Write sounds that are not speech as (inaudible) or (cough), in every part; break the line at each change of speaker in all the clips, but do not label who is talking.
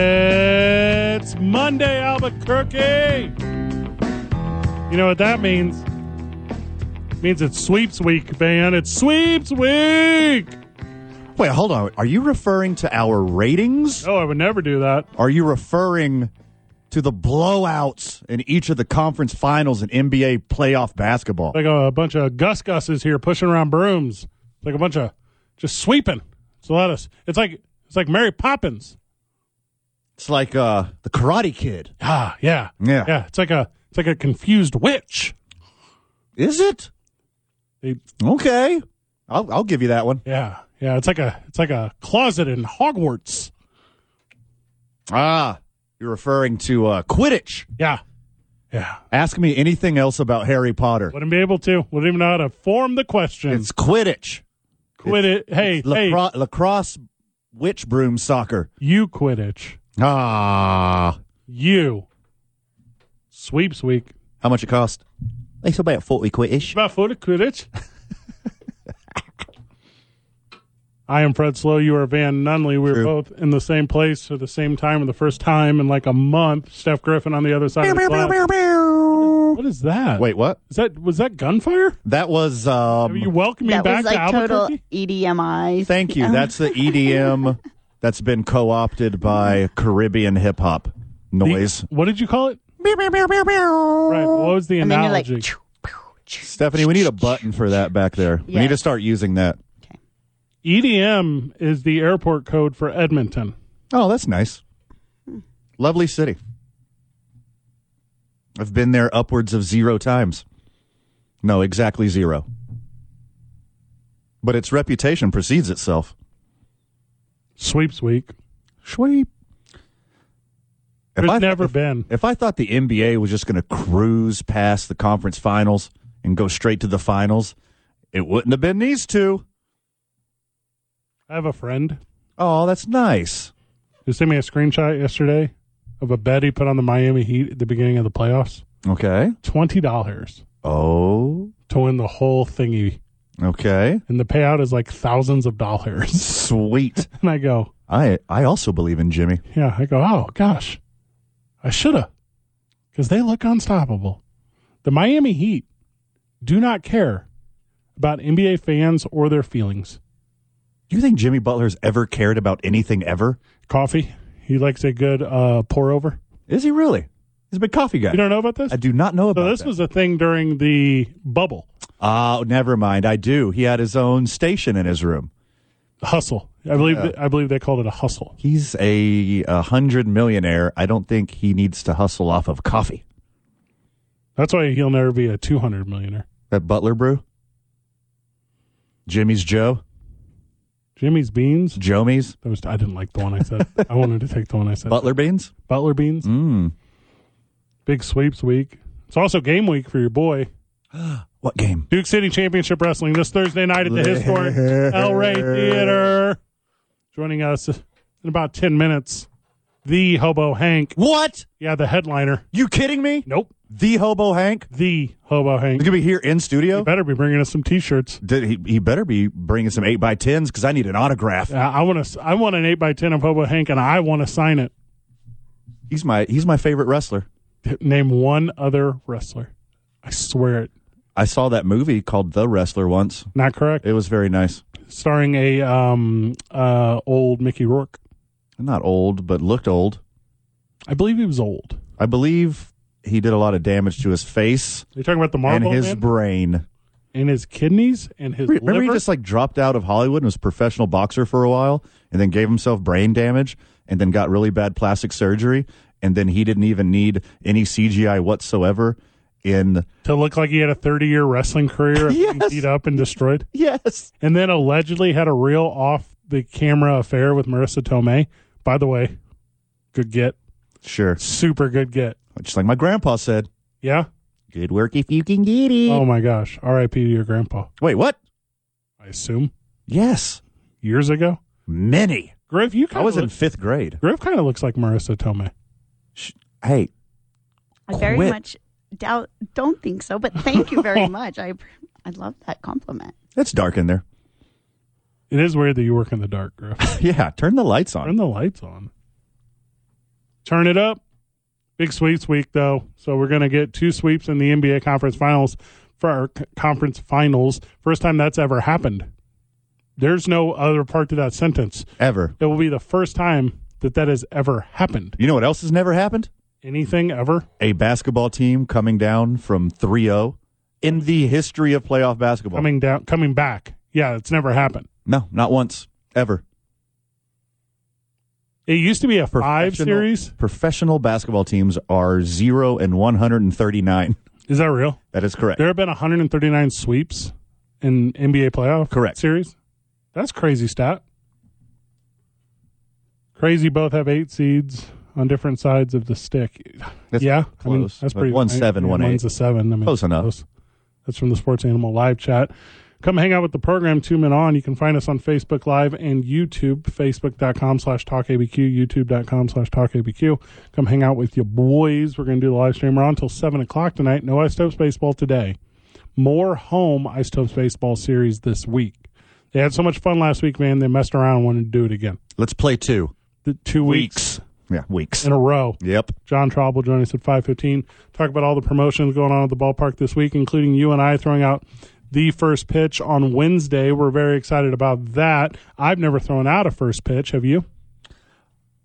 It's Monday, Albuquerque. You know what that means? It means it's sweeps week, man. It's sweeps week.
Wait, hold on. Are you referring to our ratings?
Oh, I would never do that.
Are you referring to the blowouts in each of the conference finals in NBA playoff basketball?
Like a, bunch of gus gusses here pushing around brooms. It's like a bunch of just sweeping. It's a lot of. It's like it's like Mary Poppins.
It's like uh, the Karate Kid.
Ah, yeah,
Yeah.
yeah. It's like a it's like a confused witch.
Is it?
They,
Okay. I'll, I'll give you that one.
yeah, yeah. It's like a it's like a closet in Hogwarts.
Ah, you're referring to uh, Quidditch.
Yeah, yeah.
Ask me anything else about Harry Potter.
Wouldn't be able to. Wouldn't even know how to form the question.
It's Quidditch.
quit it. Hey, hey,
Lacro- lacrosse witch broom soccer.
you Quidditch.
Ah.
You. Sweeps week.
How much it cost? It's about 40 quid ish.
About for the Quidditch.
(laughs)
I am Fred Slow. You are Van Nunley. We were
True.
both in the same place at the same time for the first time in like a month. Steph Griffin on the other side. of the glass. What is that?
Wait, what?
is that was that gunfire?
That was
Are
um
you welcoming
That
back
was like
to
total E
Albuquerque?
EDMI.
Thank you. That's the EDM that's been co-opted by Caribbean hip hop noise.
What did you call it? Right. What was the
and then you're like,
analogy?
"Choo, pew, choo."
Stephanie, we need a button for that back there. We
Yeah.
need to start using that.
EDM E is the airport code for Edmonton.
Oh, that's nice. Lovely city. I've been there upwards of zero times. No, exactly zero. But its reputation precedes itself.
Sweeps week.
Sweep. If
There's
I-
never
if-
been.
If I thought the NBA was just going to cruise past the conference finals and go straight to the finals, it wouldn't have been these two.
I have a friend
Oh, that's nice.
who sent me a screenshot yesterday of a bet he put on the Miami Heat at the beginning of the playoffs.
Okay.
Twenty dollars
Oh,
to win the whole thingy,
okay.
and the payout is like thousands of dollars. (laughs)
Sweet.
And I go,
I I also believe in Jimmy.
yeah, I go, oh gosh, I shoulda, because they look unstoppable. The Miami Heat do not care about NBA fans or their feelings.
Do you think Jimmy Butler's ever cared about anything ever?
Coffee, he likes a good uh, pour over.
Is he really? He's a big coffee guy.
You don't know about this?
I do not know about
so this
that.
was a thing during the bubble.
Oh, never mind. I do. He had his own station in his room.
hustle. I believe I believe they called it a hustle.
He's a, a hundred millionaire. I don't think he needs to hustle off of coffee.
That's why he'll never be a 200 millionaire.
That Butler brew? Jimmy's Joe?
Jimmy's beans.
Jomie's?
That was, I didn't like the one I
(laughs)
said. I wanted to take the one I said.
Butler Beans?
Butler beans.
Mm.
Big sweeps week. It's also game week for your boy.
(gasps) What game?
Duke City Championship Wrestling this Thursday night at the historic El Rey Theater. Joining us in about 10 minutes, the Hobo Hank.
What?
Yeah, the headliner.
You kidding me?
Nope.
The Hobo Hank?
The Hobo
He's
Hank.
going to be here in
You
studio?
better be bringing us some t shirts.
Did he, he better be bringing some 8 by 10s because I need an autograph.
Uh, I want to. I want an eight by ten of Hobo Hank, and I want to sign it.
He's my he's my favorite wrestler.
Name one other wrestler. I swear it.
I saw that movie called The Wrestler once.
Not correct.
It was very nice.
Starring a um uh old Mickey Rourke.
Not old, but looked old.
I believe he was old.
I believe he did a lot of damage to his face
Are you talking about the Marvel
and his
man?
brain.
and his kidneys and his
Remember,
liver?
he just like dropped out of Hollywood and was a professional boxer for a while, and then gave himself brain damage, and then got really bad plastic surgery, and then he didn't even need any CGI whatsoever. In
to look like he had a thirty-year wrestling career of
(laughs)
being
Yes.
beat up and destroyed,
yes,
and then allegedly had a real off the camera affair with Marissa Tomei. By the way, good get,
Sure.
super good get.
Just like my grandpa said,
Yeah.
good work if you can get it.
Oh my gosh. R.I.P. to your grandpa.
Wait, what?
I assume
Yes.
years ago.
Many.
Griff,
I
you kind of
was in
look,
fifth grade.
Griff kind of looks like Marissa Tomei.
Sh- Hey,
I very
Quit.
much doubt, don't think so, but thank you
(laughs)
very much. I, I love that compliment.
it's dark in there.
It is weird that you work in the dark, Griff.
(laughs) yeah, turn the lights on.
Turn the lights on. Turn it up. Big sweeps week though, so we're gonna get two sweeps in the NBA conference finals for our c- conference finals. First time that's ever happened. There's no other part to that sentence.
Ever.
It will be the first time that that has ever happened.
You know what else has never happened?
Anything ever?
A basketball team coming down from 3 0 in the history of playoff basketball.
Coming down, coming back. Yeah, it's never happened.
no, not once. Ever.
It used to be a five
Professional-
series.
Professional basketball teams are 0 and 139.
Is that real?
That is correct.
There have been 139 sweeps in NBA playoff
Correct.
series. That's crazy stat. Crazy. Both have eight seeds on different sides of the stick.
That's
yeah, I mean,
close,
that's
but
pretty.
one's seven,
yeah,
one
One's
eight.
a seven. I mean,
Close enough.
That's from the Sports Animal live chat. Come hang out with the program, Two Men On. You can find us on Facebook Live and YouTube, facebook.com slash talkabq, youtube.com slash talkabq. Come hang out with your boys. We're going to do the live stream. We're on until 7 o'clock tonight. No Ice Topes Baseball today. More home Ice Topes Baseball series this week. They had so much fun last week, man. They messed around and wanted to do it again.
Let's play two.
The two weeks
Yeah, weeks.
in
(laughs)
a row.
Yep.
John Traub will join us at 5:15. Talk about all the promotions going on at the ballpark this week, including you and I throwing out the first pitch on Wednesday. We're very excited about that. I've never thrown out a first pitch. Have you?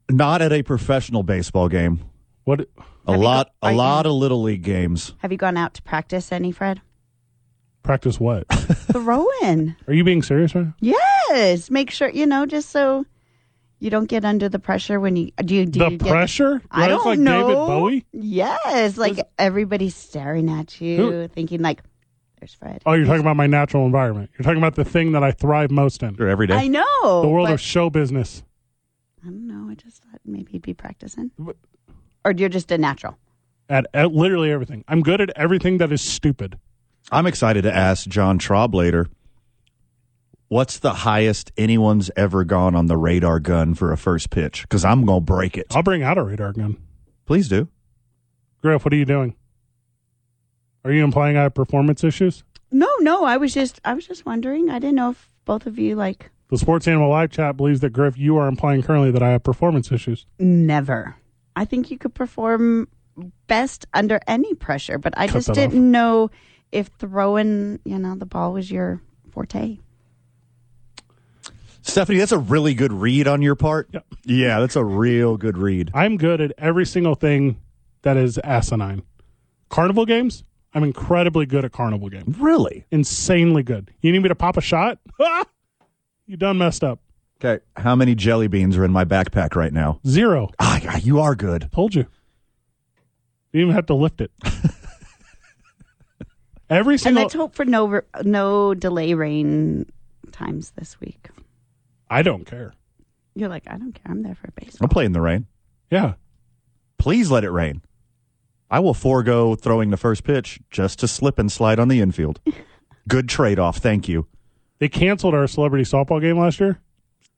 Not at a professional baseball game.
What?
A
Have you
lot,
got-
a
are
lot of little league games.
Have you gone out to practice any, Fred?
(laughs)
Practice what?
Throwing.
Are you being serious right now?
Yes. Make sure, you know, just so you don't get under the pressure when you do you, do
the
you get-
pressure? Do
I
look
don't
like
know.
David Bowie?
Yes, like everybody's staring at you,
Who-
thinking like, "There's Fred."
Oh, you're talking about my natural environment. You're talking about the thing that I thrive most in.
Sure, every day.
I know.
The world
but-
of show business.
I don't know. I just thought maybe he'd be practicing, or you're just a natural.
At, at literally everything. I'm good at everything that is stupid.
I'm excited to ask John Traub later. What's the highest anyone's ever gone on the radar gun for a first pitch? Because I'm gonna break it.
I'll bring out a radar gun.
Please do.
Griff, what are you doing? Are you implying I have performance issues?
No, no. I was just, I was just wondering. I didn't know if both of you like
The Sports Animal Live chat believes that Griff, you are implying currently that I have performance issues.
never. I think you could perform best under any pressure, but I
Cut
just
that
didn't know if throwing, you know, the ball was your forte.
Stephanie, that's a really good read on your part.
Yep.
Yeah, that's a real good read.
I'm good at every single thing that is asinine. Carnival games, I'm incredibly good at carnival games.
Really?
Insanely good. You need me to pop a shot? (laughs) Ah! You done messed up.
Okay. How many jelly beans are in my backpack right now?
Zero.
Ah, yeah, you are good.
Told you. You even have to lift it. every
And
single
let's hope for no re- no delay rain times this week.
I don't care.
You're like, I don't care. I'm there for baseball.
I'll play in the rain.
Yeah.
Please let it rain. I will forego throwing the first pitch just to slip and slide on the infield. Good trade off. Thank you.
They canceled our celebrity softball game last year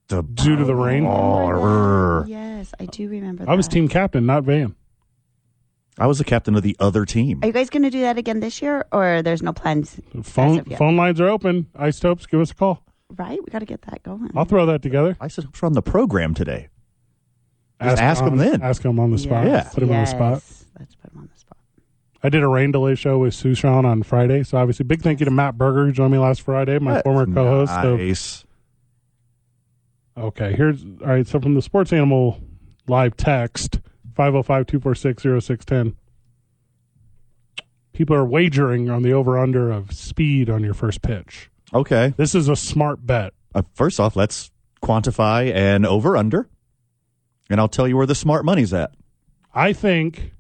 The- Oh,
due to the rain.
Oh
Arr.
Yes, I do remember.
I was
that.
team captain, not Van.
I was the captain of the other team.
Are you guys going to do that again this year, or there's no plans?
Phone
of yet.
phone lines are open. Ice Topes, give us a call.
Right, we got to get that going.
I'll throw that together.
I said, who's on the program today? Just ask
on-
him then.
Ask him on the spot.
Yes.
Put him
yes.
on the spot.
Let's put him on the spot.
I did a rain delay show with Sushan on Friday. So obviously, big thank you to Matt Berger who joined me last Friday, my
That's
former co-host. of-
Nice.
okay, here's all right. So from the Sports Animal live text 505-246-0610. People are wagering on the over under of speed on your first pitch.
Okay.
This is a smart bet.
Uh, first off, let's quantify an over under, and I'll tell you where the smart money's at.
I think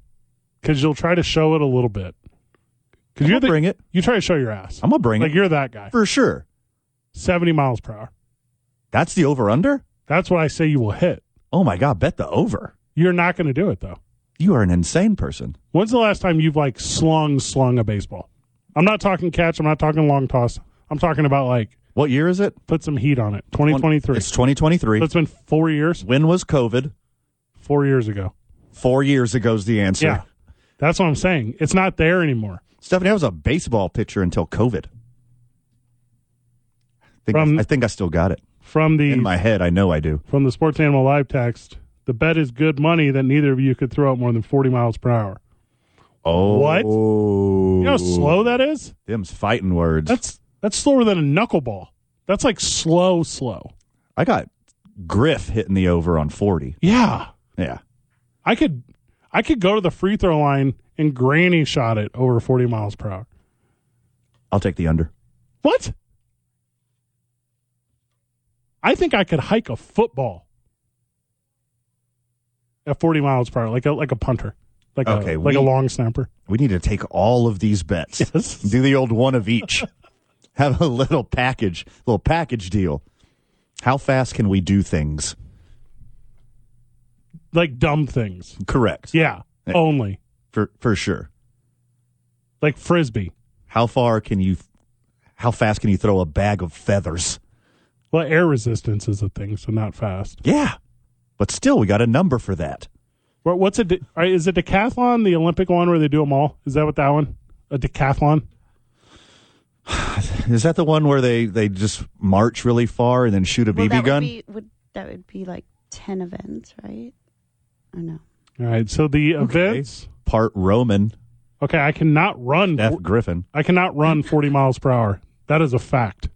because you'll try to show it a little bit. Because
I'm
you
gonna bring it.
You try to show your ass.
I'm gonna bring
like
it
you're that guy.
for sure.
Seventy miles per hour.
That's the over under?
That's what I say you will hit.
Oh my God, bet the over.
You're not going to do it though.
You are an insane person.
When's the last time you've like slung slung a baseball? I'm not talking catch. I'm not talking long toss. I'm talking about like
What year is it?
put some heat on it. 2023.
It's 2023.
That's been four years.
when was COVID?
Four years ago.
Four years ago is the answer.
Yeah, that's what I'm saying. It's not there anymore.
Stephanie, I was a baseball pitcher until COVID. I think,
From-
I, think I still got it.
From the
In my head, I know I do.
from the Sports Animal Live text, the bet is good money that neither of you could throw out more than 40 miles per hour.
Oh.
What? You know how slow that is?
Them's fighting words.
That's that's slower than a knuckleball. That's like slow, slow.
I got Griff hitting the over on 40.
Yeah,
Yeah.
I could I could go to the free throw line and granny shot it over 40 miles per hour.
I'll take the under.
What? I think I could hike a football at 40 miles per hour, like a like a punter, like
Okay,
a like a
we-
long snapper.
We need to take all of these bets.
Yes.
Do the old one of each. (laughs) Have a little package, little package deal. How fast can we do things?
like dumb things.
Correct.
Yeah,
Yeah.
only
For for sure.
like frisbee.
How far can you how fast can you throw a bag of feathers?
Well, air resistance is a thing, so not fast.
Yeah. But still we got a number for that.
What- What's a de- all right, is a decathlon the Olympic one where they do them all? Is that what that one? A decathlon?
Is that the one where they they just march really far and then shoot a
Well, that
BB gun?
Would be, would, that would be like 10 events, right? Or no?
All right, so the
Okay.
events.
Part Roman,
Okay, I cannot run.
F Griffin.
I cannot run forty miles per hour. That is a fact.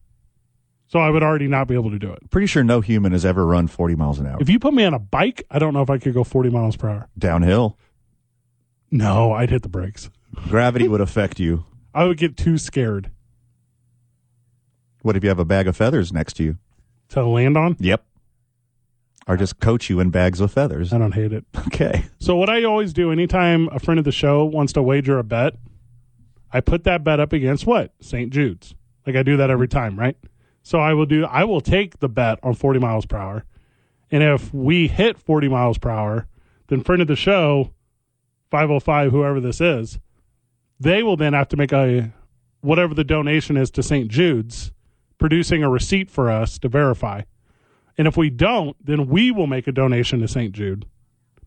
So I would already not be able to do it.
Pretty sure no human has ever run 40 miles an hour.
If you put me on a bike, I don't know if I could go forty miles per hour.
Downhill.
No, I'd hit the brakes.
Gravity would affect you.
I would get too scared
What if you have a bag of feathers next to you?
to land on.
Yep. Or just coach you in bags of feathers.
I don't hate it.
Okay.
So what I always do anytime a friend of the show wants to wager a bet, I put that bet up against what? St. Jude's. Like I do that every time, right? So I will do I will take the bet on 40 miles per hour. And if we hit 40 miles per hour, then friend of the show 505 whoever this is, they will then have to make a whatever the donation is to St. Jude's producing a receipt for us to verify. And if we don't, then we will make a donation to St. Jude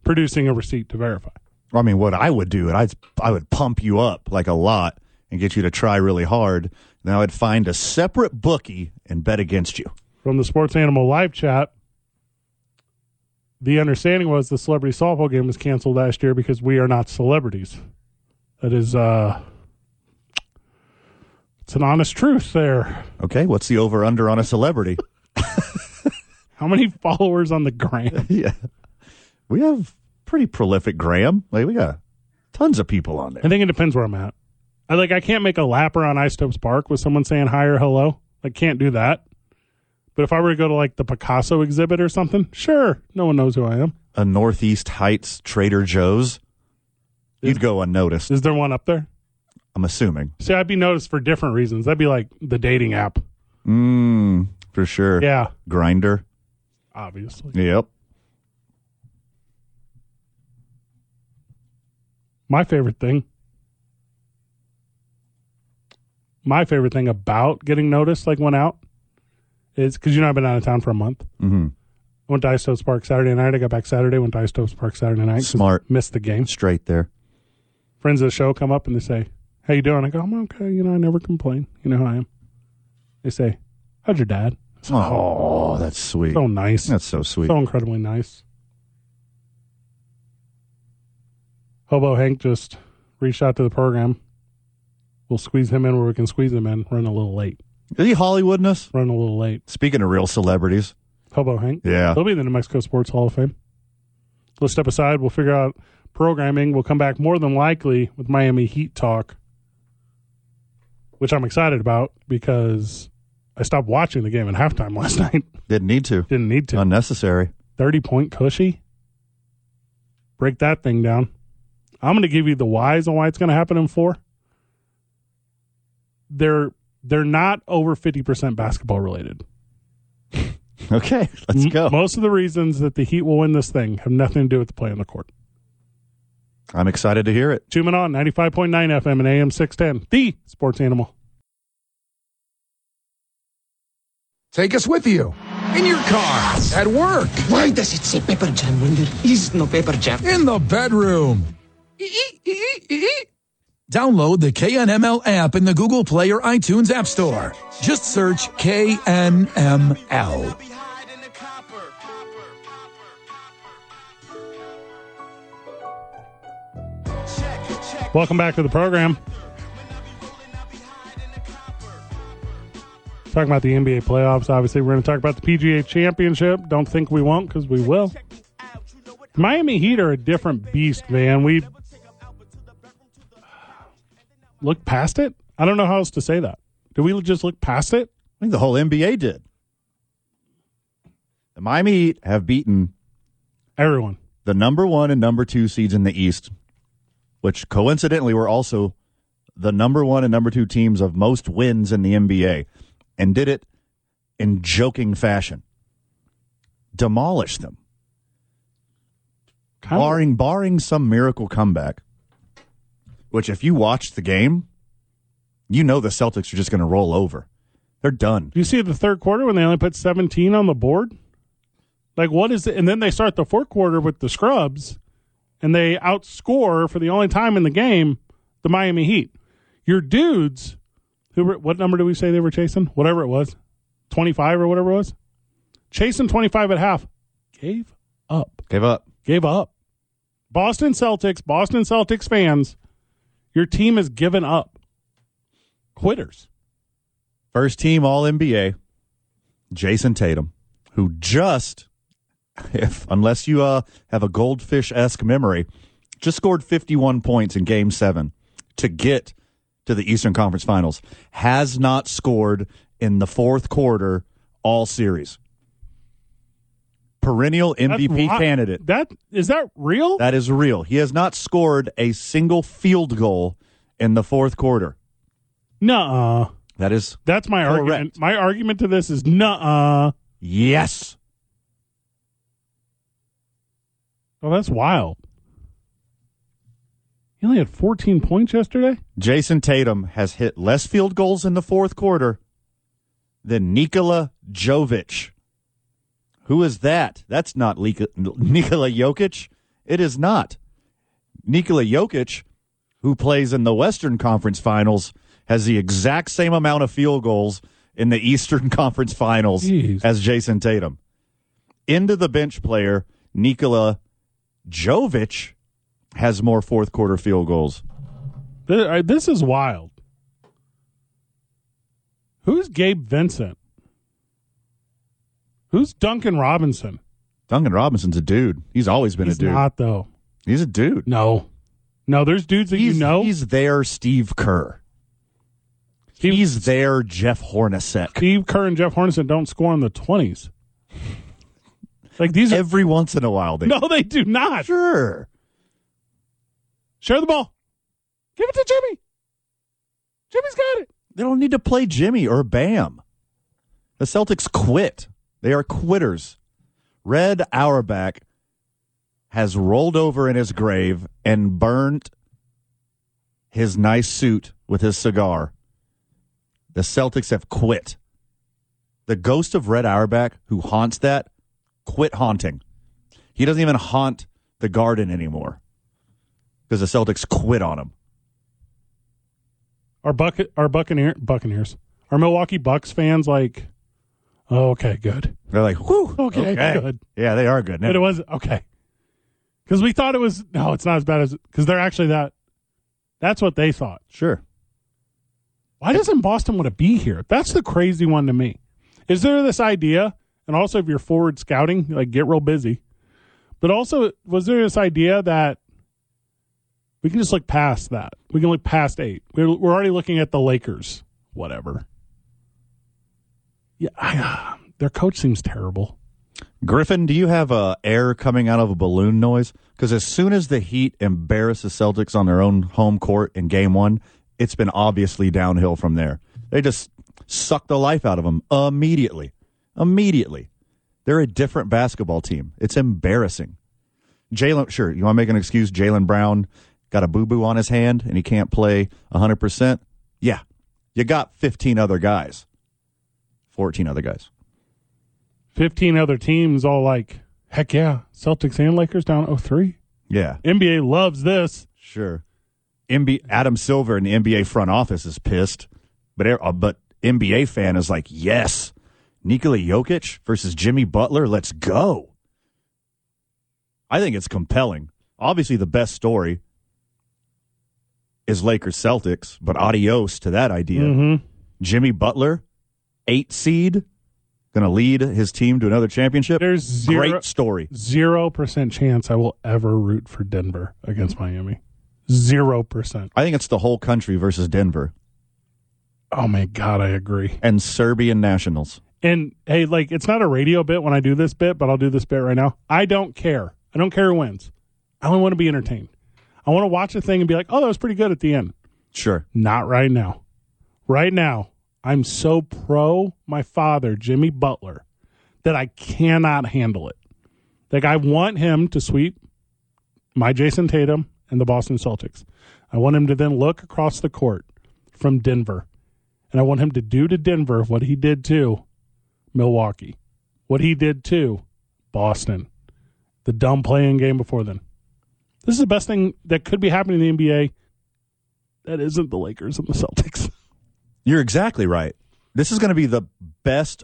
producing a receipt to verify.
Well, I mean, what I would do, and I'd I would pump you up like a lot and get you to try really hard. Then I would find a separate bookie and bet against you.
From the Sports Animal live chat, the understanding was the celebrity softball game was canceled last year because we are not celebrities. That is, uh, it's an honest truth there.
Okay, what's the over under on a celebrity?
(laughs) How many followers on the gram?
(laughs) yeah, we have pretty prolific Graham. Like we got tons of people on
I
there.
think it depends where I'm at. I like, I can't make a lap around Ice Tubs Park with someone saying hi or hello. Like, can't do that. But if I were to go to like the Picasso exhibit or something, sure, no one knows who I am.
A Northeast Heights Trader Joe's. You'd go unnoticed.
Is there one up there?
I'm assuming.
See, I'd be noticed for different reasons. That'd be like the dating app.
Mm, for sure.
Yeah,
Grinder.
obviously.
Yep.
My favorite thing. My favorite thing about getting noticed, like went out, is because you know I've been out of town for a month.
hmm
I went to Ice Topes Park Saturday night. I got back Saturday. Went to Ice Topes Park Saturday night. 'cause
Smart.
Missed the game.
Straight there.
Friends of the show come up and they say, "How you doing?" I go, "I'm okay. You know, I never complain. You know how I am." They say, "How's your dad?" I say,
Oh, that's sweet.
so nice.
That's so sweet.
So incredibly nice. Hobo Hank just reached out to the program. We'll squeeze him in where we can squeeze him in. Run a little late.
Is he Hollywooding us?
Run a little late.
Speaking of real celebrities,
Hobo Hank.
yeah.
He'll be in the New Mexico Sports Hall of Fame. Let's step aside. We'll figure out programming. We'll come back more than likely with Miami Heat talk, which I'm excited about because I stopped watching the game at halftime (laughs) last night.
Didn't need to.
Didn't need to.
Unnecessary.
30 point cushy. Break that thing down. I'm going to give you the whys on why it's going to happen in four. They're they're not over 50% basketball related.
(laughs) Okay, let's go.
Most of the reasons that the Heat will win this thing have nothing to do with the play on the court.
I'm excited to hear it.
Two men on 95.9 FM and AM 610, the sports animal.
Take us with you. In your car. At work.
Why does it say paper jam when there is no paper jam?
In the bedroom. Download the KNML app in the Google Play or iTunes App Store. Just search KNML.
Welcome back to the program. Talking about the NBA playoffs, obviously. We're going to talk about the PGA Championship. Don't think we won't because we will. Miami Heat are a different beast, man. We look past it. I don't know how else to say that. Do we just look past it?
I think the whole NBA did. The Miami Heat have beaten
Everyone.
the number one and number two seeds in the East, which coincidentally were also the number one and number two teams of most wins in the NBA, and did it in joking fashion. Demolished them,
Kind of-
barring barring some miracle comeback. Which, if you watched the game, you know the Celtics are just going to roll over. They're done.
Do you see the third quarter when they only put 17 on the board? Like, what is it? And then they start the fourth quarter with the Scrubs and they outscore for the only time in the game the Miami Heat. Your dudes, who were, what number did we say they were chasing? Whatever it was, 25 or whatever it was, chasing 25 at half, gave up,
Gave up.
gave up. Boston Celtics, Boston Celtics fans, your team has given up. Quitters.
First team All NBA, Jason Tatum, who just, if unless you uh, have a goldfish esque memory, just scored 51 points in Game Seven to get to the Eastern Conference Finals, has not scored in the fourth quarter all series. Perennial
That's
MVP
wi-
candidate.
That is that real?
That is real. He has not scored a single field goal in the fourth quarter.
Nuh-uh.
That is
Uh. That's my
Correct.
argument. My argument to this is nuh-uh.
yes.
Oh, that's wild. He only had 14 points yesterday.
Jason Tatum has hit less field goals in the fourth quarter than Nikola Jovic. Who is that? That's not Lika, (laughs) Nikola Jokic. It is not. Nikola Jokic, who plays in the Western Conference Finals, has the exact same amount of field goals in the Eastern (laughs) Conference Finals
Jeez.
as Jason Tatum. Into the bench player, Nikola Jovic has more fourth quarter field goals.
Th- uh, This is wild. Who's Gabe Vincent? Who's Duncan Robinson?
Duncan Robinson's a dude. He's always been
He's
a dude.
not though.
he's a dude.
No, no. There's dudes that
he's,
you know.
he's their Steve Kerr.
Steve-
he's their Jeff Hornacek.
Steve Kerr and Jeff Hornacek don't score in the 20s. Like these are,
Every once in a while, they
no, they do not.
sure.
Share the ball. Give it to Jimmy. Jimmy's got it.
They don't need to play Jimmy or Bam. The Celtics quit. They are quitters. Red Auerbach has rolled over in his grave and burnt his nice suit with his cigar. The Celtics have quit. The ghost of Red Auerbach, who haunts that, quit haunting. He doesn't even haunt the garden anymore because the Celtics quit on him.
Our bucket, our Buccaneer, Buccaneers, our Milwaukee Bucks fans, like, oh, okay, good.
They're like, whew.
Okay, good.
Yeah, they are good.
But it was okay because we thought it was no, it's not as bad as because they're actually that. That's what they thought.
Sure.
Why doesn't Boston want to be here? That's the crazy one to me. Is there this idea, and also if you're forward scouting, like get real busy, but also was there this idea that we can just look past that? We can look past eight. We're, we're already looking at the Lakers, whatever. Yeah, I, (sighs) their coach seems terrible.
Griffin, do you have uh, air coming out of a balloon noise? Because as soon as the Heat embarrass the Celtics on their own home court in Game One, it's been obviously downhill from there. They just suck the life out of them immediately, immediately. They're a different basketball team. It's embarrassing. Jalen, sure, you want to make an excuse? Jalen Brown got a boo boo on his hand and he can't play 100%. Yeah, you got 15 other guys, 14 other guys.
15 other teams all like, heck yeah, Celtics and Lakers down 03.
Yeah,
NBA loves this.
sure. NBA, Adam Silver in the NBA front office is pissed, but er- uh, but NBA fan is like, yes, Nikola Jokic versus Jimmy Butler, let's go. I think it's compelling. Obviously, the best story is Lakers Celtics, but adios to that idea.
Mm-hmm.
Jimmy Butler, eight seed, going to lead his team to another championship.
There's zero-
Great story.
0% chance I will ever root for Denver against Miami. 0%.
I think it's the whole country versus Denver
Oh my God, I agree.
and Serbian nationals.
And hey, like, it's not a radio bit when I do this bit, but I'll do this bit right now. I don't care. I don't care who wins. I only want to be entertained. I want to watch a thing and be like, oh, that was pretty good at the end.
Sure.
Not right now. Right now, I'm so pro my father, Jimmy Butler, that I cannot handle it. Like, I want him to sweep my Jason Tatum and the Boston Celtics. I want him to then look across the court from Denver, and I want him to do to Denver what he did to Milwaukee, what he did to Boston, the dumb playing game before then. This is the best thing that could be happening in the NBA that isn't the Lakers and the Celtics. (laughs)
You're exactly right. This is going to be the best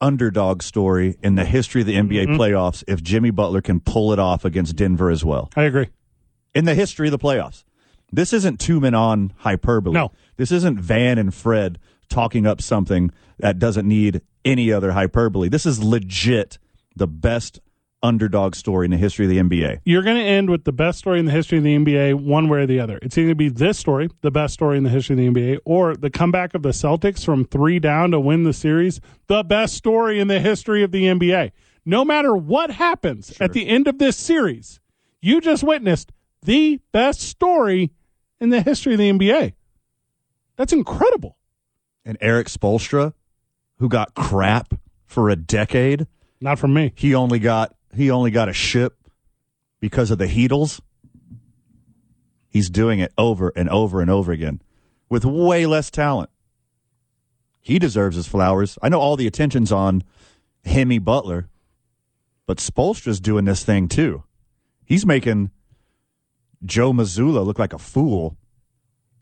underdog story in the history of the NBA
Mm-hmm.
playoffs if Jimmy Butler can pull it off against Denver as well.
I agree.
In the history of the playoffs. This isn't two men on hyperbole.
No.
This isn't Van and Fred talking up something that doesn't need any other hyperbole. This is legit the best underdog story in the history of the NBA.
You're going to end with the best story in the history of the NBA, one way or the other. It's either going to be this story, the best story in the history of the NBA, or the comeback of the Celtics from three down to win the series, the best story in the history of the NBA. No matter what happens at the end of this series, you just witnessed the best story in the history of the NBA. That's incredible.
And Eric Spolstra, who got crap for a decade,
Not from me.
he only got he only got a ship because of the Heatles. He's doing it over and over and over again with way less talent. He deserves his flowers. I know all the attention's on Hemi Butler, but Spolstra's doing this thing too. He's making Joe Missoula look like a fool.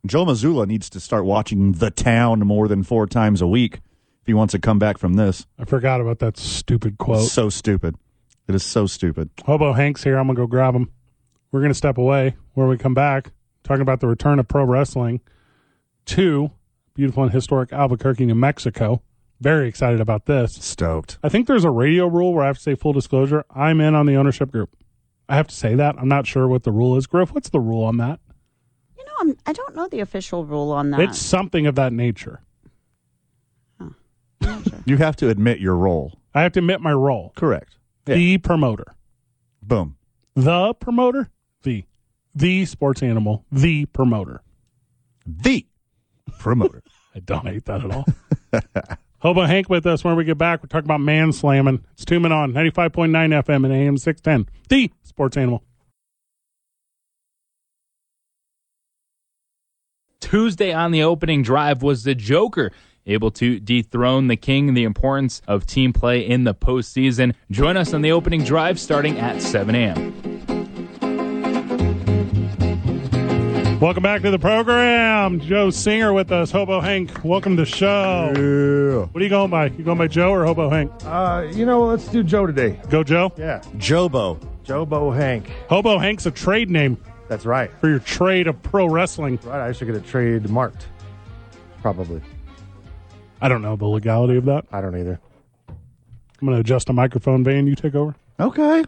Joe Missoula needs to start watching The Town more than four times a week if he wants to come back from this.
I forgot about that stupid quote.
So stupid. It is so stupid.
Hobo Hanks here. I'm going to go grab him. We're going to step away where we come back, talking about the return of pro wrestling to beautiful and historic Albuquerque, New Mexico. Very excited about this.
Stoked.
I think there's a radio rule where I have to say full disclosure. I'm in on the ownership group. I have to say that. I'm not sure what the rule is. Griff, what's the rule on that?
You know, I'm, I don't know the official rule on that.
It's something of that nature.
You have to admit your role.
I have to admit my role.
Correct. Yeah.
The promoter.
Boom.
The promoter? The. The sports animal. The promoter.
The
(laughs)
promoter.
I don't hate
(laughs)
that at all. Hobo Hank with us when we get back. We're talking about man slamming. It's two men on 95.9 FM and AM 610. The sports animal.
Tuesday on the opening drive was the Joker. Able to dethrone the king, the importance of team play in the postseason. Join us on the opening drive starting at 7 a.m.
Welcome back to the program. Joe Singer with us. Hobo Hank, welcome to the show. What are you going by? You going by Joe or Hobo Hank?
Uh, you know, let's do Joe today.
Go Joe.
Yeah,
Jobo.
Joe Bo Hank.
Hobo Hank's a trade name
That's right.
for your trade of pro wrestling.
Right, I should get it trademarked. Probably.
I don't know the legality of that.
I don't either.
I'm going to adjust a microphone van. You take over.
Okay.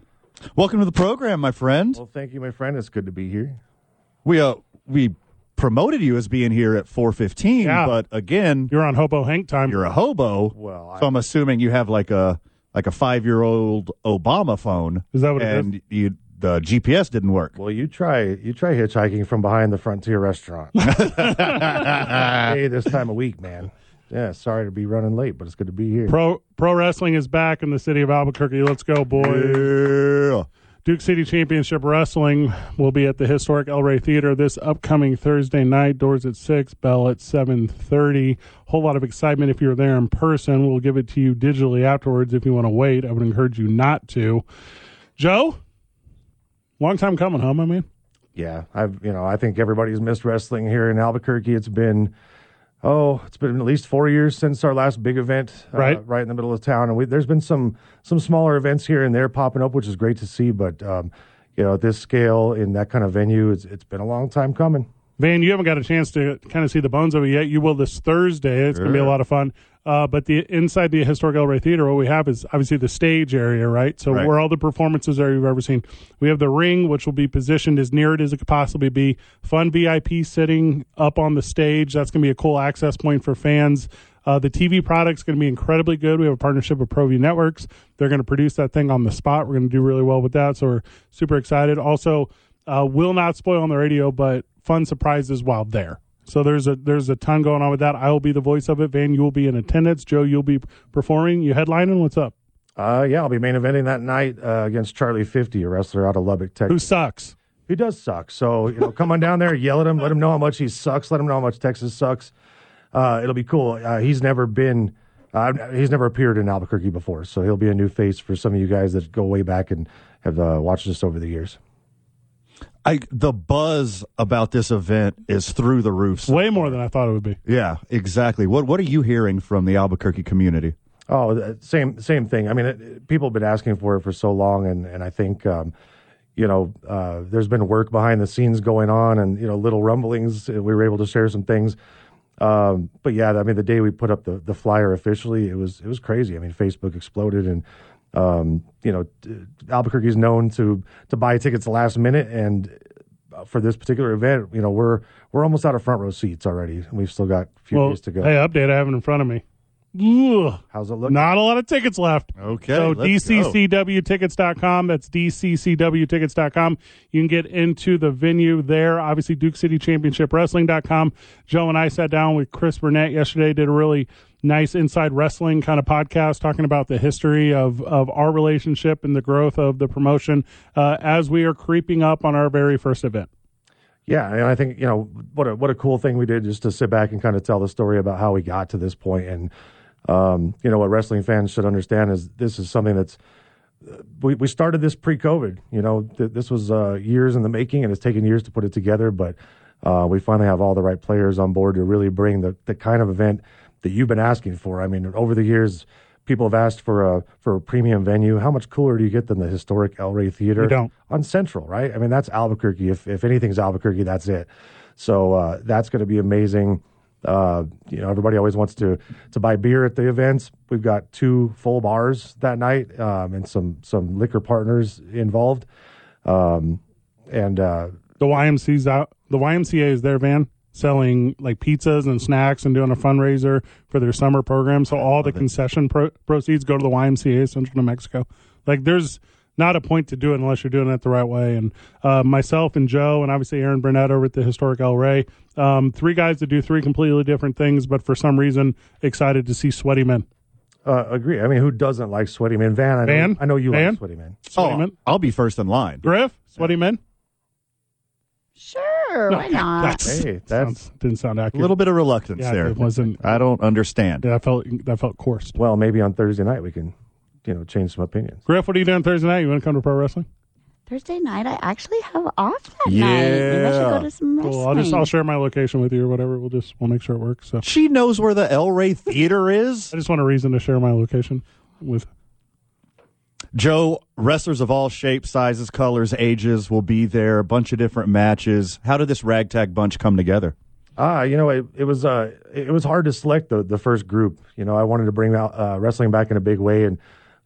Welcome to the program, my friend.
Well, thank you, my friend. It's good to be here.
We uh we promoted you as being here at 4:15,
Yeah.
but again,
You're on Hobo Hank time.
you're a hobo.
Well,
so
I-
I'm assuming you have like a like a 5-year-old Obama phone.
Is that what it
and you the GPS didn't work.
Well, you try you try
(laughs)
hitchhiking from behind the Frontier Restaurant. hey, this time of week, man. Yeah, sorry to be running late, but it's good to be here.
Pro pro wrestling is back in the city of Albuquerque. Let's go, boys.
Yeah.
Duke City Championship Wrestling will be at the historic El Rey Theater this upcoming Thursday night. Doors at six, bell at seven thirty. Whole lot of excitement if you're there in person. We'll give it to you digitally afterwards if you want to wait. I would encourage you not to. Joe, long time coming, huh, my man?
yeah, I've you know I think everybody's missed wrestling here in Albuquerque. It's been oh, it's been at least four years since our last big event, uh,
Right.
Right in the middle of town, and we, there's been some some smaller events here and there popping up, which is great to see. But um, you know, at this scale in that kind of venue, it's it's been a long time coming.
Van, you haven't got a chance to kind of see the bones of it yet. You will this Thursday. It's going to be a lot of fun. Uh, but the inside the historic El Rey Theater, what we have is obviously the stage area, right? So
Right.
where all the performances are you've ever seen. We have the ring, which will be positioned as near it as it could possibly be. Fun VIP sitting up on the stage. That's going to be a cool access point for fans. Uh, the TV product's going to be incredibly good. We have a partnership with ProView Networks. They're going to produce that thing on the spot. We're going to do really well with that. So we're super excited. Also, uh, will not spoil on the radio, but fun surprises while there. So there's a there's a ton going on with that. I will be the voice of it. Van, you will be in attendance. Joe, you'll be performing. You headlining. What's up?
Uh, yeah, I'll be main eventing that night uh, against Charlie Fifty, a wrestler out of Lubbock, Texas.
Who sucks?
He does suck. So, you know, come on down there, yell at him, let him know how much he sucks, let him know how much Texas sucks. Uh, it'll be cool. Uh, he's never been, uh, he's never appeared in Albuquerque before. So he'll be a new face for some of you guys that go way back and have uh, watched us over the years.
I, the buzz about this event is through the roofs.
Way more than I thought it would be.
Yeah, exactly. What What are you hearing from the Albuquerque community?
Oh, th- same same thing. I mean, it, it- people have been asking for it for so long, and and I think, um, you know, uh, there's been work behind the scenes going on, and you know, little rumblings. uh, We were able to share some things, um, but yeah, I mean, the day we put up the the flyer officially, it was it was crazy. I mean, Facebook exploded, and um, you know, t- Albuquerque's known to to buy tickets last minute, and uh, for this particular event, you know, we're we're almost out of front row seats already, and we've still got a few
Well, hey,
days to go.
update. I have it in front of me. Ugh,
How's it look?
not a lot of tickets left.
Okay,
So
let's go.
dccwtickets.com. That's dccwtickets.com. You can get into the venue there. Obviously, Duke City Championship Wrestling.com. Joe and I sat down with Chris Burnett yesterday, did a really nice inside wrestling kind of podcast talking about the history of, of our relationship and the growth of the promotion uh, as we are creeping up on our very first event.
Yeah, and I think you know what a what a cool thing we did just to sit back and kind of tell the story about how we got to this point, and um, you know what wrestling fans should understand is this is something that's uh, we we started this pre-COVID. You know, th- this was uh, years in the making, and it's taken years to put it together. But uh, we finally have all the right players on board to really bring the the kind of event that you've been asking for. I mean, over the years, people have asked for a for a premium venue. How much cooler do you get than the historic El Rey Theater?
You don't.
on Central, right? I mean, that's Albuquerque. If if anything's Albuquerque, that's it. So uh, that's going to be amazing. Uh, you know, everybody always wants to to buy beer at the events. We've got two full bars that night, um, and some some liquor partners involved. Um, and uh,
The YMCA's out. The YMCA is there, Van, selling like pizzas and snacks and doing a fundraiser for their summer program. So all the concession pro- proceeds go to the YMCA, Central New Mexico. Like there's not a point to do it unless you're doing it the right way. And uh, myself and Joe and obviously Aaron Burnett over at the historic El Rey, um, three guys that do three completely different things, but for some reason excited to see sweaty men.
uh, agree. I mean, who doesn't like sweaty man? Van, I know,
Van?
I know you
Van?
like sweaty man.
Sweaty men,
Oh, I'll be first in line.
Griff, sweaty men.
Sure, why not?
That's,
Hey, that's-
sounds- didn't sound
A
accurate.
little bit of reluctance
yeah,
there.
it wasn't.
I don't understand.
Yeah, I felt that felt coursed.
Well, maybe on Thursday night we can, you know, change some opinions.
Griff, what are you doing Thursday night? You want to come to pro wrestling?
Thursday night, I actually have off that night. Maybe I should
Yeah.
go to some wrestling.
Cool. I'll just I'll share my location with you or whatever. We'll just we'll make sure it works. So
She knows where the El Rey Theater is.
I just want a reason to share my location with.
Joe, wrestlers of all shapes, sizes, colors, ages will be there. A bunch of different matches. How did this ragtag bunch come together?
Ah, you know, it, it was uh, it it was hard to select the the first group. You know, I wanted to bring out uh, wrestling back in a big way, and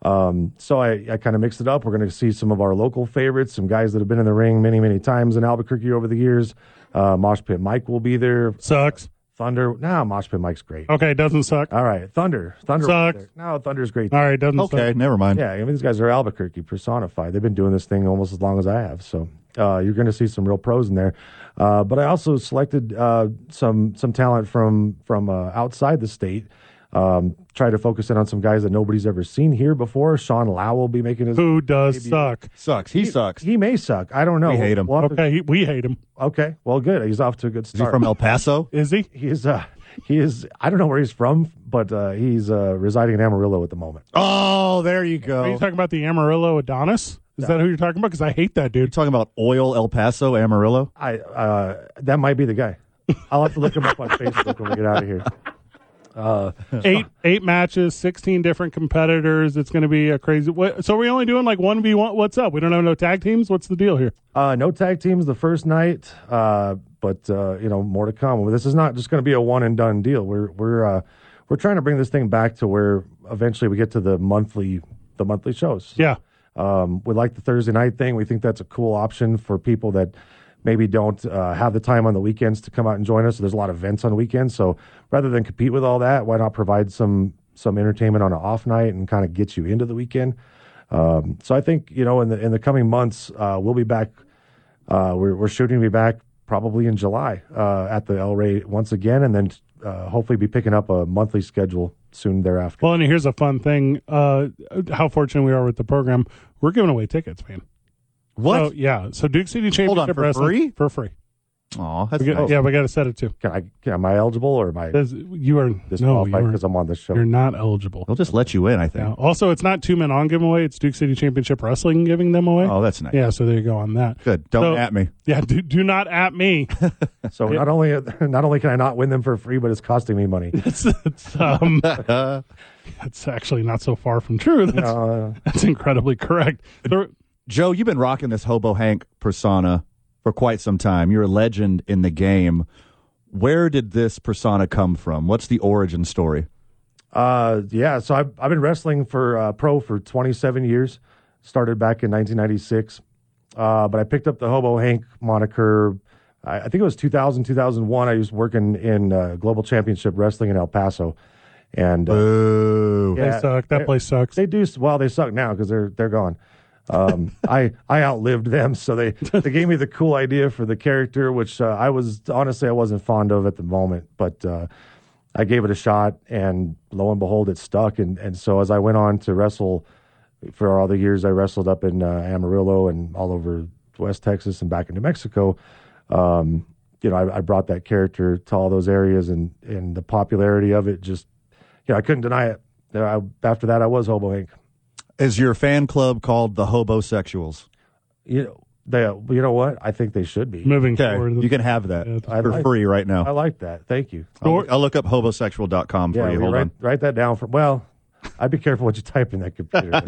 um, so I, I kind of mixed it up. We're going to see some of our local favorites, some guys that have been in the ring many many times in Albuquerque over the years. Uh, Mosh Pit Mike will be there.
Sucks.
Thunder, nah, Mosh Pit Mike's great.
Okay, doesn't suck.
All right, Thunder, Thunder, will be
Sucks.
there. no, Thunder's great.
All right, doesn't
Okay,
suck.
never mind.
Yeah, I mean these guys are Albuquerque personified. They've been doing this thing almost as long as I have. So Uh, you're going to see some real pros in there. Uh, but I also selected uh, some some talent from from uh, outside the state. Um, try to focus in on some guys that nobody's ever seen here before. Sean Lau will be making his.
Who does suck?
Sucks. He sucks.
He may suck. I don't know.
We hate him.
We'll have to-
Okay, he, we hate him.
okay. Well, good. He's off to a good
Is he
start.
from El Paso?
(laughs) Is he?
He is. Uh, he is. I don't know where he's from, but uh, he's uh, residing in Amarillo at the moment.
Oh, there you
Are you
go.
talking about the Amarillo Adonis? Is that who you're talking about? Because I hate that dude.
You're talking about oil El Paso Amarillo?
I uh, that might be the guy. I'll have to look him up on Facebook when we get out of here.
eight eight matches, sixteen different competitors. It's going to be a crazy. What, so we're only doing like one v one. What's up? We don't have no tag teams. What's the deal here?
Uh, no tag teams the first night, uh, but uh, you know more to come. This is not just going to be a one and done deal. We're we're uh, we're trying to bring this thing back to where eventually we get to the monthly the monthly shows.
Yeah,
Um, we like the Thursday night thing. We think that's a cool option for people that maybe don't uh, have the time on the weekends to come out and join us. So there's a lot of events on weekends. So rather than compete with all that, why not provide some some entertainment on an off night and kind of get you into the weekend? Um, so I think you know in the in the coming months uh, we'll be back. Uh, we're, we're shooting to be back probably in July uh, at the El Rey once again, and then uh, hopefully be picking up a monthly schedule soon thereafter.
Well, and here's a fun thing: uh, how fortunate we are with the program. We're giving away tickets, man. So,
What?
yeah. So Duke City Championship
Hold on, for
Wrestling
free?
for free.
Aw, that's
We got-
nice.
Yeah, we got to set it too.
Can I? Can, am I eligible or am I
This- you are no, you
disqualified
are,
because I'm on the show?
you're not eligible.
They'll just let you in, I think.
Yeah. Also, it's not two men on giveaway. It's Duke City Championship Wrestling giving them away.
Oh, that's nice.
Yeah. So there you go on that.
Good. Don't
So-
at me.
Yeah. Do, do not at me.
(laughs) So not only not only can I not win them for free, but it's costing me money.
(laughs) it's,
(laughs)
it's, um, it's actually not so far from true. That's,
Uh,
(laughs) that's incredibly correct. There-
Joe, you've been rocking this Hobo Hank persona for quite some time. You're a legend in the game. Where did this persona come from? What's the origin story?
uh, yeah. So I've I've been wrestling for uh, pro for 27 years. Started back in 1996, uh, but I picked up the Hobo Hank moniker. I, I think it was 2000 2001. I was working in uh, Global Championship Wrestling in El Paso, and uh,
Boo.
yeah,
they suck. That place sucks.
They do. Well, they suck now because they're they're gone. Um, (laughs) I I outlived them, so they they gave me the cool idea for the character, which uh, I was honestly I wasn't fond of at the moment, but uh, I gave it a shot, and lo and behold, it stuck. And and so as I went on to wrestle for all the years I wrestled up in uh, Amarillo and all over West Texas and back in New Mexico, um, you know, I, I brought that character to all those areas, and and the popularity of it just, you know, I couldn't deny it. There, I, after that, I was Hobo Hank.
Is your fan club called the Hobosexuals?
You know, they, you know what? I think they should be.
Moving
Okay.
forward.
You can have that
Yeah,
I
for
like-
free right
I
now.
like that. Thank you.
I'll, look- I'll look up hobosexual.com for
Yeah,
you.
we
Hold
write,
on.
write that down for. Well, I'd be careful what you type in
(laughs)
that computer, but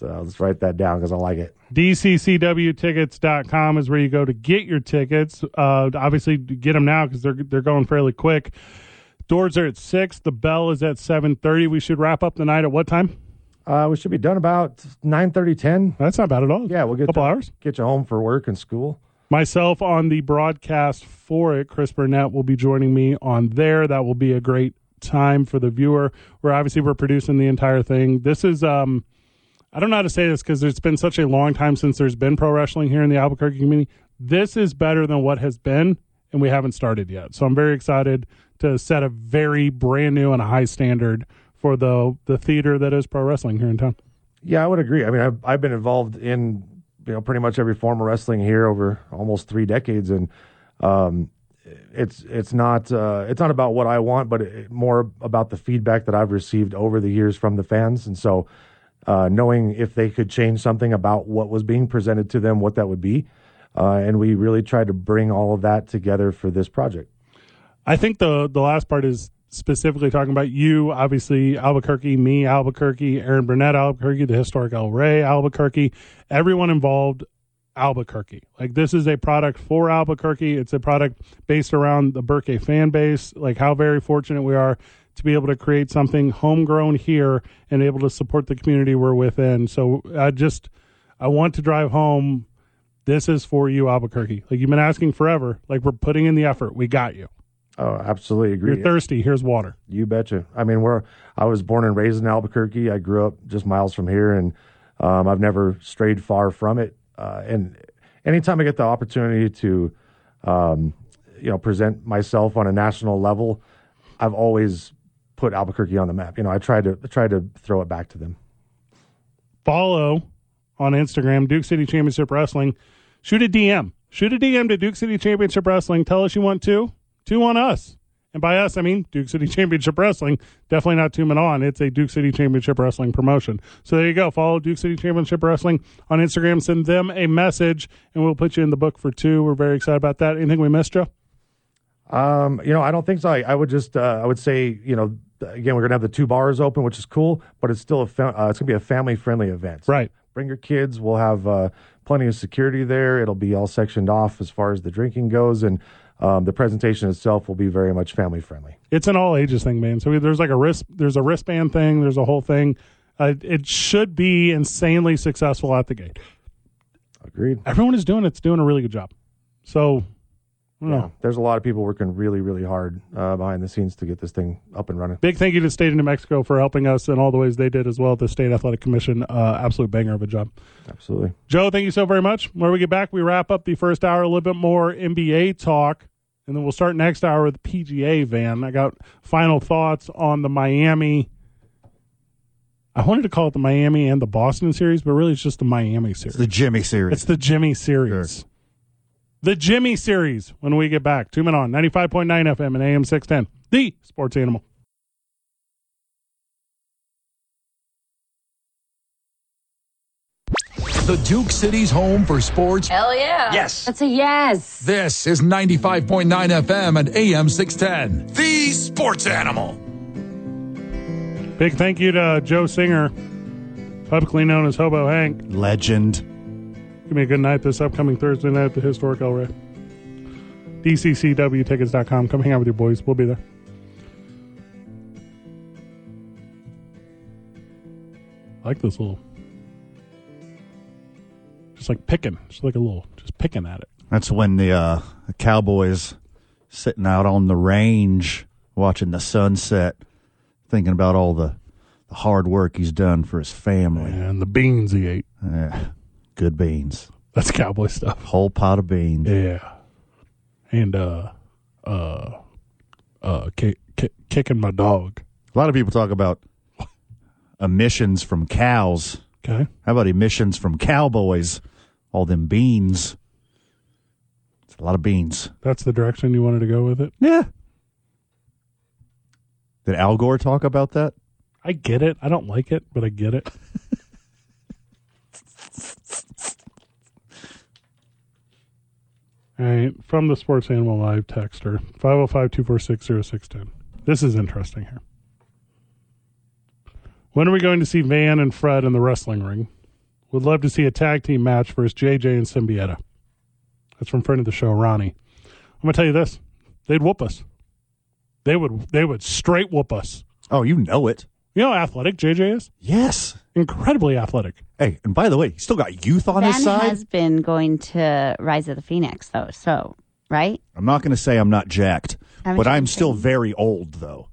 uh, let's write that down because I like it.
DCCWtickets.com is where you go to get your tickets. Uh, obviously, get them now because they're they're going fairly quick. Doors are at six. The bell is at seven thirty. We should wrap up the night at what time?
Uh, we should be done about 9.30, 10.
That's not bad at all.
Yeah, we'll get
couple
to-
hours.
Get you home for work and school.
Myself on the broadcast for it. Chris Burnett will be joining me on there. That will be a great time for the viewer. We're obviously we're producing the entire thing. This is um I don't know how to say this because it's been such a long time since there's been pro wrestling here in the Albuquerque community. This is better than what has been, and we haven't started yet. So I'm very excited to set a very brand new and a high standard for the the theater that is pro wrestling here in town.
Yeah, I would agree. I mean, I've, I've been involved in you know pretty much every form of wrestling here over almost three decades, and um, it's it's not uh, it's not about what I want, but it, more about the feedback that I've received over the years from the fans, and so uh, knowing if they could change something about what was being presented to them, what that would be, uh, and we really tried to bring all of that together for this project.
I think the the last part is specifically talking about you, obviously Albuquerque, me Albuquerque, Aaron Burnett Albuquerque, the historic El Rey Albuquerque, everyone involved Albuquerque. Like this is a product for Albuquerque. It's a product based around the Burke fan base. Like how very fortunate we are to be able to create something homegrown here and able to support the community we're within. So I just I want to drive home this is for you Albuquerque. Like you've been asking forever. Like we're putting in the effort. We got you.
Oh, absolutely agree.
You're thirsty. Here's water.
You betcha. I mean, we're I was born and raised in Albuquerque. I grew up just miles from here, and um, I've never strayed far from it. Uh, and anytime I get the opportunity to, um, you know, present myself on a national level, I've always put Albuquerque on the map. You know, I tried to I tried to throw it back to them.
follow on Instagram, Duke City Championship Wrestling. Shoot a DM. Shoot a DM to Duke City Championship Wrestling. Tell us you want two. Two on us. And by us, I mean Duke City (laughs) Championship Wrestling. Definitely not two men on. It's a Duke City Championship Wrestling promotion. So there you go. Follow Duke City Championship Wrestling on Instagram. Send them a message, and we'll put you in the book for two. We're very excited about that. Anything we missed, Joe?
Um, you know, I don't think so. I, I would just, uh, I would say, you know, again, we're gonna have the two bars open, which is cool, but it's still a, fa- uh, it's gonna be a family friendly event.
Right.
Bring your kids. We'll have uh, plenty of security there. It'll be all sectioned off as far as the drinking goes, and um, the presentation itself will be very much family friendly.
It's an all ages thing, man. So there's like a wrist, there's a wristband thing, there's a whole thing. Uh, it should be insanely successful at the gate.
Agreed.
Everyone is doing it. It's doing a really good job. So Hmm.
Yeah. There's a lot of people working really, really hard uh, behind the scenes to get this thing up and running.
big thank you to State of New Mexico for helping us in all the ways they did as well. The State Athletic Commission, uh, absolute banger of a job.
Absolutely.
Joe, thank you so very much. When we get back, we wrap up the first hour a little bit more NBA talk, and then we'll start next hour with PGA. Van, I got final thoughts on the Miami. I wanted to call it the Miami and the Boston series, but really it's just the Miami series.
It's the Jimmy series.
It's the Jimmy series. The Jimmy series when we get back. Two men on 95.9 FM and AM 610. The sports animal.
The Duke City's home for sports.
Hell yeah.
Yes.
That's a yes.
This is 95.9 FM and AM 610. The sports animal.
Big thank you to Joe Singer, publicly known as Hobo Hank.
Legend.
Give me a good night this upcoming Thursday night at the historic El Rey. DCCWtickets.com. Come hang out with your boys. We'll be there. I like this little. Just like picking. Just like a little. Just picking at it.
That's when the, uh, the Cowboys sitting out on the range watching the sunset, thinking about all the, the hard work he's done for his family.
And the beans he ate.
Yeah. Good beans.
That's cowboy stuff.
Whole pot of beans.
Yeah. And uh uh uh ki- ki- kicking my dog.
A lot of people talk about emissions from cows.
Okay.
How about emissions from cowboys? All them beans. It's a lot of beans.
That's the direction you wanted to go with it.
Yeah. Did Al Gore talk about that?
I get it. I don't like it, but I get it. All right. From the Sports Animal Live texter 505 246 0610. This is interesting here. When are we going to see Van and Fred in the wrestling ring? Would love to see a tag team match versus JJ and Symbieta. That's from friend of the show, Ronnie. I'm going to tell you this they'd whoop us. They would, they would straight whoop us.
Oh, you know it.
You know how athletic JJ is?
Yes.
Incredibly athletic.
Hey, and by the way, he's still got youth on his
Ben
side.
has been going to Rise of the Phoenix, though. So, right?
I'm not going to say I'm not jacked,
I'm
but I'm
jacked.
still very old, though.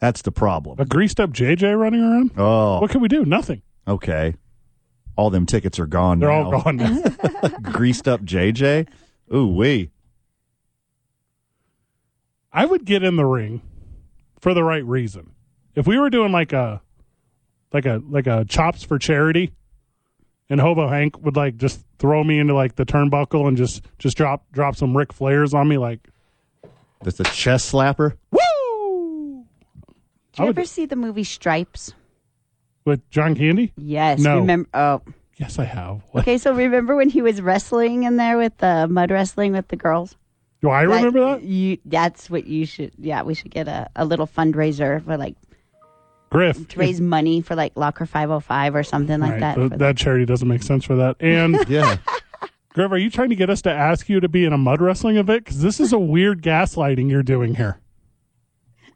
That's the problem.
A greased up JJ running around?
Oh,
What can we do? Nothing.
okay. All them tickets are gone
They're
now.
all gone now.
(laughs) Greased up JJ. Ooh, wee.
I would get in the ring for the right reason. If we were doing like a like a like a chops for charity and Hobo Hank would like just throw me into like the turnbuckle and just just drop drop some Ric Flairs on me like
That's a chest slapper.
woo
Did you
I would-
ever see the movie Stripes?
with John Candy?
Yes.
No.
Remember? Oh,
Yes, I have. What?
okay. So remember when he was wrestling in there with the mud wrestling with the girls?
Do I
Like,
remember that?
You. That's what you should. Yeah, we should get a, a little fundraiser for like
Griff.
to raise money for like Locker 505 or something like
Right,
that.
th-
for the-
that charity doesn't make sense for that. And
(laughs)
Yeah.
Griff, are you trying to get us to ask you to be in a mud wrestling event? Because this is a weird gaslighting you're doing here.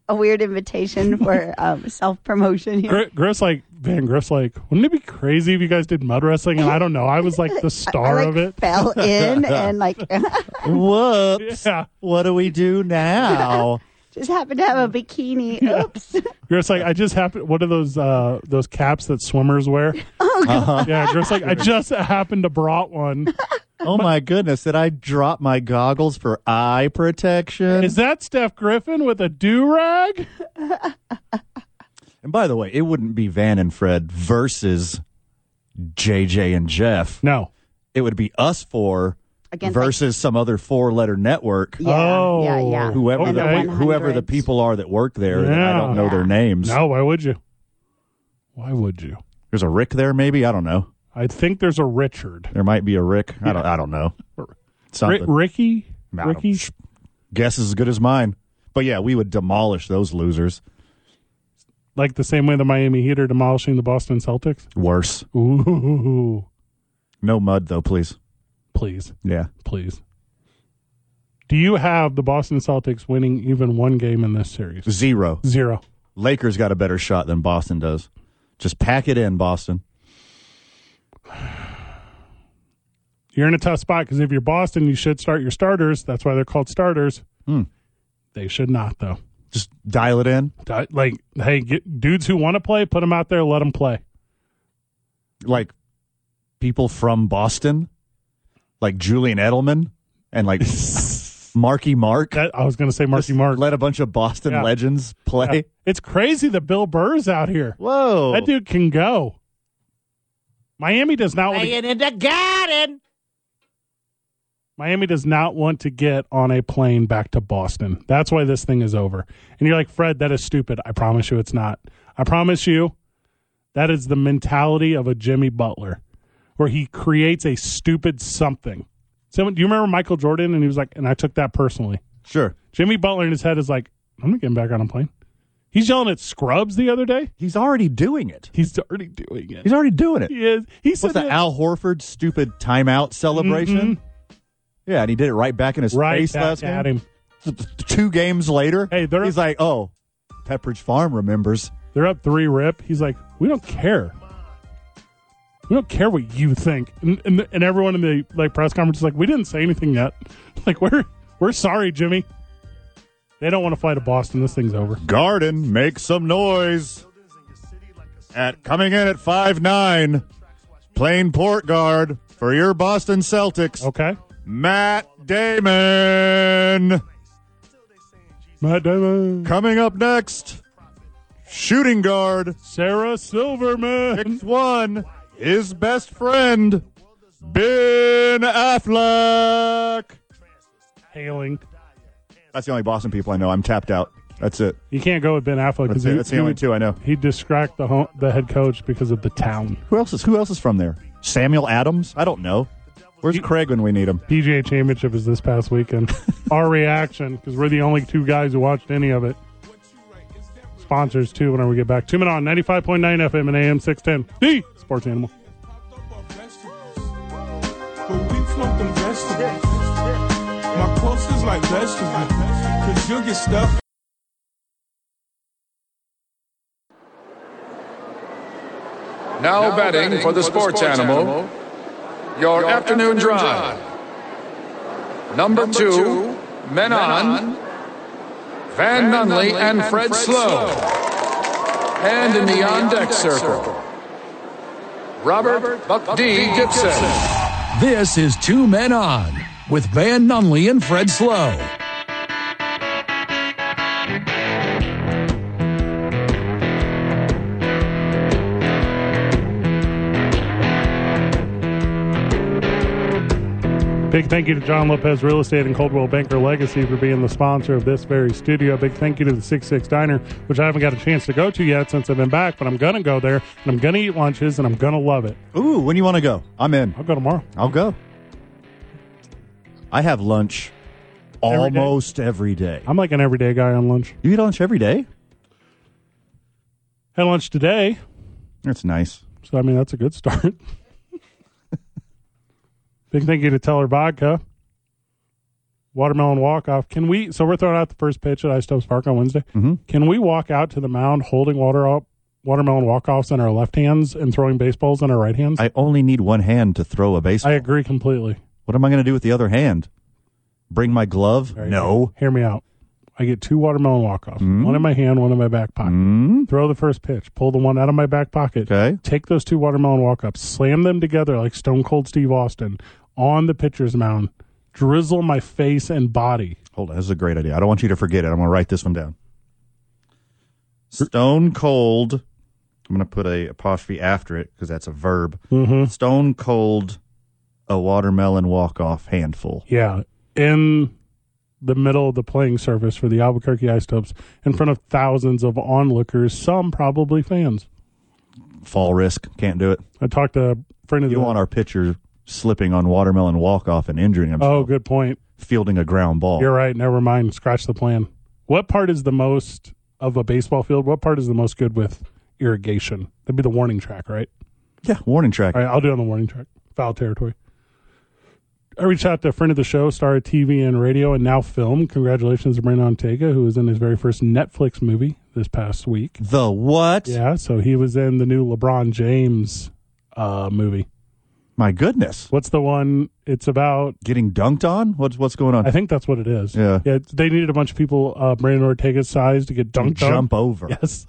a weird invitation
(laughs)
for um, self promotion here.
Gri- Griff's like, Van Griff's like, wouldn't it be crazy if you guys did mud wrestling? And I don't know, I was like the star
(laughs) I, like,
of it.
(laughs)
Fell
(laughs)
in and like (laughs)
Whoops.
Yeah.
What do we do now?
just happened to have a bikini. Oops.
(laughs) Griff's like, I just happened. What are those uh,
(laughs)
those
Oh,
caps that swimmers wear? Yeah, Griff's like, I just happened to brought one.
(laughs) Oh my goodness! Did I drop my goggles for eye protection?
Is that Steph Griffin with a do rag?
Uh-huh. and by the way, it wouldn't be Van and Fred versus JJ and Jeff.
No.
It would be us four
Against, like-
versus some other four-letter network.
Yeah,
Oh.
yeah, yeah.
Whoever
Okay.
And
the,
Over
whoever the
100.
people are that work there, that I
Yeah.
don't know their names.
No, why would you? Why would you?
There's a Rick there, maybe. I don't know.
I think there's a Richard.
There might be a Rick. I don't. I don't know.
Ri-
Something.
Ricky?
No, I don't-
Ricky?
sh- Guess is as good as mine. But yeah, we would demolish those losers.
Like the same way the Miami Heat are demolishing the Boston Celtics?
Worse.
Ooh.
No mud though, please.
Please.
Yeah.
Please. Do you have the Boston Celtics winning even one game in this series?
Zero.
Zero.
Lakers got a better shot than Boston does. Just pack it in, Boston.
You're in a tough spot because if you're Boston, you should start your starters. That's why they're called starters. They should not, though.
Hmm. Just dial it in.
Di- Like, hey, get dudes who want to play, put them out there, let them play.
Like people from Boston, like Julian Edelman and
(laughs)
like Marky Mark.
That, I was going to say Marky
Just
Mark.
Let a bunch of Boston
Yeah.
legends play.
Yeah. It's crazy that Bill Burr's out here.
Whoa.
That dude can go. Miami does not want to,
in the garden.
Miami does not want to get on a plane back to Boston. That's why this thing is over. And you're like, Fred, that is stupid. I promise you it's not. I promise you that is the mentality of a Jimmy Butler where he creates a stupid something. Someone, do you remember Michael Jordan? And he was like, and I took that personally.
Sure.
Jimmy Butler in his head is like, I'm not getting back on a plane. He's yelling at Scrubs the other day.
He's already doing it.
He's already doing it.
He's already doing it.
He is. He said
What's the
that-
Al Horford stupid timeout celebration? Yeah, and he did it right back in his
Mm-hmm. right
face
back
last
at
game.
him.
Two games later,
Hey, they're-
he's like, "Oh, Pepperidge Farm remembers."
They're up three rip. He's like, we don't care. We don't care what you think. And, and, and everyone in the like press conference is like, we didn't say anything yet. (laughs) Like we're we're sorry, Jimmy. They don't want to fly to Boston. This thing's over.
Garden, make some noise. At coming in at five nine, plain port guard for your Boston Celtics,
Okay.
Matt Damon.
Matt Damon,
Coming up next, shooting guard
Sarah Silverman.
Six one, his best friend, Ben Affleck.
Hailing.
That's the only Boston people I know. I'm tapped out. That's it.
You can't go with Ben Affleck
That's
because
it. That's the only two I know.
He'd distract the home, the head coach because of the town.
Who else is Who else is from there? Samuel Adams. I don't know. Where's Craig when we need him?
PGA Championship is this past weekend. Our reaction, because we're the only two guys who watched any of it. Sponsors, too, whenever we get back. Two men on 95.9 FM and AM 610. The Sports Animal.
But we flunk them vegetables. My closest like vegetables. Cause you'll get stuff.
Now, batting, for the sports, animal, your, afternoon, drive. Number, two, Menon, Van, Nunley, and, Fred, Slow. And, in the on deck circle, Robert, Buck D. Gibson.
This is Two Men On with Van Nunley and Fred Slow.
Big thank you to John Lopez Real Estate and Coldwell Banker Legacy for being the sponsor of this very studio. Big thank you to the 66 Diner, which I haven't got a chance to go to yet since I've been back, but I'm going to go there and I'm going to eat lunches and I'm going to love it.
Ooh, when you want to go? I'm in.
I'll go tomorrow.
I'll go. (laughs) I have lunch
Every day.
almost every day.
I'm like an everyday guy on lunch.
You eat lunch every day?
Had lunch today,
That's nice.
So I mean, that's a good start. (laughs) Big thank you to Teller Vodka. Watermelon walk off. Can we? So we're throwing out the first pitch at Ice Tubbs Park on Wednesday. Can we walk out to the mound holding water up, watermelon walk offs in our left hands and throwing baseballs in our right hands? I,
I only need one hand to throw a baseball.
agree completely.
what am I going to do with the other hand? Bring my glove?
All right,
No.
hear me out. I get two watermelon walk offs. One in my hand, one in my back pocket.
Mm,
Throw the first pitch. Pull the one out of my back pocket.
okay.
take those two watermelon walk ups, slam them together like Stone Cold Steve Austin on the pitcher's mound, drizzle my face and body.
Hold on, this is a great idea. I don't want you to forget it. I'm going to write this one down. Stone cold. I'm going to put a apostrophe after it because that's a verb.
Mm-hmm.
Stone cold, a watermelon walk off handful.
Yeah, in the middle of the playing surface for the Albuquerque Ice Tubs in front of thousands of onlookers, some probably fans.
Fall risk. Can't do it.
I talked to a friend of
You
the
want our pitcher slipping on watermelon walk off and injuring himself,
Oh, good point.
fielding a ground ball.
You're right. Never mind. Scratch the plan. What part is the most of a baseball field? What part is the most good with irrigation? That'd be the warning track, right?
Yeah, warning track.
All right, I'll do it on the warning track. Foul territory. I reached out to a friend of the show, star of TV and radio, and now film. Congratulations to Brandon Ortega, who was in his very first Netflix movie this past week.
The what?
Yeah, so he was in the new LeBron James uh, movie.
My goodness.
What's the one? It's about
Getting dunked on? What's what's going on?
I think that's what it is.
Yeah.
Yeah. it's- They needed a bunch of people uh, Brandon Ortega's size to get dunked
Jump over.
on. (laughs) Yes.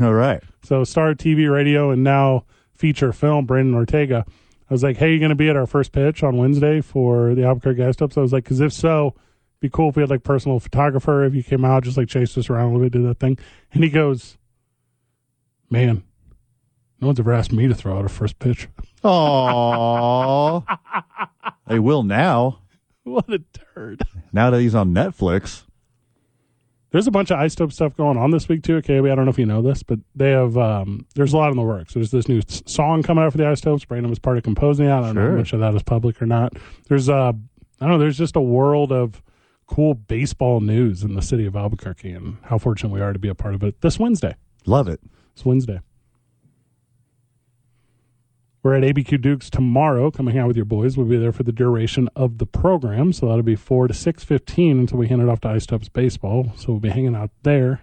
All right.
So Star TV Radio and now feature film Brandon Ortega. I was like, hey, you going to be at our first pitch on Wednesday for the Albuquerque Gas Ups? I was like, because if so, be cool if we had like personal photographer. If you came out, just like chased us around a little bit, did that thing. And he goes, man, no one's ever asked me to throw out a first pitch.
Aww. they will now.
what a turd.
Now that he's on Netflix.
There's a bunch of ice dope stuff going on this week too. Okay, I don't know if you know this, but they have um, there's a lot in the works. There's this new s- song coming out for the ice dopes. Brandon was part of composing that. I don't know how
Sure.
much of that is public or not. There's uh, I don't know. There's just a world of cool baseball news in the city of Albuquerque, and how fortunate we are to be a part of it. This Wednesday,
Love it.
it's Wednesday. We're at ABQ Dukes tomorrow. Coming out with your boys. We'll be there for the duration of the program. So that'll be four to six fifteen until we hand it off to Ice Tubs Baseball. So we'll be hanging out there.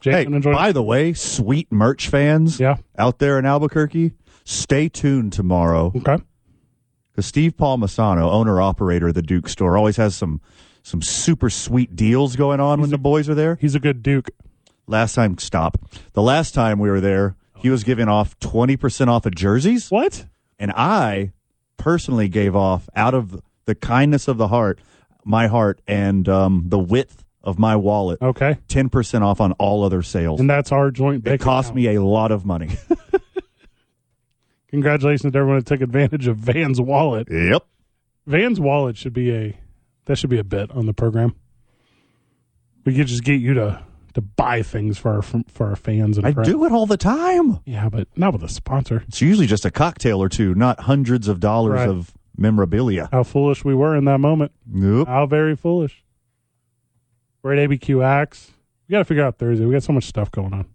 Jake,
Hey,
gonna join-
by the way, sweet merch fans
Yeah.
out there in Albuquerque, stay tuned tomorrow
Okay.
because Steve Paul Masano, owner operator of the Duke store, always has some some super sweet deals going on when the boys are there.
He's a good Duke.
Last time, stop. The last time we were there, he was giving off twenty percent off of jerseys.
What?
and I personally gave off out of the kindness of the heart, my heart, and um, the width of my wallet,
Okay.
ten percent off on all other sales.
And that's our joint.
It
bank
cost
account.
me a lot of money. (laughs)
Congratulations to everyone that took advantage of Van's wallet.
yep.
Van's wallet should be a that should be a bit on the program. We could just get you to to buy things for our for our fans and
I
friends.
do it all the time.
Yeah, but not with a sponsor.
It's usually just a cocktail or two, not hundreds of dollars
Right.
of memorabilia.
How foolish we were in that moment.
Nope.
How very foolish. We're at ABQ Axe. We got to figure out Thursday. We got so much stuff going on.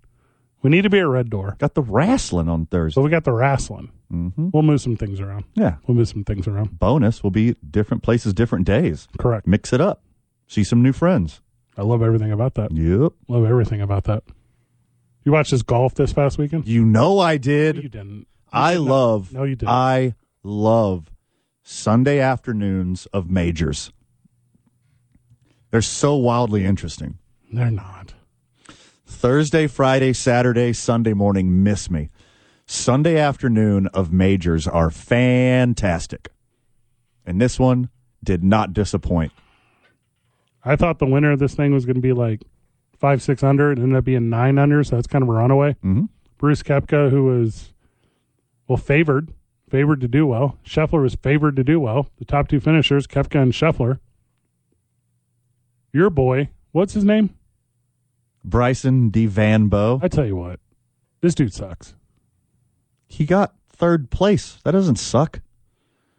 We need to be at Red Door,
Got the wrestling on Thursday.
but we got the wrestling.
hmm
We'll move some things around.
Yeah.
We'll move some things around.
Bonus will be different places, different days.
Correct.
Mix it up. See some new friends.
I love everything about that.
Yep.
Love everything about that. You watched this golf this past weekend?
You know I
No,
did.
you didn't.
I
No,
love.
No, you didn't.
I love Sunday afternoons of majors. They're so wildly interesting.
They're not.
Thursday, Friday, Saturday, Sunday morning, miss me. Sunday afternoon of majors are fantastic. And this one did not disappoint.
I thought the winner of this thing was going to be like five, six under. It ended up being nine under, so that's kind of a runaway.
Mhm.
Bruce Kepka, who was well favored, favored to do well. Scheffler was favored to do well. The top two finishers, Kepka and Scheffler. Your boy, what's his name?
Bryson DeVanbo,
I tell you what, this dude sucks.
he got third place. That doesn't suck.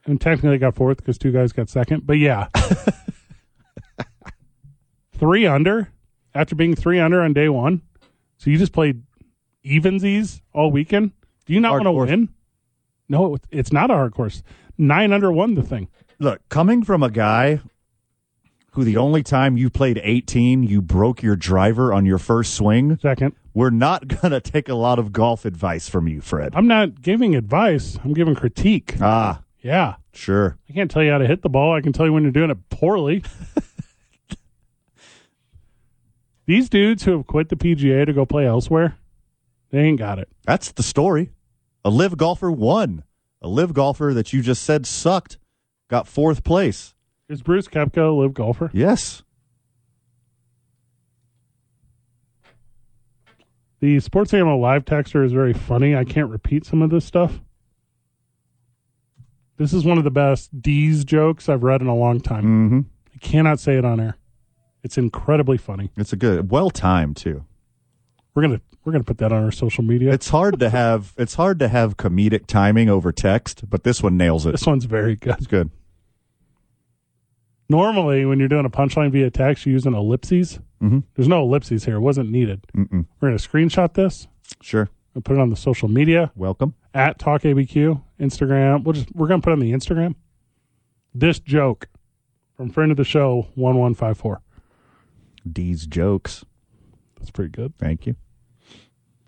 And technically got fourth because two guys got second. But yeah.
(laughs)
three under after being three under on day one. So you just played evensies all weekend. Do you not
Hard
want to
course.
win? No, it- it's not a hard course. Nine under won the thing.
Look, coming from a guy who the only time you played 18, you broke your driver on your first swing,
Second.
we're not (laughs) going to take a lot of golf advice from you, Fred.
I'm not giving advice. I'm giving critique.
Ah,
Yeah.
sure.
I can't tell you how to hit the ball. I can tell you when you're doing it
(laughs)
poorly. These dudes who have quit the PGA to go play elsewhere, they ain't got it.
That's the story. A live golfer won. A live golfer that you just said sucked got fourth place.
Is Bruce Kepka a live golfer?
Yes.
The Sports Animal Live texter is very funny. I can't repeat some of this stuff. This is one of the best D's jokes I've read in a long time.
Mm-hmm.
I cannot say it on air. It's incredibly funny.
It's a good, well timed too.
We're gonna we're gonna put that on our social media.
It's hard to have. It's hard to have comedic timing over text, but this one nails it.
this one's very good.
It's good.
Normally, when you're doing a punchline via text, you use an ellipses.
Mhm.
There's no ellipses here. It wasn't needed.
Mm-mm.
We're gonna screenshot this
Sure.
and put it on the social media
Welcome.
at Talk ABQ Instagram. We'll just we're gonna put it on the Instagram. This joke from friend of the show one one five four.
D's jokes.
That's pretty good.
Thank you.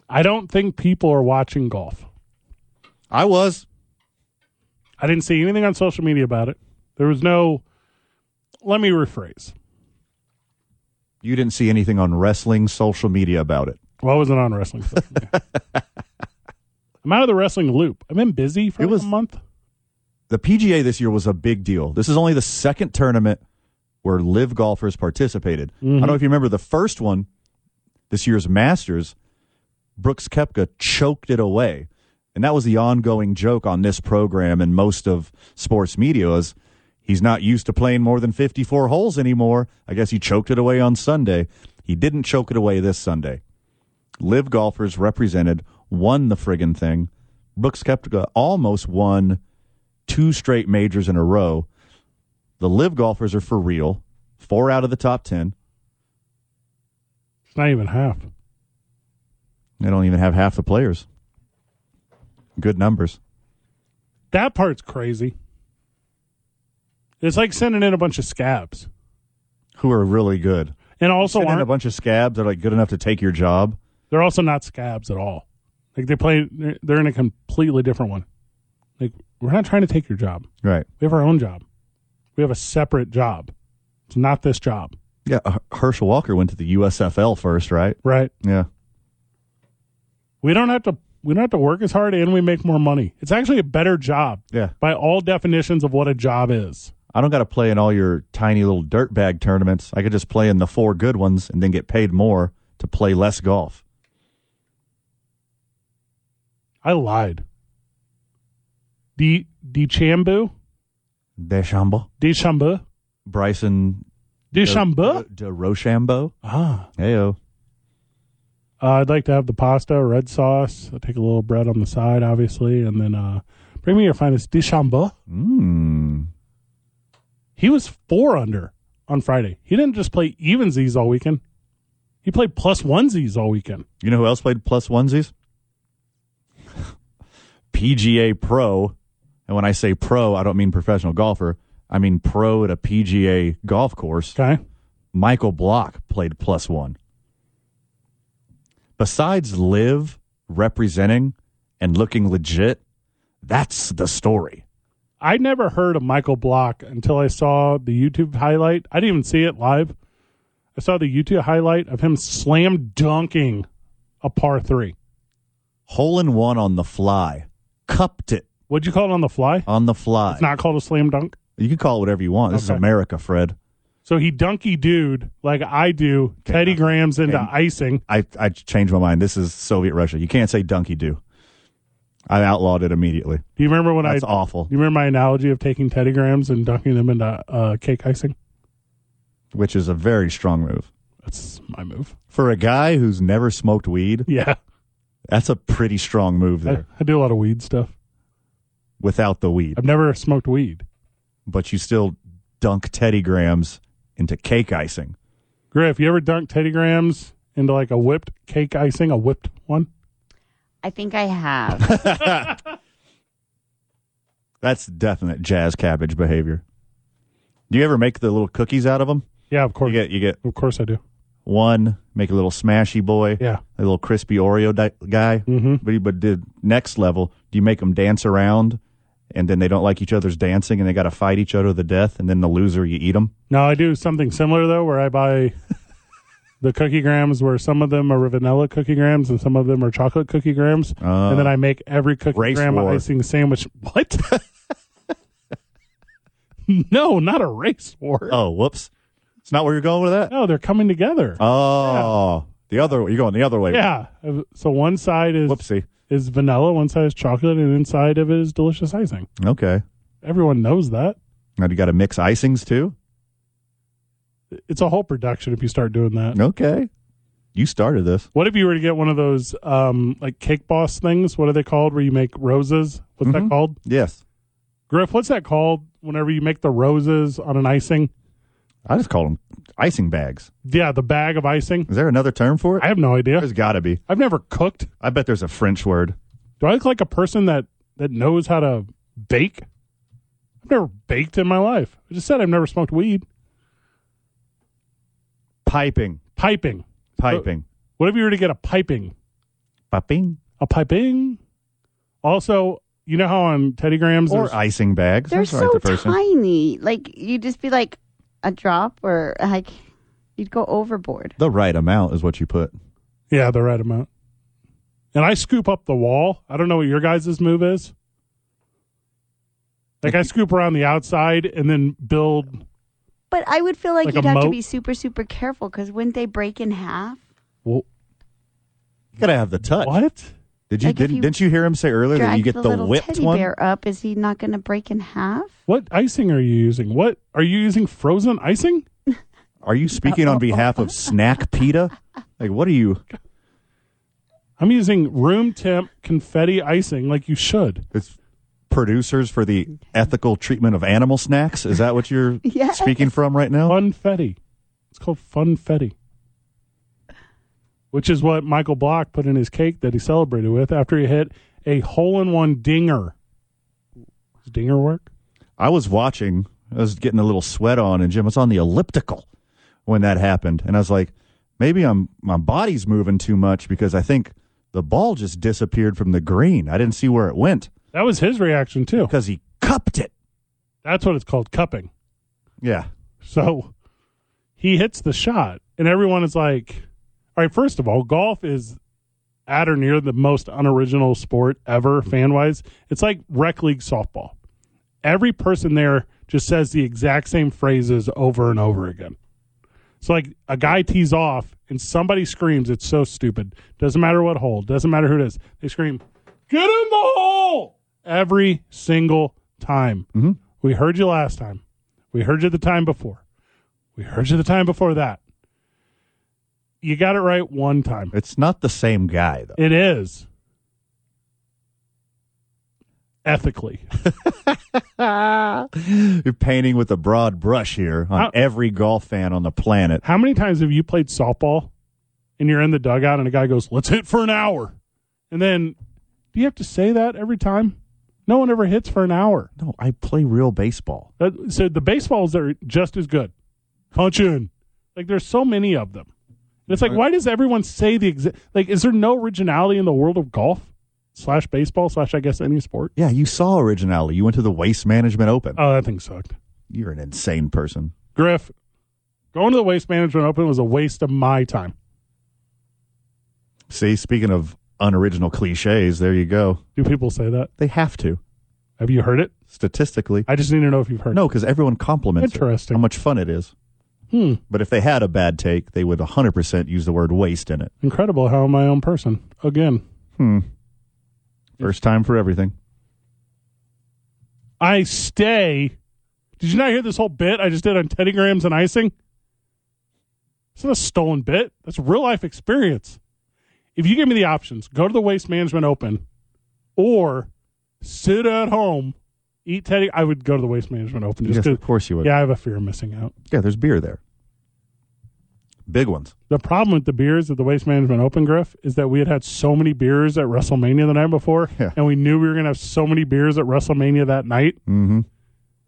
I don't think people are watching golf.
I was.
I didn't see anything on social media about it. There was no. Let me rephrase.
You didn't see anything on wrestling social media about it.
Well, I wasn't on wrestling. social media. I'm out of the wrestling loop. I've been busy for
It
like
was-
a month.
The PGA this year was a big deal. This is only the second tournament where live golfers participated. I
Mm-hmm.
don't know if you remember the first one, this year's Masters, Brooks Kepka choked it away. And that was the ongoing joke on this program and most of sports media is he's not used to playing more than 54 holes anymore. I guess he choked it away on Sunday. He didn't choke it away this Sunday. Live golfers represented won the friggin' thing. Brooks Kepka almost won two straight majors in a row. The live golfers are for real. Four out of the top ten.
It's not even half.
They don't even have half the players. Good numbers.
That part's crazy. It's like sending in a bunch of scabs,
Who are really good.
and also
Send in a
aren't,
bunch of scabs that are like good enough to take your job.
they're also not scabs at all. Like they play, they're- they're in a completely different one. Like we're not trying to take your job.
Right.
We have our own job. We have a separate job. It's not this job,
Yeah. H- Herschel Walker went to the USFL first, right?
right?
Yeah.
We don't have to. We don't have to work as hard, and we make more money. It's actually a better job
Yeah.
by all definitions of what a job is.
I don't got to play in all your tiny little dirtbag tournaments. I could just play in the four good ones and then get paid more to play less golf.
I lied. De Dechambeau,
Deschambeau.
Dechambeau,
Bryson.
Dechambeau.
De, de Rochambeau.
Ah,
Heyo.
uh, I'd like to have the pasta, red sauce. I'll take a little bread on the side, obviously, and then uh, bring me your finest Dechambeau.
Mmm.
He was four under on Friday. He didn't just play evensies all weekend. He played plus onesies all weekend.
You know who else played plus onesies? (laughs) PGA Pro. And when I say pro, I don't mean professional golfer. I mean pro at a PGA golf course.
Okay.
Michael Block played plus one. Besides live representing and looking legit, that's the story.
I never heard of Michael Block until I saw the YouTube highlight. I didn't even see it live. I saw the YouTube highlight of him slam dunking a par three.
Hole in one on the fly. Cupped it
What'd you call it on the fly?
on the fly.
It's not called a slam dunk.
you can call it whatever you want. This is
Okay.
America, Fred.
So he dunky dude like I do Teddy Grams into
Okay.
icing.
I, I changed my mind. This is Soviet Russia. You can't say donkey do. I outlawed it immediately.
Do you remember when
That's
I?
awful.
Do you remember my analogy of taking Teddy Grams and dunking them into uh, cake icing?
Which is a very strong move
That's my move.
for a guy who's never smoked weed.
Yeah,
That's a pretty strong move
I,
there.
I do a lot of weed stuff.
Without the weed,
I've never smoked weed.
but you still dunk Teddy Grahams into cake icing.
Griff, you ever dunk Teddy Grams into like a whipped cake icing, a whipped one?
I think I have.
(laughs) That's definite jazz cabbage behavior. Do you ever make the little cookies out of them?
Yeah, of
You
course.
get you get
Of course I do.
one, make a little smashy boy.
Yeah.
a little crispy Oreo di- guy.
Mhm.
But but the next level, do you make them dance around, and then they don't like each other's dancing, and they got to fight each other to the death, and then the loser you eat them.
Now I do something similar though, where I buy the cookie grams, where some of them are vanilla cookie grams and some of them are chocolate cookie grams,
Uh,
and then I make every cookie
race
gram
war.
icing sandwich. What? (laughs) no, not a race war.
Oh, whoops. It's not where you're going with that?
No, they're coming together.
Oh, the other You're going the other way.
yeah. So one side is
Whoopsie.
is vanilla, one side is chocolate, and inside of it is delicious icing.
Okay.
Everyone knows that.
Now you got to mix icings too?
It's a whole production if you start doing that.
Okay. You started this.
What if you were to get one of those um like cake boss things? What are they called? Where you make roses? What's
Mm-hmm.
that called?
Yes.
Griff, what's that called? Whenever you make the roses on an icing,
I just call them icing bags.
yeah, the bag of icing.
Is there another term for it?
I have no idea.
There's got to be.
I've never cooked.
I bet there's a French word.
Do I look like a person that that knows how to bake? I've never baked in my life. I just said I've never smoked weed.
Piping.
Piping.
Piping.
What if you were to get a piping?
Piping.
A piping. Also, you know how on Teddy Grahams
Or
there's-
icing bags.
They're
That's
so
right, the first one.
tiny. Like you'd just be like a drop, or like you'd go overboard.
The right amount is what you put.
yeah, the right amount. And I scoop up the wall. I don't know what your guys' move is. Like I scoop around the outside and then build.
But I would feel like,
Like a
you'd have to
moat?
be super, super careful because wouldn't they break in half?
You got to have the touch.
What?
Did you
Like if
didn't
you
didn't you hear him say earlier that
Drag
you get
the,
the,
little
whipped
teddy
one?
bear up. Is he not going to break in half?
What icing are you using? What are you using? Frozen icing?
(laughs) Are you speaking on behalf of Snack PETA? Like what are you
I'm using room temp confetti icing, like you should.
it's producers for the ethical treatment of animal snacks? Is that what you're
(laughs) Yes.
speaking from right now?
Funfetti. It's called funfetti, which is what Michael Block put in his cake that he celebrated with after he hit a hole-in-one dinger. Does dinger work?
I was watching, I was getting a little sweat on and Jim was on the elliptical when that happened and I was like, maybe I'm my body's moving too much because I think the ball just disappeared from the green. I didn't see where it went
That was his reaction too.
because he cupped it.
That's what it's called, cupping.
Yeah.
So he hits the shot, and everyone is like, all right, first of all, golf is at or near the most unoriginal sport ever, fan wise. It's like rec league softball. Every person there just says the exact same phrases over and over again. So, like, a guy tees off and somebody screams, it's so stupid. Doesn't matter what hole, doesn't matter who it is. They scream, get in the hole every single time.
Mm-hmm.
We heard you last time. We heard you the time before. We heard you the time before that. You got it right one time.
It's not the same guy though.
It is. Ethically.
You're (laughs) painting with a broad brush here on
How-
every golf fan on the planet.
How many times have you played softball and you're in the dugout and a guy goes, let's hit for an hour? And then, do you have to say that every time? No one ever hits for an hour.
No, I play real baseball.
That- So the baseballs are just as good. Punch in. Like there's so many of them. And it's like, why does everyone say the exact? Like, is there no originality in the world of golf slash baseball slash I guess any sport?
Yeah, you saw originality. You went to the Waste Management Open.
Oh, that thing sucked.
You're an insane person.
Griff, going to the Waste Management Open was a waste of my time.
See, speaking of unoriginal cliches, there you go.
Do people say that?
They have to
Have you heard it?
statistically.
I just need to know if you've heard.
No, because everyone compliments it,
Interesting.
how much fun it is.
It. Hmm.
But if they had a bad take, they would 100% use the word waste in it.
Incredible how I'm my own person again.
Hmm. First time for everything.
I stay. Did you not hear this whole bit I just did on Teddy Grahams and icing? It's not a stolen bit. That's real life experience. If you give me the options, go to the Waste Management Open or sit at home, eat Teddy, I would go to the Waste Management Open just
Yes,
'cause-
of course you would.
Yeah, I have a fear of missing out.
yeah, there's beer there. Big ones.
The problem with the beers at the Waste Management Open, Griff, is that we had had so many beers at WrestleMania the night before,
Yeah.
and we knew we were going to have so many beers at WrestleMania that night
Mm-hmm.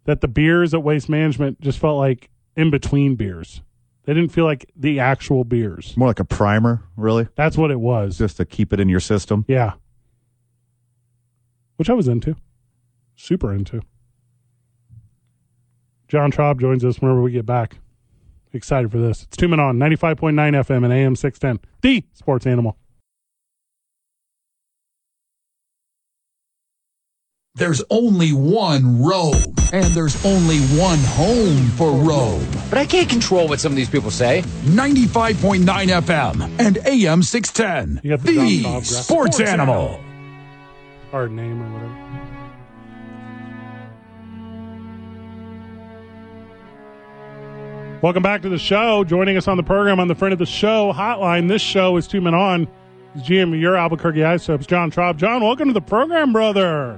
that the beers at Waste Management just felt like in between beers. They didn't feel like the actual beers.
More like a primer, really.
That's what it was.
just to keep it in your system.
Yeah. Which I was into. Super into. John Traub joins us whenever we get back. Excited for this. It's two men on 95.9 FM and AM 610. The sports animal.
There's only one Rome, and there's only one home for Rome.
But I can't control what some of these people say.
95.9 FM and AM 610.
You got the
the
Dom Dom graphic.
sports,
Sports
animal.
Our name or whatever. Welcome back to the show. Joining us on the program on the friend of the show hotline. This show is Two Men On. It's GM of your Albuquerque Ice Subs, John Traub. John, welcome to the program, brother.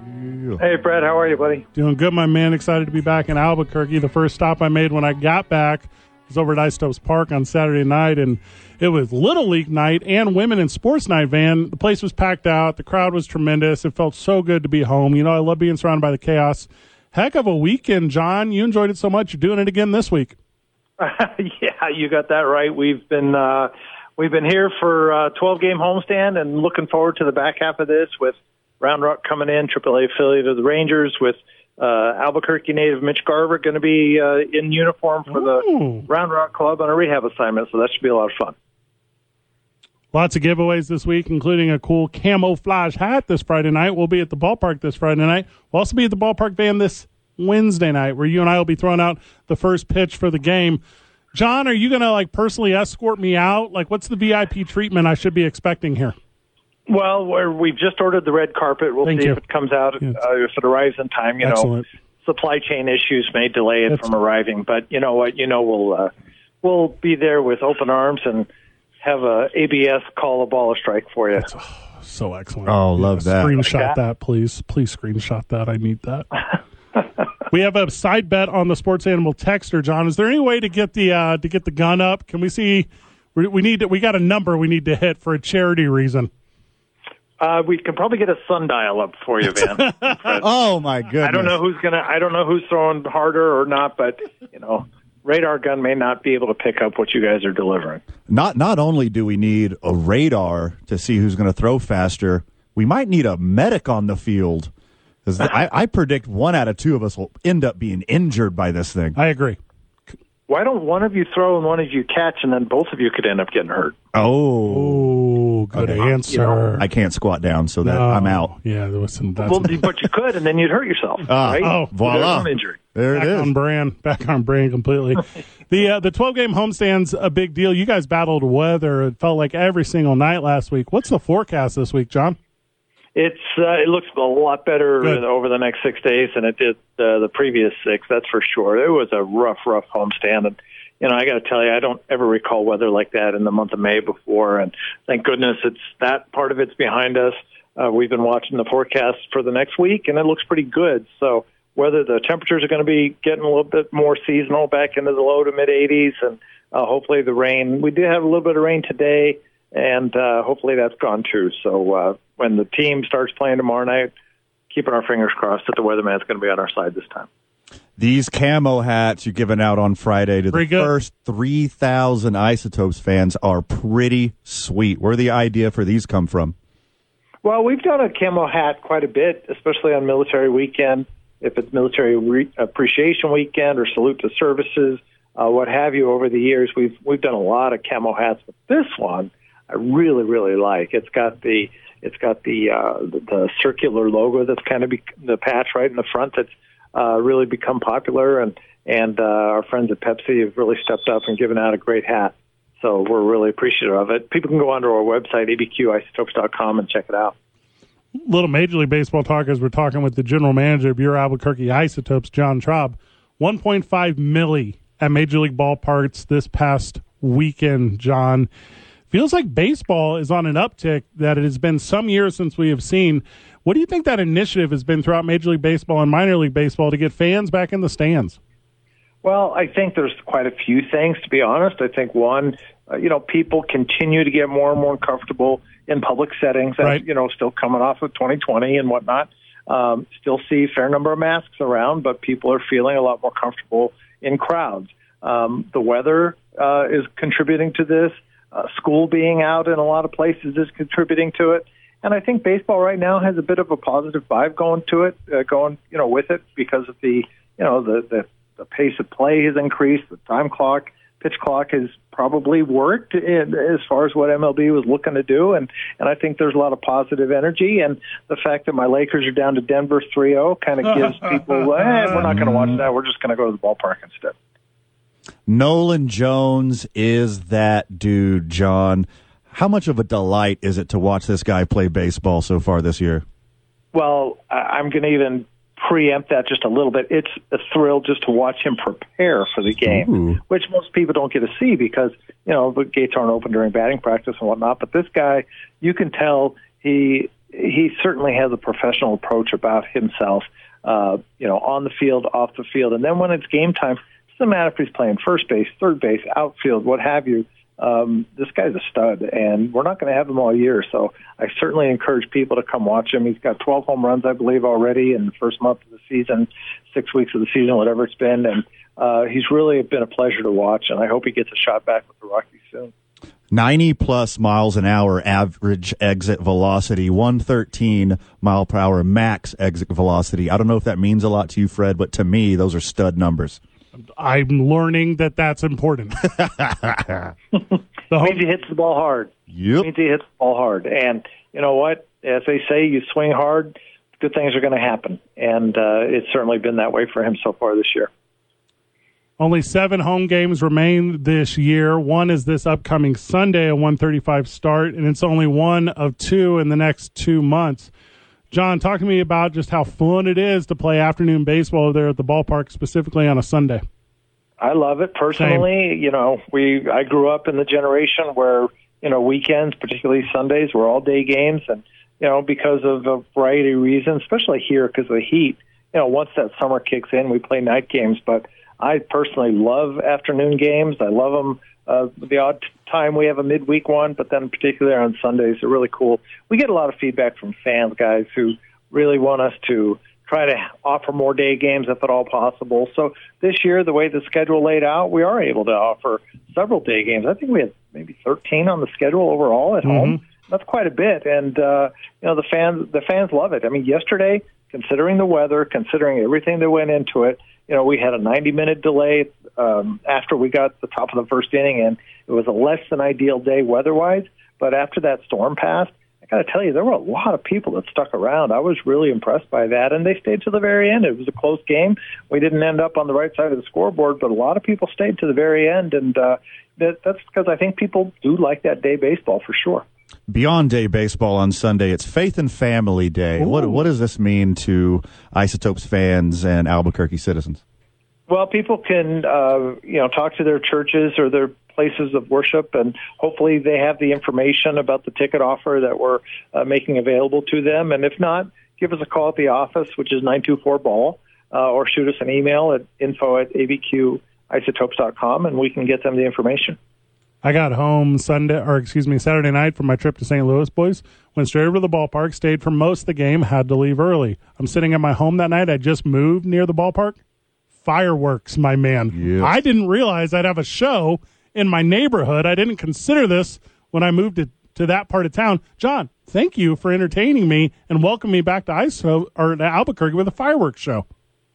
Hey, Brad, how are you, buddy?
Doing good, my man. Excited to be back in Albuquerque. The first stop I made when I got back was over at Ice Tubs Park on Saturday night, and it was Little League night and Women in Sports Night, Van. The place was packed out. The crowd was tremendous. It felt so good to be home. You know, I love being surrounded by the chaos. Heck of a weekend, John. You enjoyed it so much. You're doing it again this week.
(laughs) yeah, you got that right. We've been uh, we've been here for uh, 12 game homestand and looking forward to the back half of this with Round Rock coming in, AAA affiliate of the Rangers, with uh, Albuquerque native Mitch Garver going to be uh, in uniform for
Ooh.
the Round Rock Club on a rehab assignment. So that should be a lot of fun.
Lots of giveaways this week, including a cool camouflage hat this Friday night. We'll be at the ballpark this Friday night. We'll also be at the ballpark van this Wednesday night, where you and I will be throwing out the first pitch for the game. John, are you going to like personally escort me out? Like, what's the VIP treatment I should be expecting here?
Well, we're, we've just ordered the red carpet. We'll
Thank
see
you.
if it comes out,
Yes.
uh, if it arrives in time. You
Excellent.
know, supply chain issues may delay it
That's-
from arriving, but you know what? You know, we'll uh, we'll be there with open arms and have a ABS call a ball a strike for you.
So excellent.
Oh, love that.
Screenshot that, please. Please screenshot that. I need that. we have a side bet on the sports animal texter, John. Is there any way to get the uh, to get the gun up? Can we see? We we need to, we got a number we need to hit for a charity reason.
Uh, we can probably get a sundial up for you,
(laughs)
Van.
Oh my goodness!
I don't know who's gonna. I don't know who's throwing harder or not, but you know, radar gun may not be able to pick up what you guys are delivering.
Not not only do we need a radar to see who's going to throw faster, we might need a medic on the field. 'Cause I, I predict one out of two of us will end up being injured by this thing.
I agree.
Why don't one of you throw and one of you catch, and then both of you could end up getting hurt?
Oh,
Oh, good
Okay.
answer.
I can't squat down, so that
Oh,
I'm out.
Yeah, there was some. That's (laughs)
Well, but you could, and then you'd hurt yourself. right?
oh,
There's
voila.
one injury.
There it
back on
is.
brand, (laughs) back on brand completely. the uh, the twelve game homestand's a big deal. You guys battled weather. It felt like every single night last week. What's the forecast this week, John?
It's uh, it looks a lot better
Good.
over the next six days than it did uh, the previous six. That's for sure. It was a rough, rough homestand, and you know I got to tell you, I don't ever recall weather like that in the month of May before. And thank goodness it's that part of it's behind us. Uh, we've been watching the forecast for the next week, and it looks pretty good. So whether the temperatures are going to be getting a little bit more seasonal back into the low to mid 80s, and uh, hopefully the rain. We do have a little bit of rain today and uh, hopefully that's gone too. So uh, when the team starts playing tomorrow night, keeping our fingers crossed that the weatherman's going to be on our side this time.
These camo hats you're giving out on Friday to
Pretty
the
good.
first 3,000 Isotopes fans are pretty sweet. Where the idea for these come from?
Well, we've done a camo hat quite a bit, especially on military weekend. If it's military re- appreciation weekend or salute to services, uh, what have you, over the years we've we've done a lot of camo hats, but this one I really really like. It's got the it's got the uh, the, the circular logo that's kind of be- the patch right in the front that's uh, really become popular, and and uh, our friends at Pepsi have really stepped up and given out a great hat. So we're really appreciative of it. People can go onto our website abqisotopes.com and check it out.
little Major League Baseball talk as we're talking with the general manager of your Albuquerque Isotopes, John Traub. 1.5 milli at Major League ballparks this past weekend, John. Feels like baseball is on an uptick that it has been some years since we have seen. What do you think that initiative has been throughout Major League Baseball and minor league baseball to get fans back in the stands?
Well, I think there's quite a few things, to be honest. I think one, uh, you know, people continue to get more and more comfortable in public settings. That's,
Right.
You know, still coming off of 2020 and whatnot. Um, still see a fair number of masks around, but people are feeling a lot more comfortable in crowds. Um, the weather uh, is contributing to this. Uh, school being out in a lot of places is contributing to it. And I think baseball right now has a bit of a positive vibe going to it, uh, going you know with it because of the you know the the, the pace of play has increased, the time clock pitch clock has probably worked in, as far as what MLB was looking to do, and and I think there's a lot of positive energy, and the fact that my Lakers are down to Denver 3-0 kind of gives people, hey, we're not going to watch that. We're just going to go to the ballpark instead.
Nolan Jones is that dude, John. How much of a delight is it to watch this guy play baseball so far this year?
Well, I- I'm going to even preempt that just a little bit. It's a thrill just to watch him prepare for the game,
Ooh.
which most people don't get to see because, you know, the gates aren't open during batting practice and whatnot. But this guy, you can tell he he certainly has a professional approach about himself, uh, you know, on the field, off the field. And then when it's game time, it doesn't matter if he's playing first base, third base, outfield, what have you. Um, this guy's a stud, and we're not going to have him all year. So I certainly encourage people to come watch him. He's got 12 home runs, I believe, already in the first month of the season, six weeks of the season, whatever it's been. And uh, he's really been a pleasure to watch, and I hope he gets a shot back with the Rockies soon.
90 plus miles an hour average exit velocity, 113 mile per hour max exit velocity. I don't know if that means a lot to you, Fred, but to me, those are stud numbers.
I'm learning that that's important.
It means he hits the ball hard.
Yep.
means he hits the ball hard. And you know what? As they say, you swing hard, good things are going to happen. And uh, it's certainly been that way for him so far this year.
Only seven home games remain this year. One is this upcoming Sunday, a 135 start, and it's only one of two in the next two months. John, talk to me about just how fun it is to play afternoon baseball there at the ballpark, specifically on a Sunday.
I love it personally. You know, we I grew up in the generation where you know weekends, particularly Sundays, were all day games, and you know because of a variety of reasons, especially here because of the heat. You know, once that summer kicks in, we play night games. But I personally love afternoon games. I love them. Uh, the odd time we have a midweek one, but then particularly on Sundays, they're really cool. We get a lot of feedback from fans, guys, who really want us to try to offer more day games if at all possible. So this year, the way the schedule laid out, we are able to offer several day games. I think we had maybe 13 on the schedule overall at home. That's quite a bit, and uh, you know the fans the fans love it. I mean, yesterday, considering the weather, considering everything that went into it, you know we had a 90 minute delay um, after we got the top of the first inning, and it was a less than ideal day weather wise. But after that storm passed, I got to tell you, there were a lot of people that stuck around. I was really impressed by that, and they stayed to the very end. It was a close game. We didn't end up on the right side of the scoreboard, but a lot of people stayed to the very end, and uh, that, that's because I think people do like that day baseball for sure.
Beyond Day Baseball on Sunday, it's Faith and Family Day. What, what does this mean to Isotopes fans and Albuquerque citizens?
Well, people can uh, you know talk to their churches or their places of worship, and hopefully they have the information about the ticket offer that we're uh, making available to them. And if not, give us a call at the office, which is nine two four ball, uh, or shoot us an email at info at abqisotopes.com, and we can get them the information.
I got home Sunday, or excuse me, Saturday night from my trip to St. Louis, boys. Went straight over to the ballpark, stayed for most of the game, had to leave early. I'm sitting at my home that night. I just moved near the ballpark. Fireworks, my man. I didn't realize I'd have a show in my neighborhood. I didn't consider this when I moved to, to that part of town. John, thank you for entertaining me and welcome me back to ISO or to Albuquerque with a fireworks show.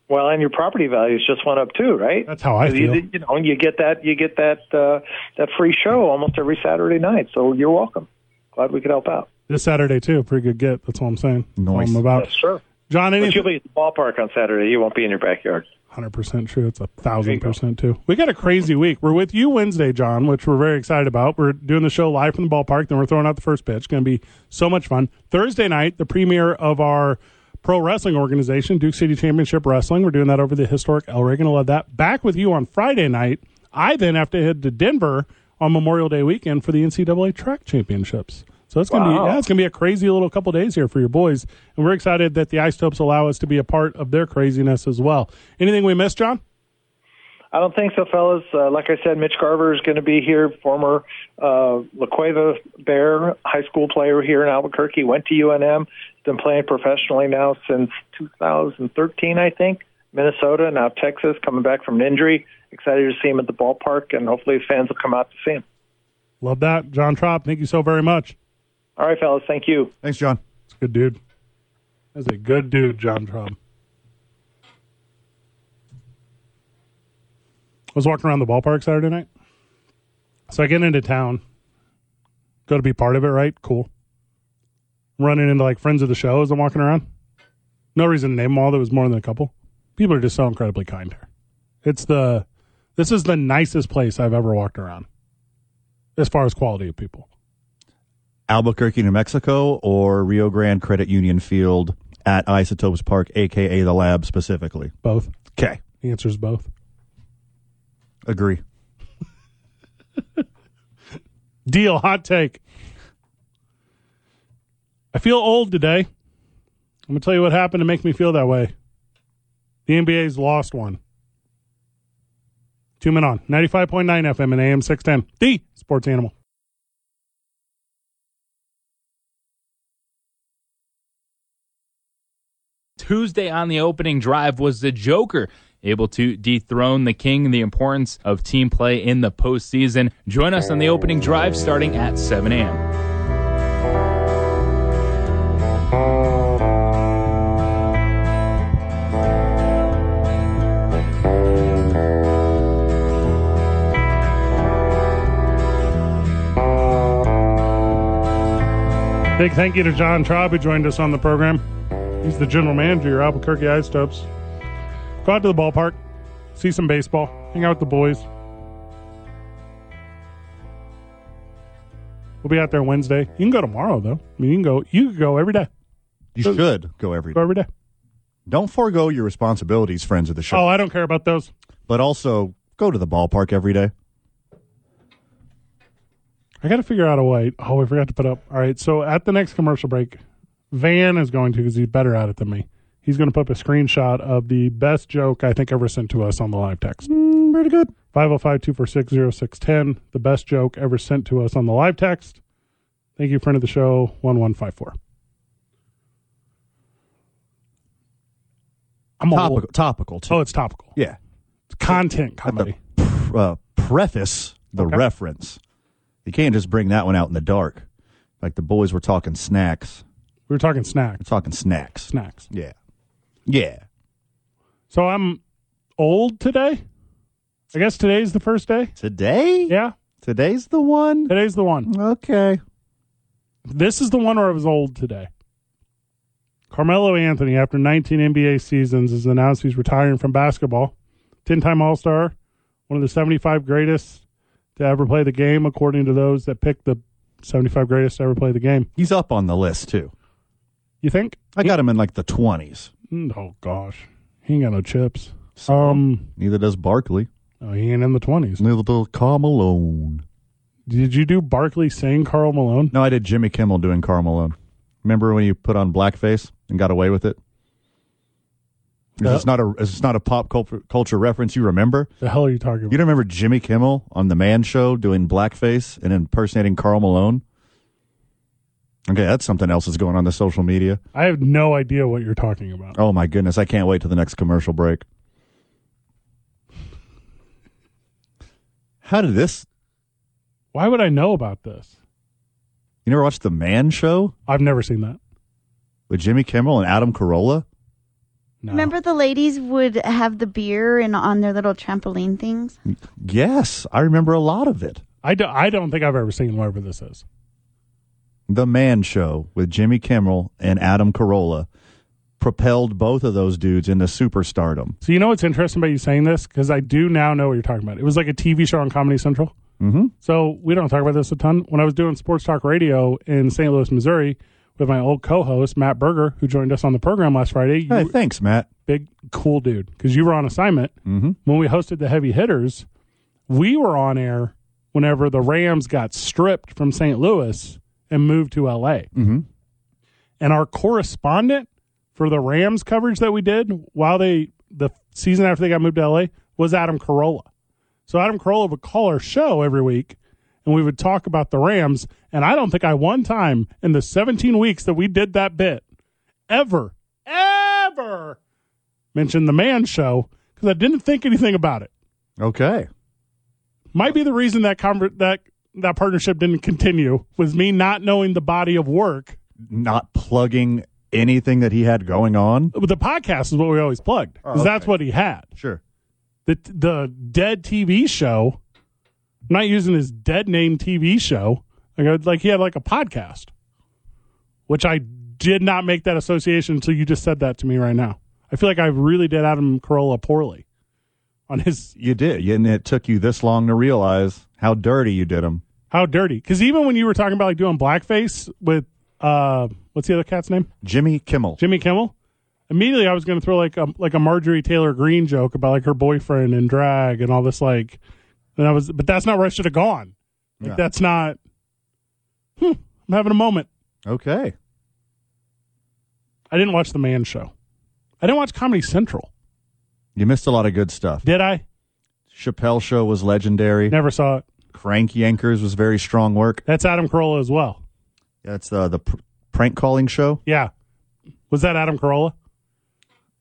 Well, and your property values just went up too, right? That's
how I
You,
feel.
you know, and you get that you get that uh, that free show almost every Saturday night. So you're welcome. Glad we could help out.
This Saturday too, pretty good get. That's all I'm saying. That's all I'm about.
Sure.
John,
but you'll be at the ballpark on Saturday. You won't be in your backyard.
Hundred percent true. It's a thousand percent too. We got a crazy week. We're with you Wednesday, John, which we're very excited about. We're doing the show live from the ballpark. Then we're throwing out the first pitch. Going to be so much fun. Thursday night, the premiere of our pro wrestling organization, Duke City Championship Wrestling. We're doing that over the historic El Rey. Going to love that. Back with you on Friday night. I then have to head to Denver on Memorial Day weekend for the NCAA Track Championships. So it's gonna
Wow.
be yeah, it's gonna be a crazy little couple days here for your boys, and we're excited that the Ice Topes allow us to be a part of their craziness as well. Anything we missed, John?
I don't think so, fellas. Uh, like I said, Mitch Garver is going to be here, former uh, La Cueva Bear high school player here in Albuquerque. Went to UNM. He's been playing professionally now since 2013, I think. Minnesota, now Texas, coming back from an injury. Excited to see him at the ballpark, and hopefully the fans will come out to see him.
Love that, John Trop. Thank you so very much.
All right, fellas. Thank you.
Thanks, John.
It's good, dude. That's a good dude, John Trop. I was walking around the ballpark Saturday night. So I get into town, go to be part of it, right? Cool. Running into like friends of the show as I'm walking around. No reason to name them all. There was more than a couple. People are just so incredibly kind here. It's the, this is the nicest place I've ever walked around as far as quality of people.
Albuquerque, New Mexico, or Rio Grande Credit Union Field at Isotopes Park, aka the lab specifically?
Both.
Okay.
The answer is both.
Agree.
Deal. Hot take. I feel old today. I'm going to tell you what happened to make me feel that way. The NBA's lost one. Two men on 95.9 FM and AM 610. The sports animal.
Tuesday on the opening drive was the Joker. Able to dethrone the king, the importance of team play in the postseason. Join us on the opening drive starting at 7 a.m.
Big thank you to John Traub who joined us on the program. He's the general manager of Albuquerque Ice Tubs. Go out to the ballpark, see some baseball, hang out with the boys. We'll be out there Wednesday. You can go tomorrow though. I mean, you can go. You can go every day.
You should go every
Go every day.
Don't forego your responsibilities, friends of the show.
Oh, I don't care about those.
But also go to the ballpark every day.
I got to figure out a way. Oh, we forgot to put up. All right. So at the next commercial break, Van is going to because he's better at it than me. He's going to put up a screenshot of the best joke I think ever sent to us on the live text.
pretty good.
505 246 0610. The best joke ever sent to us on the live text. Thank you, friend of the show, 1154. I'm
topical,
old.
topical too.
Oh, it's topical.
yeah.
It's
(laughs)
content comedy.
Pr- uh, preface the
Okay.
reference. You can't just bring that one out in the dark. Like the boys were talking snacks.
We were talking snacks.
We're talking snacks.
Snacks.
Yeah. Yeah.
So I'm old today. I guess today's the first day.
Today?
Yeah.
Today's the one.
Today's the one.
Okay.
This is the one where I was old today. Carmelo Anthony, after 19 NBA seasons, has announced he's retiring from basketball. 10 time All Star, one of the 75 greatest to ever play the game, according to those that picked the 75 greatest to ever play the game.
He's up on the list too.
You think?
I got him in like the 20s.
Mm, Oh, gosh. He ain't got no chips. Um,
Neither does Barkley.
oh, he ain't in the 20s.
Neither does Carl Malone.
Did you do Barkley saying Carl Malone?
No, I did Jimmy Kimmel doing Carl Malone. Remember when you put on blackface and got away with it? Is
Yeah.
It's not a is it's not a pop culture, culture reference you remember.
The hell are you talking
You
about?
don't remember Jimmy Kimmel on the Man Show doing blackface and impersonating Carl Malone? Okay, that's something else that's going on the social media.
I have no idea what you're talking about.
Oh my goodness, I can't wait till the next commercial break. How did this?
Why would I know about this?
You never watched the Man Show
I've never seen that.
with Jimmy Kimmel and Adam Carolla?
No.
Remember the ladies would have the beer and on their little trampoline things?
Yes, I remember a lot of it.
I, do, I don't think I've ever seen whatever this is.
The Man Show with Jimmy Kimmel and Adam Carolla propelled both of those dudes into superstardom.
So you know what's interesting about you saying this because I do now know what you're talking about. It was like a TV show on Comedy Central.
(laughs) Mm-hmm.
So we don't talk about this a ton. When I was doing sports talk radio in St. Louis, Missouri, with my old co-host Matt Berger, who joined us on the program last Friday, you
Hey, thanks, Matt.
big cool dude, because you were on assignment
Mhm.
when we hosted the heavy hitters. We were on air whenever the Rams got stripped from St. Louis and moved to L.A.
Mm-hmm.
and our correspondent for the Rams coverage that we did while they the season after they got moved to LA was Adam Carolla. So Adam Carolla would call our show every week and we would talk about the Rams and I don't think I one time in the 17 weeks that we did that bit ever ever mentioned the man show cuz I didn't think anything about it.
Okay.
Might be the reason that conver- that that partnership didn't continue was me not knowing the body of work.
Not plugging anything that he had going on.
The podcast is what we always plugged 'cause
Oh,
that's
okay.
what he had.
Sure.
the the dead TV show I'm not using his dead name TV show. Like, I- like he had like a podcast, which I did not make that association until you just said that to me right now. I feel like I really did Adam Carolla poorly on his
You did, and it took you this long to realize how dirty you did him.
how dirty. Because even when you were talking about like doing blackface with uh, what's the other cat's name?
Jimmy Kimmel.
Jimmy Kimmel. Immediately, I was going to throw like a like a Marjorie Taylor Green joke about like her boyfriend and drag and all this like, and I was, but that's not where I should have gone. Like
No.
that's not. Hmm, I'm having a moment.
Okay.
I didn't watch the Man Show. I didn't watch Comedy Central.
You missed a lot of good stuff.
Did I?
Chappelle show was legendary.
Never saw it.
Crank Yankers was very strong work.
That's Adam Carolla as well.
That's uh, the pr- prank calling show.
Yeah, was that Adam Carolla?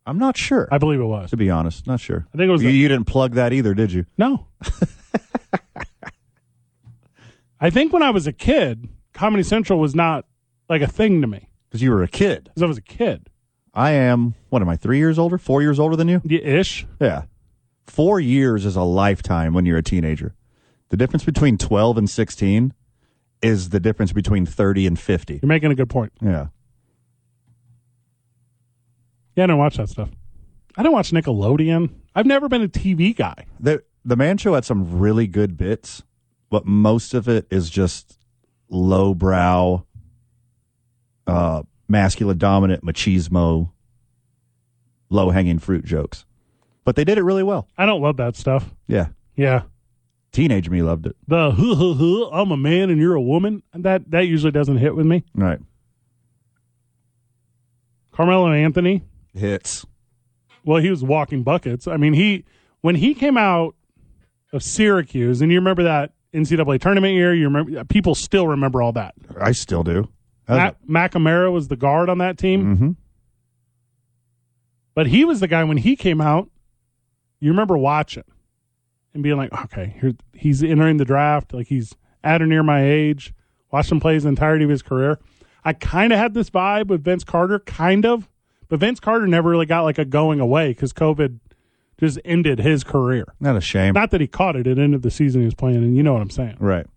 I'm not sure.
I believe it was.
to be honest, not sure.
I think it was.
You, you didn't plug that either, did you? (laughs)
No. I think when I was a kid, Comedy Central was not like a thing to me
Because you were a kid.
because I was a kid.
I am. What am I? Three years older? Four years older than you?
Yeah, ish.
Yeah. Four years is a lifetime when you're a teenager. The difference between 12 and 16 is the difference between 30 and 50.
You're making a good point.
Yeah.
Yeah, I don't watch that stuff. I don't watch Nickelodeon. I've never been a TV guy.
The, the Man Show had some really good bits, but most of it is just lowbrow, uh, masculine dominant machismo, low hanging fruit jokes. But they did it really well.
I don't love that stuff.
Yeah.
Yeah.
Teenage me loved it.
The hoo hoo hoo, I'm a man and you're a woman. That that usually doesn't hit with me.
Right.
Carmelo and Anthony,
Hits.
well, he was walking buckets. I mean, he when he came out of Syracuse, and you remember that NCAA tournament year, you remember people still remember all that.
I still do. That was-
Matt McAmara was the guard on that team.
Mhm.
But he was the guy when he came out. You remember watching and being like, okay, here he's entering the draft. Like he's at or near my age. Watched him play his entirety of his career. I kind of had this vibe with Vince Carter, kind of, but Vince Carter never really got like a going away because COVID just ended his career.
Not a shame.
Not that he caught it at the end of the season he was playing, and you know what I'm saying.
right.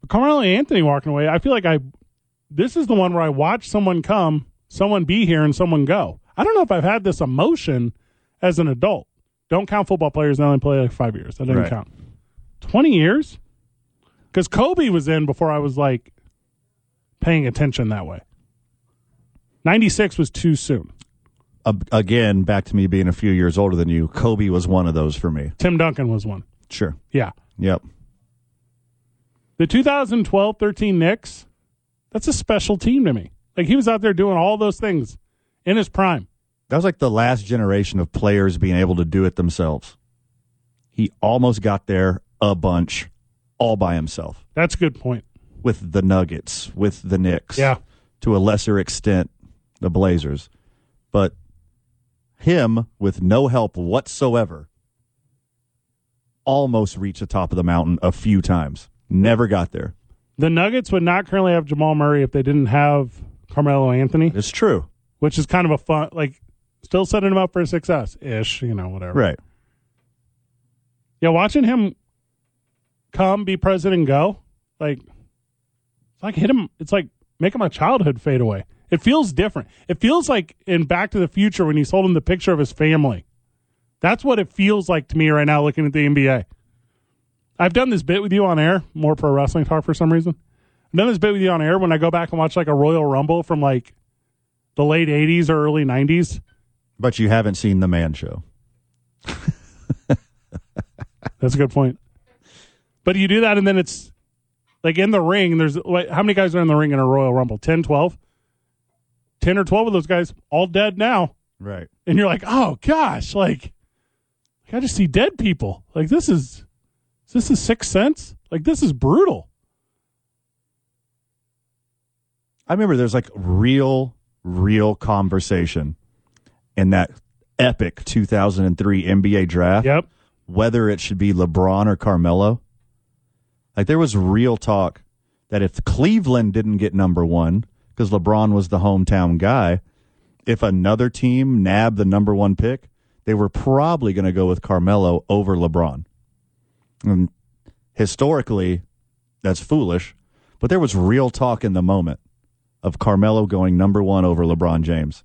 But Carmelo Anthony walking away, I feel like I this is the one where I watch someone come, someone be here, and someone go. I don't know if I've had this emotion as an adult. Don't count football players; they only play like five years. That doesn't
Right.
count. Twenty years, because Kobe was in before I was like paying attention that way. Ninety six was too soon.
A- again, back to me being a few years older than you, Kobe was one of those for me.
Tim Duncan was one.
Sure.
Yeah,
Yep.
the 2012-13 Knicks. That's a special team to me. Like he was out there doing all those things in his prime.
That was like the last generation of players being able to do it themselves. He almost got there a bunch all by himself
That's a good point.
with the Nuggets, with the Knicks.
Yeah.
To a lesser extent, the Blazers. But him, with no help whatsoever, almost reached the top of the mountain a few times. Never got there.
The Nuggets would not currently have Jamal Murray if they didn't have Carmelo Anthony,
It's true.
which is kind of a fun, like, still setting him up for success ish, you know, whatever.
Right.
Yeah, watching him come, be president, and go, like, it's like hit him. It's like making my childhood fade away. It feels different. It feels like in Back to the Future when he's holding the picture of his family. That's what it feels like to me right now looking at the NBA. I've done this bit with you on air, more pro wrestling talk for some reason. I've done this bit with you on air when I go back and watch like a Royal Rumble from like the late 80s or early 90s.
But you haven't seen the man show.
That's a good point. But you do that, and then it's like in the ring, there's like, how many guys are in the ring in a Royal Rumble? 10, 12? 10 or 12 of those guys all dead now.
Right.
And you're like, oh gosh, like, I just see dead people. Like, this is, is this is Sixth Sense? Like, this is brutal.
I remember there's like real, real conversation in that epic 2003 NBA draft
Yep.
whether it should be LeBron or Carmelo. Like there was real talk that if Cleveland didn't get number one because LeBron was the hometown guy, if another team nabbed the number one pick, they were probably going to go with Carmelo over LeBron. And historically, that's foolish, but there was real talk in the moment of Carmelo going number one over LeBron James.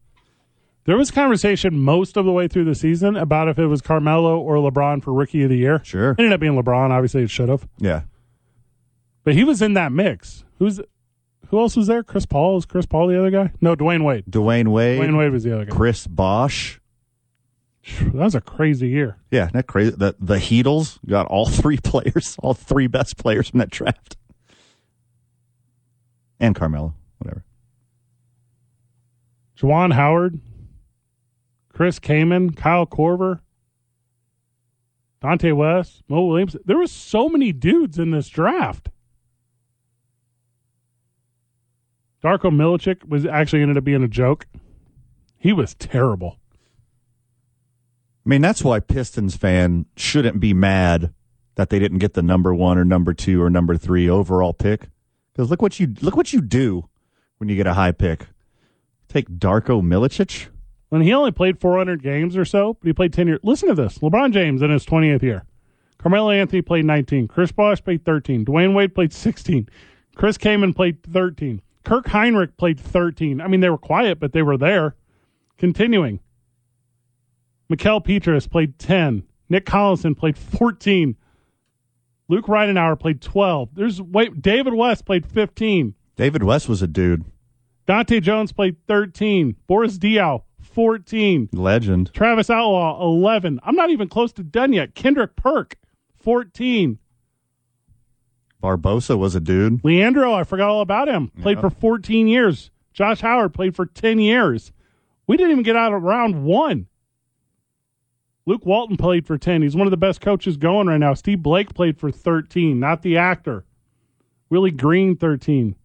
There was conversation most of the way through the season about if it was Carmelo or LeBron for Rookie of the Year.
Sure,
ended up being LeBron. Obviously, it should have,
Yeah.
but he was in that mix. Who's who else was there? Chris Paul was Chris Paul the other guy? No, Dwayne Wade.
Dwayne Wade.
Dwayne Wade was the other guy.
Chris Bosch.
That was a crazy year.
Yeah, isn't that crazy? The, the Heatles got all three (laughs) players, all three best players from that draft. And Carmelo, whatever.
Juwan Howard, Chris Kaman, Kyle Corver, Dante West, Mo Williams. There was so many dudes in this draft. Darko Milicic was actually ended up being a joke. He was terrible.
I mean, that's why Pistons fan shouldn't be mad that they didn't get the number one or number two or number three overall pick. Because look what you look what you do when you get a high pick. Take Darko Milicic.
And he only played 400 games or so, but he played 10 years. Listen to this LeBron James in his 20th year. Carmelo Anthony played 19. Chris Bosh played 13. Dwayne Wade played 16. Chris Kaman played 13. Kirk Heinrich played 13. I mean, they were quiet, but they were there. Continuing. Mikel Petras played 10. Nick Collison played 14. Luke Reidenauer played 12. There's wait, David West played 15.
David West was a dude.
Dante Jones played 13. Boris Diaw, 14.
Legend.
Travis Outlaw, 11. I'm not even close to done yet. Kendrick Perk, 14.
Barbosa was a dude.
Leandro, I forgot all about him. Played
Yeah.
for 14 years. Josh Howard played for 10 years. We didn't even get out of round one. Luke Walton played for 10. He's one of the best coaches going right now. Steve Blake played for 13, not the actor. Willie Green, 13.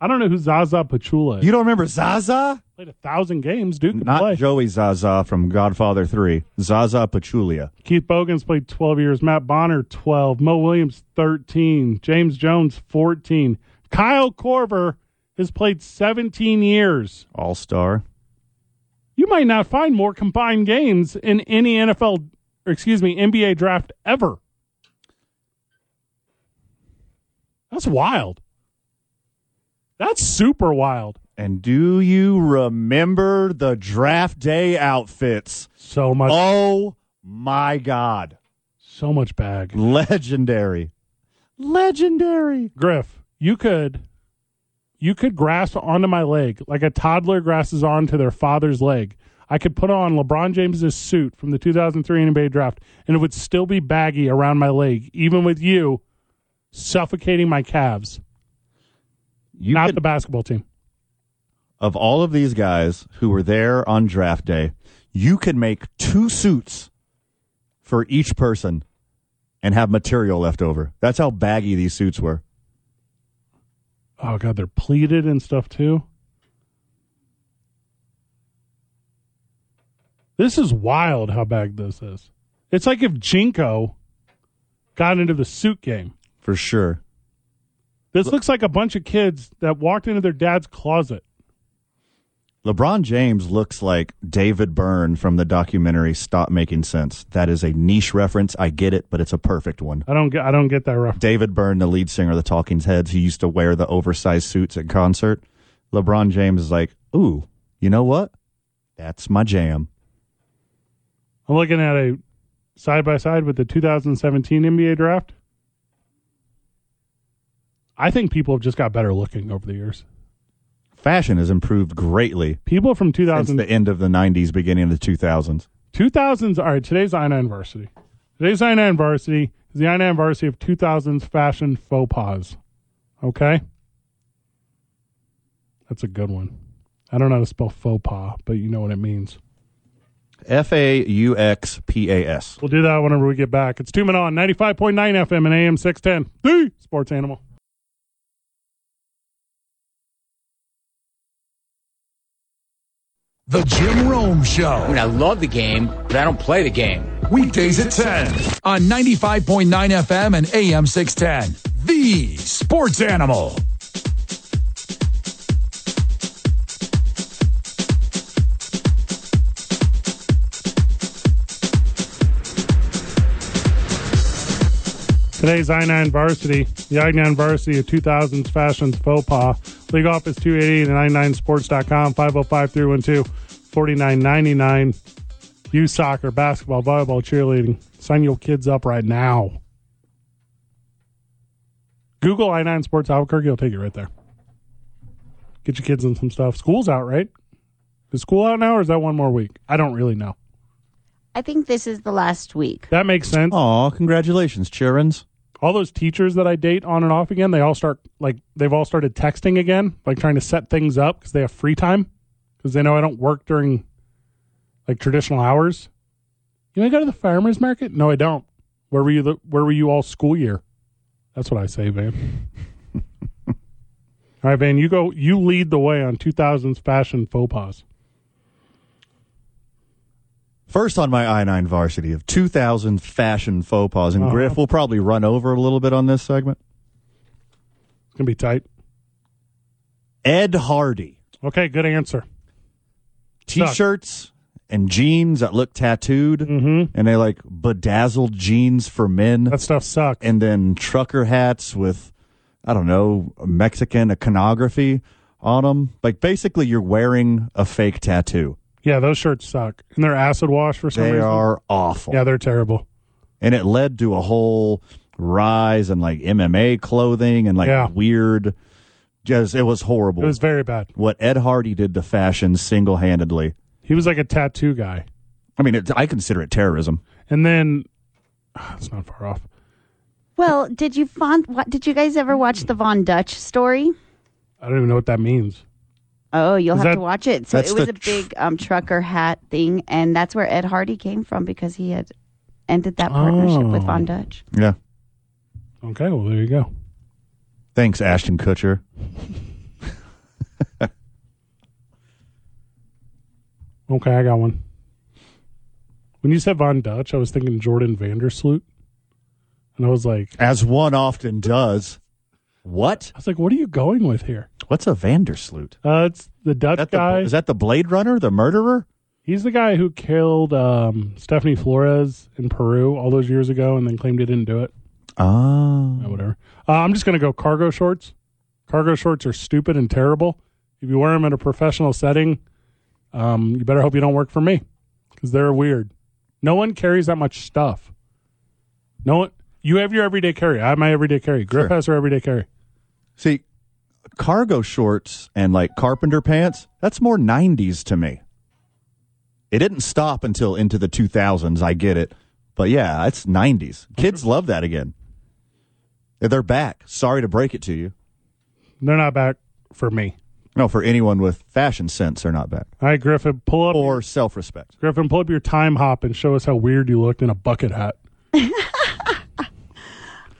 I don't know who Zaza Pachula is.
You don't remember Zaza?
Played a thousand games. Dude could
Not
play.
Joey Zaza from Godfather 3. Zaza Pachulia.
Keith Bogans played 12 years. Matt Bonner, 12. Mo Williams, 13. James Jones, 14. Kyle Corver has played 17 years.
All star.
You might not find more combined games in any NFL, or excuse me, NBA draft ever. That's wild. That's super wild.
And do you remember the draft day outfits?
So much,
Oh my God.
so much bag.
Legendary. Legendary.
Griff, you could you could grasp onto my leg like a toddler grasps onto their father's leg. I could put on LeBron James's suit from the 2003 NBA draft and it would still be baggy around my leg even with you suffocating my calves.
You
not
could-
the basketball team.
of all of these guys who were there on draft day, you could make two suits for each person and have material left over. That's how baggy these suits were.
Oh god, they're pleated and stuff too. This is wild how bagged this is. It's like if Jinko got into the suit game.
For sure.
This looks like a bunch of kids that walked into their dad's closet.
LeBron James looks like David Byrne from the documentary Stop Making Sense. That is a niche reference. I get it, but it's a perfect one.
I don't get. I don't get that reference.
David Byrne, the lead singer of the Talking Heads, who used to wear the oversized suits at concert. LeBron James is like, ooh, you know what? That's my jam.
I'm looking at a side by side with the 2017 NBA draft. I think people have just got better looking over the years.
Fashion has improved greatly
People from
since
2000
the end of the 90s, beginning of the 2000s.
2000s. All right, today's I nine varsity. Today's I nine varsity is the I nine varsity of 2000s fashion faux pas. Okay, that's a good one. I don't know how to spell faux pas, but you know what it means.
F A U X P A S.
We'll do that whenever we get back. It's Two Men On, 95.9 FM and AM 610, the sports animal.
The Jim Rome Show.
I mean, I love the game, but I don't play the game.
Weekdays at 10 on 95.9 FM and AM 610. The Sports Animal.
It's Today's I-9 varsity, the I-9 varsity of 2000s fashion's faux pas. League office 280 and i9sports.com, 505-312-4999. Youth soccer, basketball, volleyball, cheerleading. Sign your kids up right now. Google I-9 Sports Albuquerque. It'll take you right there. Get your kids in some stuff. School's out, right? Is school out now or is that one more week? I don't really know.
I think this is the last week.
That makes sense.
Aw, congratulations, Chirins.
All those teachers that I date on and off again, they all start like they've all started texting again, like trying to set things up because they have free time because they know I don't work during like traditional hours. You want to go to the farmers market? No, I don't. Where were you? The, where were you all school year? That's what I
(laughs)
say, Van. all right, Van, you go. You lead the way on 2000s fashion faux pas.
First on my I 9 varsity of 2000 fashion faux pas.
Uh-huh.
And Griff will probably run over a little bit on this segment.
It's gonna be tight.
Ed Hardy.
Okay, good answer.
T shirts and jeans that look tattooed. Mm-hmm. And they like bedazzled jeans for men. That
stuff sucks.
And then trucker hats with, I don't know, Mexican iconography on them. Like basically, you're wearing a fake tattoo.
Yeah, those shirts suck, and they're acid wash for some
They
reason.
are awful.
Yeah, they're terrible.
and it led to a whole rise in like MMA clothing and like
Yeah.
weird. Just it was horrible.
It was very bad.
what Ed Hardy did to fashion single handedly.
He was like a tattoo guy.
I mean, it, I consider it terrorism.
And then (sighs) it's not far off.
Well, did you Von, what, did you guys ever watch the Von Dutch story?
I don't even know what that means.
Oh, you'll
Is
have
that-
to watch it. So
that's
it was
the
a big um, trucker hat thing, and that's where Ed Hardy came from because he had ended that partnership with
Oh.
Von Dutch.
Yeah.
Okay, well there you go.
Thanks, Ashton Kutcher.
Okay, I got one. When you said Von Dutch, I was thinking Jordan Vandersloot, and I was like,
as one often does. What?
I was like, what are you going with here?
What's a Vandersloot?
Uh, it's the Dutch
That the-
guy.
is that the Blade Runner, the murderer?
He's the guy who killed um, Stephanie Flores in Peru all those years ago, and then claimed he didn't do it.
Oh.
whatever. Uh, I'm just going to go cargo shorts. Cargo shorts are stupid and terrible. If you wear them in a professional setting, um, you better hope you don't work for me because they're weird. No one carries that much stuff. No one. You have your everyday carry. I have my everyday carry. Griff has her everyday carry.
See, cargo shorts and like carpenter pants, that's more 90s to me. It didn't stop until into the 2000s. I get it. But yeah, it's 90s. Kids love that again. They're back. Sorry to break it to you.
They're not back for me.
No, for anyone with fashion sense, they're not back.
All right, Griffin, pull up.
Or self respect.
Griffin, pull up your time hop and show us how weird you looked in a bucket hat.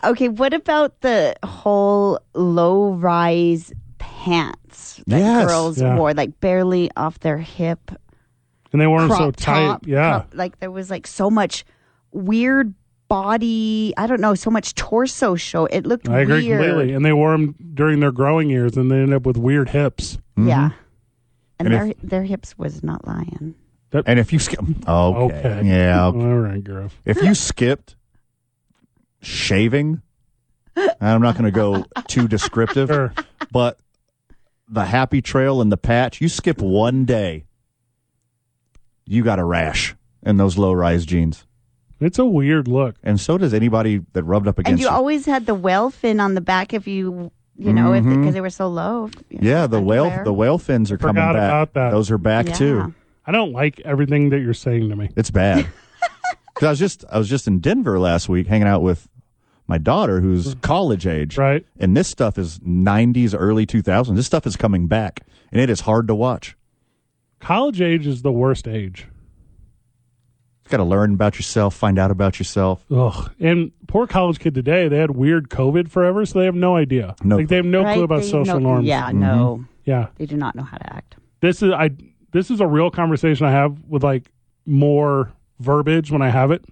Okay, what about the whole low rise pants that
Yes.
girls
Yeah.
wore, like barely off their hip?
And they wore them so
crop
tight.
top,
yeah.
crop- like there was like so much weird body. I don't know, so much torso show. It looked
I agree
weird.
completely. And they wore them during their growing years, and they ended up with weird hips.
Mm-hmm. Yeah. And,
And
their their hips was not lying.
and if you skip. Okay.
Okay.
Yeah. okay.
All right, Griff.
If you skipped shaving, and I'm not going to go too descriptive, but the happy trail and the patch, you skip one day, you got a rash in those low rise jeans.
It's a weird look.
And so does anybody that rubbed up
And
against
you always had the whale fin on the back if you you know if
Mhm.
because they were so low.
you. Yeah, the whale the whale fins are coming
Forgot
back.
about that.
Those are back too.
I don't like everything that you're saying to me.
It's
(laughs)
bad. 'Cause I was just I was just in Denver last week hanging out with my daughter who's college age.
Mm. Right.
And this stuff is 90s early 2000s. This stuff is coming back and it is hard to watch.
College age is the worst age.
You've got to learn about yourself, find out about yourself.
Ugh. And poor college kid today, they had weird COVID forever, so they have no idea.
No Mm-hmm.
like they have no
Right?
clue about
They
social
know-
norms.
Yeah, no.
Yeah.
They do not know how to act.
This is I this is a real conversation I have with like more verbiage when I have it.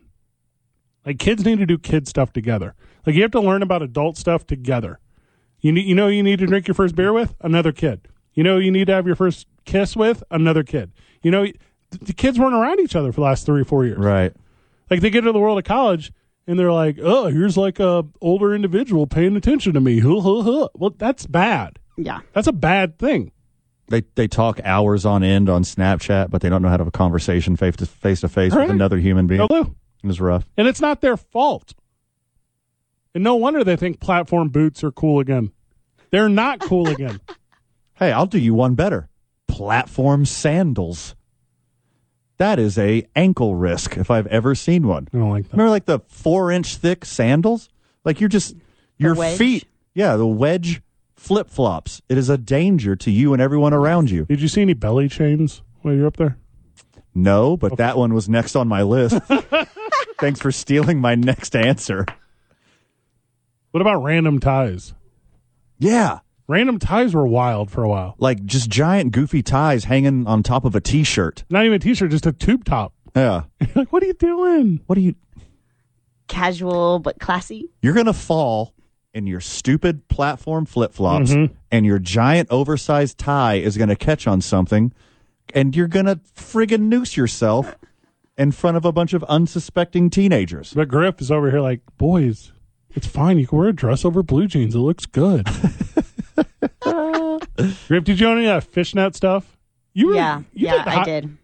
Like kids need to do kid stuff together. Like you have to learn about adult stuff together. You need you know who you need to drink your first beer with another kid. You know who you need to have your first kiss with another kid. You know th- the kids weren't around each other for the last 3 or 4 years.
Right.
Like they get into the world of college and they're like, "Oh, here's like a older individual paying attention to me." (laughs) Huh, huh, huh. Well, that's bad.
Yeah.
That's a bad thing.
They they talk hours on end on Snapchat, but they don't know how to have a conversation face to face to face with
Right.
another human being.
Hello.
It was rough.
And it's not their fault. And no wonder they think platform boots are cool again. They're not cool again.
Hey, I'll do you one better. Platform sandals. That is a ankle risk if I've ever seen one.
I don't like
Remember like the four inch thick sandals? Like you're just your
wedge?
feet. Yeah, the wedge flip flops. It is a danger to you and everyone around you.
Did you see any belly chains while you're up there?
No, but that one was next on my
(laughs)
list. Thanks for stealing my next answer.
What about random ties?
Yeah.
Random ties were wild for a while.
Like just giant goofy ties hanging on top of a t shirt.
Not even a t-shirt, just a tube top.
Yeah. (laughs)
like, what are you doing?
What are you
Casual but classy.
you're gonna fall in your stupid platform flip flops
Mm-hmm.
and your giant oversized tie is gonna catch on something and you're gonna friggin' noose yourself in front of a bunch of unsuspecting teenagers.
But Griff is over here like, boys, it's fine. You can wear a dress over blue jeans. It looks good. Griff, did you own any of that fishnet stuff? You were,
yeah.
you
yeah,
did
I
hot-
did.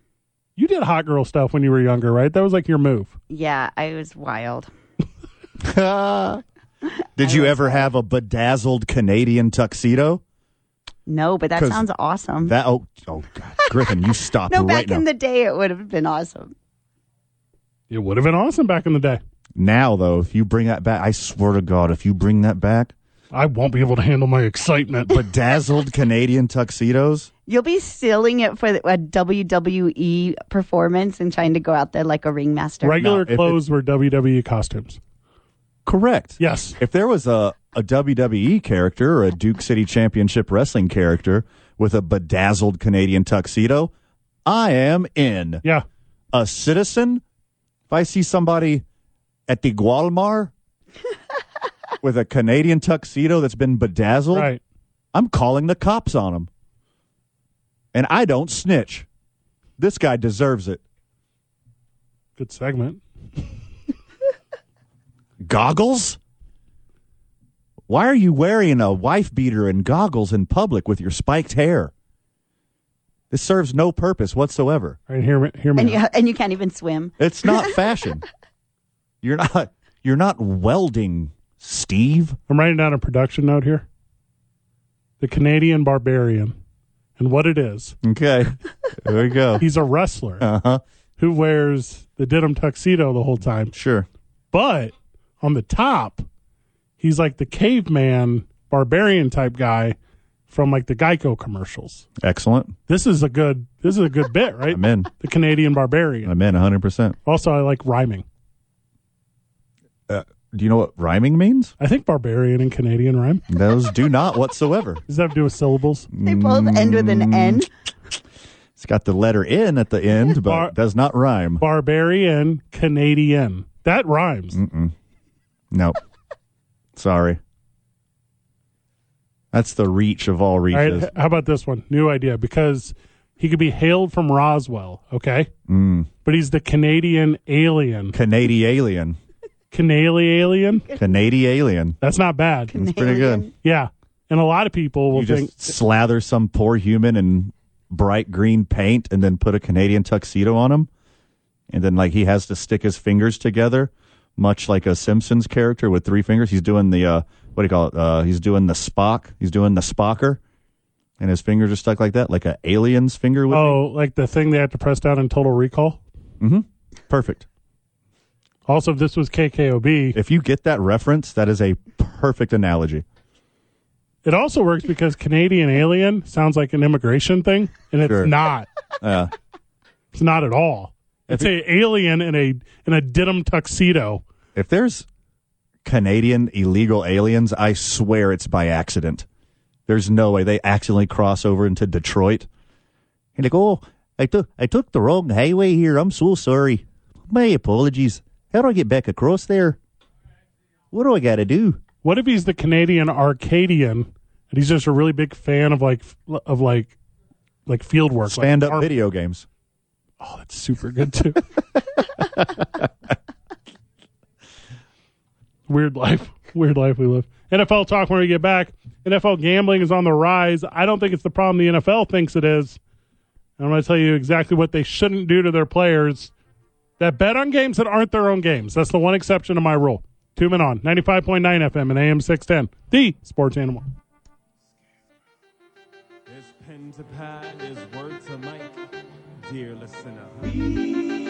You did hot girl stuff when you were younger, right? That was like your move.
Yeah, I was
(laughs)
wild.
Did you ever have a bedazzled Canadian tuxedo?
No, but that
'Cause
sounds awesome.
That oh oh god, Griffin, you stop
Um, (laughs) no,
right
back
now.
in the day, it would have been awesome.
It would have been awesome back in the day.
now though, if you bring that back, I swear to God, if you bring that back,
I won't be able to handle my
(laughs)
excitement.
bedazzled Canadian tuxedos.
You'll be stealing it for the, a WWE performance and trying to go out there like a ringmaster.
Regular
if it-
clothes were WWE costumes.
Correct.
Yes.
If there was a, a WWE character or a Duke City Championship Wrestling character with a bedazzled Canadian tuxedo, I am in.
Yeah.
A citizen, if I see somebody at the Guadalmar with a Canadian tuxedo that's been bedazzled,
Right.
I'm calling the cops on him. And I don't snitch. This guy deserves it.
Good segment.
(laughs) Goggles? Why are you wearing a wife beater and goggles in public with your spiked hair? This serves no purpose whatsoever.
All right, hear me. Hear me.
And
out.
you, and you can't even swim.
It's not fashion. you're not you're not welding, Steve.
I'm writing down a production note here. The Canadian Barbarian. And what it is,
Okay. There we go.
he's a wrestler
Uh-huh.
who wears the denim tuxedo the whole time.
Sure.
But on the top, he's like the caveman barbarian type guy from like the Geico commercials.
Excellent.
This is a good this is a good bit, right?
I'm in.
The Canadian Barbarian.
I'm in 100%.
Also, I like rhyming.
Uh, do you know what rhyming means?
I think barbarian and Canadian rhyme.
Those do not whatsoever.
Does that have to do with syllables?
They both end with an
Mm.
N.
It's got the letter N at the end, but does not rhyme.
Barbarian, Canadian. That rhymes.
Nope. Sorry. That's the reach of all
All right.
reaches.
h- How about this one? New idea because he could be hailed from Roswell, okay?
Mm.
But he's the Canadian alien.
Canadian alien.
Canali alien?
Canadian alien.
That's not bad.
It's pretty good.
Yeah. And a lot of people will
You
think
just slather some poor human in bright green paint and then put a Canadian tuxedo on him. And then, like, he has to stick his fingers together, much like a Simpsons character with three fingers. He's doing the, uh, what do you call it? Uh, he's doing the Spock. He's doing the Spocker. And his fingers are stuck like that, like a alien's finger would
Oh, like the thing they have to press down in Total Recall.
be. Mm-hmm. Perfect.
Also, if this was KKOB,
If you get that reference, that is a perfect analogy.
it also works because Canadian alien sounds like an immigration thing, and it's
Sure.
not.
Yeah.
It's not at all. It's a alien in a in a denim tuxedo.
If there's Canadian illegal aliens, I swear it's by accident. There's no way they accidentally cross over into Detroit. And like, oh, I took I took the wrong highway here. I'm so sorry. My apologies. How do I get back across there? What do I got to do?
What if he's the Canadian Arcadian, and he's just a really big fan of like of like like field work, like
Stand up
farm-
video games.
Oh, that's super good too. (laughs) Weird life. (laughs) Weird life we live. NFL talk when we get back. NFL gambling is on the rise. I don't think it's the problem the NFL thinks it is. And I'm going to tell you exactly what they shouldn't do to their players that bet on games that aren't their own games. That's the one exception to my rule. Two men on 95.9 FM and AM 610, the sports animal.
There's pen to pad, there's word to mic, dear listener.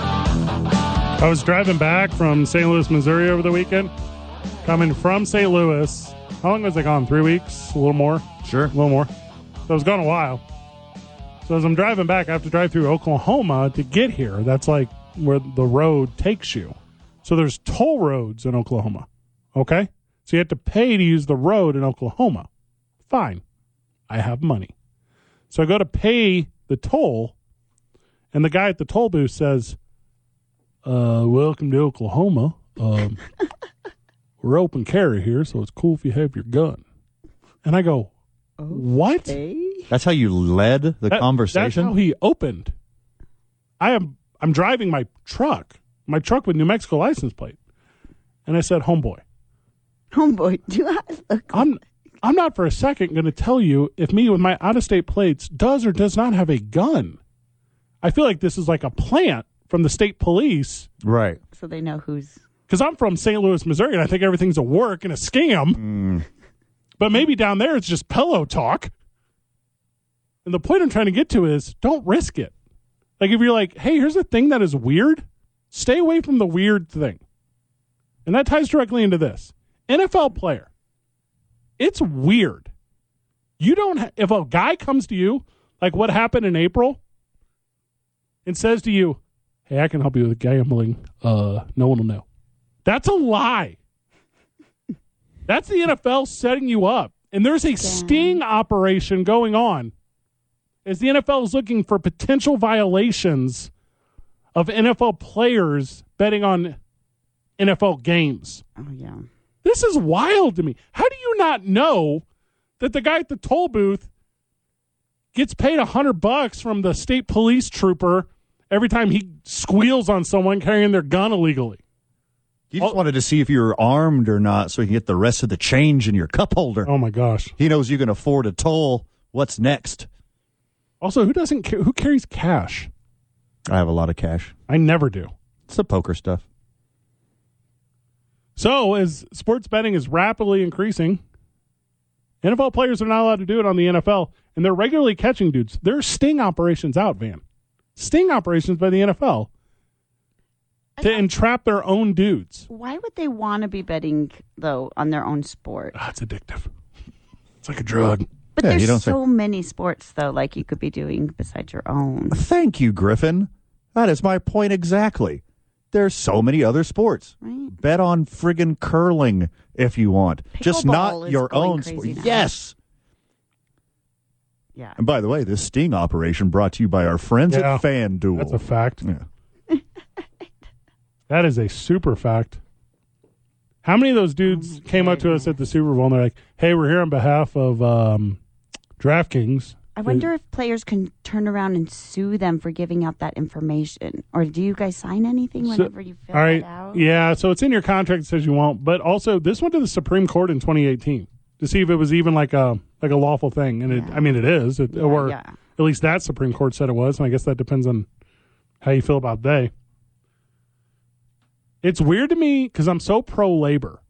I was driving back from St. Louis, Missouri over the weekend. Coming from St. Louis. How long was I gone? Three weeks? A little more? Sure. A little more. So I was gone a while. So as I'm driving back, I have to drive through Oklahoma to get here. That's like where the road takes you. So there's toll roads in Oklahoma. Okay? So you have to pay to use the road in Oklahoma. Fine. I have money. So I go to pay the toll, and the guy at the toll booth says, uh, welcome to Oklahoma. Um, we're open carry here, so it's cool if you have your gun. And I go, what?
That's how you led the
That-
conversation.
That's how he opened. I am I'm driving my truck, my truck with New Mexico license plate, and I said, "Homeboy,
homeboy, do I?"
I'm I'm not for a second going to tell you if me with my out of state plates does or does not have a gun. I feel like this is like a plant from the state police,
right?
So they know who's.
Because I'm from St. Louis, Missouri, and I think everything's a work and a scam. But maybe down there it's just pillow talk. And the point I'm trying to get to is don't risk it. Like if you're like, hey, here's a thing that is weird, stay away from the weird thing. And that ties directly into this NFL player. It's weird. You don't, ha- if a guy comes to you, like what happened in April, and says to you, hey, I can help you with gambling, uh, no one will know. That's a lie. That's the NFL setting you up. And there's a sting operation going on as the NFL is looking for potential violations of NFL players betting on NFL games.
Oh, yeah.
This is wild to me. How do you not know that the guy at the toll booth gets paid a hundred bucks from the state police trooper every time he squeals on someone carrying their gun illegally?
He just wanted to see if you were armed or not, so he can get the rest of the change in your cup holder.
Oh my gosh!
He knows you can afford a toll. What's next?
Also, who doesn't ca- who carries cash?
I have a lot of cash.
I never do.
It's the poker stuff.
So, as sports betting is rapidly increasing, NFL players are not allowed to do it on the NFL, and they're regularly catching dudes. There are sting operations out, Van. Sting operations by the NFL to entrap their own dudes.
Why would they want to be betting though on their own sport?
That's Ah, addictive. It's like a drug.
But
Yeah, you
there's
don't
so many sports though, like you could be doing besides your own.
Thank you, Griffin. That is my point exactly. There's so many other sports. Bet on friggin' curling if you want, just
Pickleball
not
is
your
going
own
crazy
sport.
now.
Yes.
Yeah.
And by the way, this sting operation brought to you by our friends
Yeah.
at FanDuel.
That's a fact.
Yeah.
That is a super fact. How many of those dudes came up to us at the Super Bowl and they're like, hey, we're here on behalf of um, DraftKings?
Hmm.
I wonder if players can turn around and sue them for giving out that information, or do you guys sign anything
So-
whenever you fill
all right,
that out?
Yeah, so it's in your contract that says you won't. But also, this went to the Supreme Court in 2018 to see if it was even like a like a lawful thing. And it, I mean, it is, it, or
yeah.
at least that Supreme Court said it was. And I guess that depends on how you feel about they. It's weird to me because I'm so pro labor,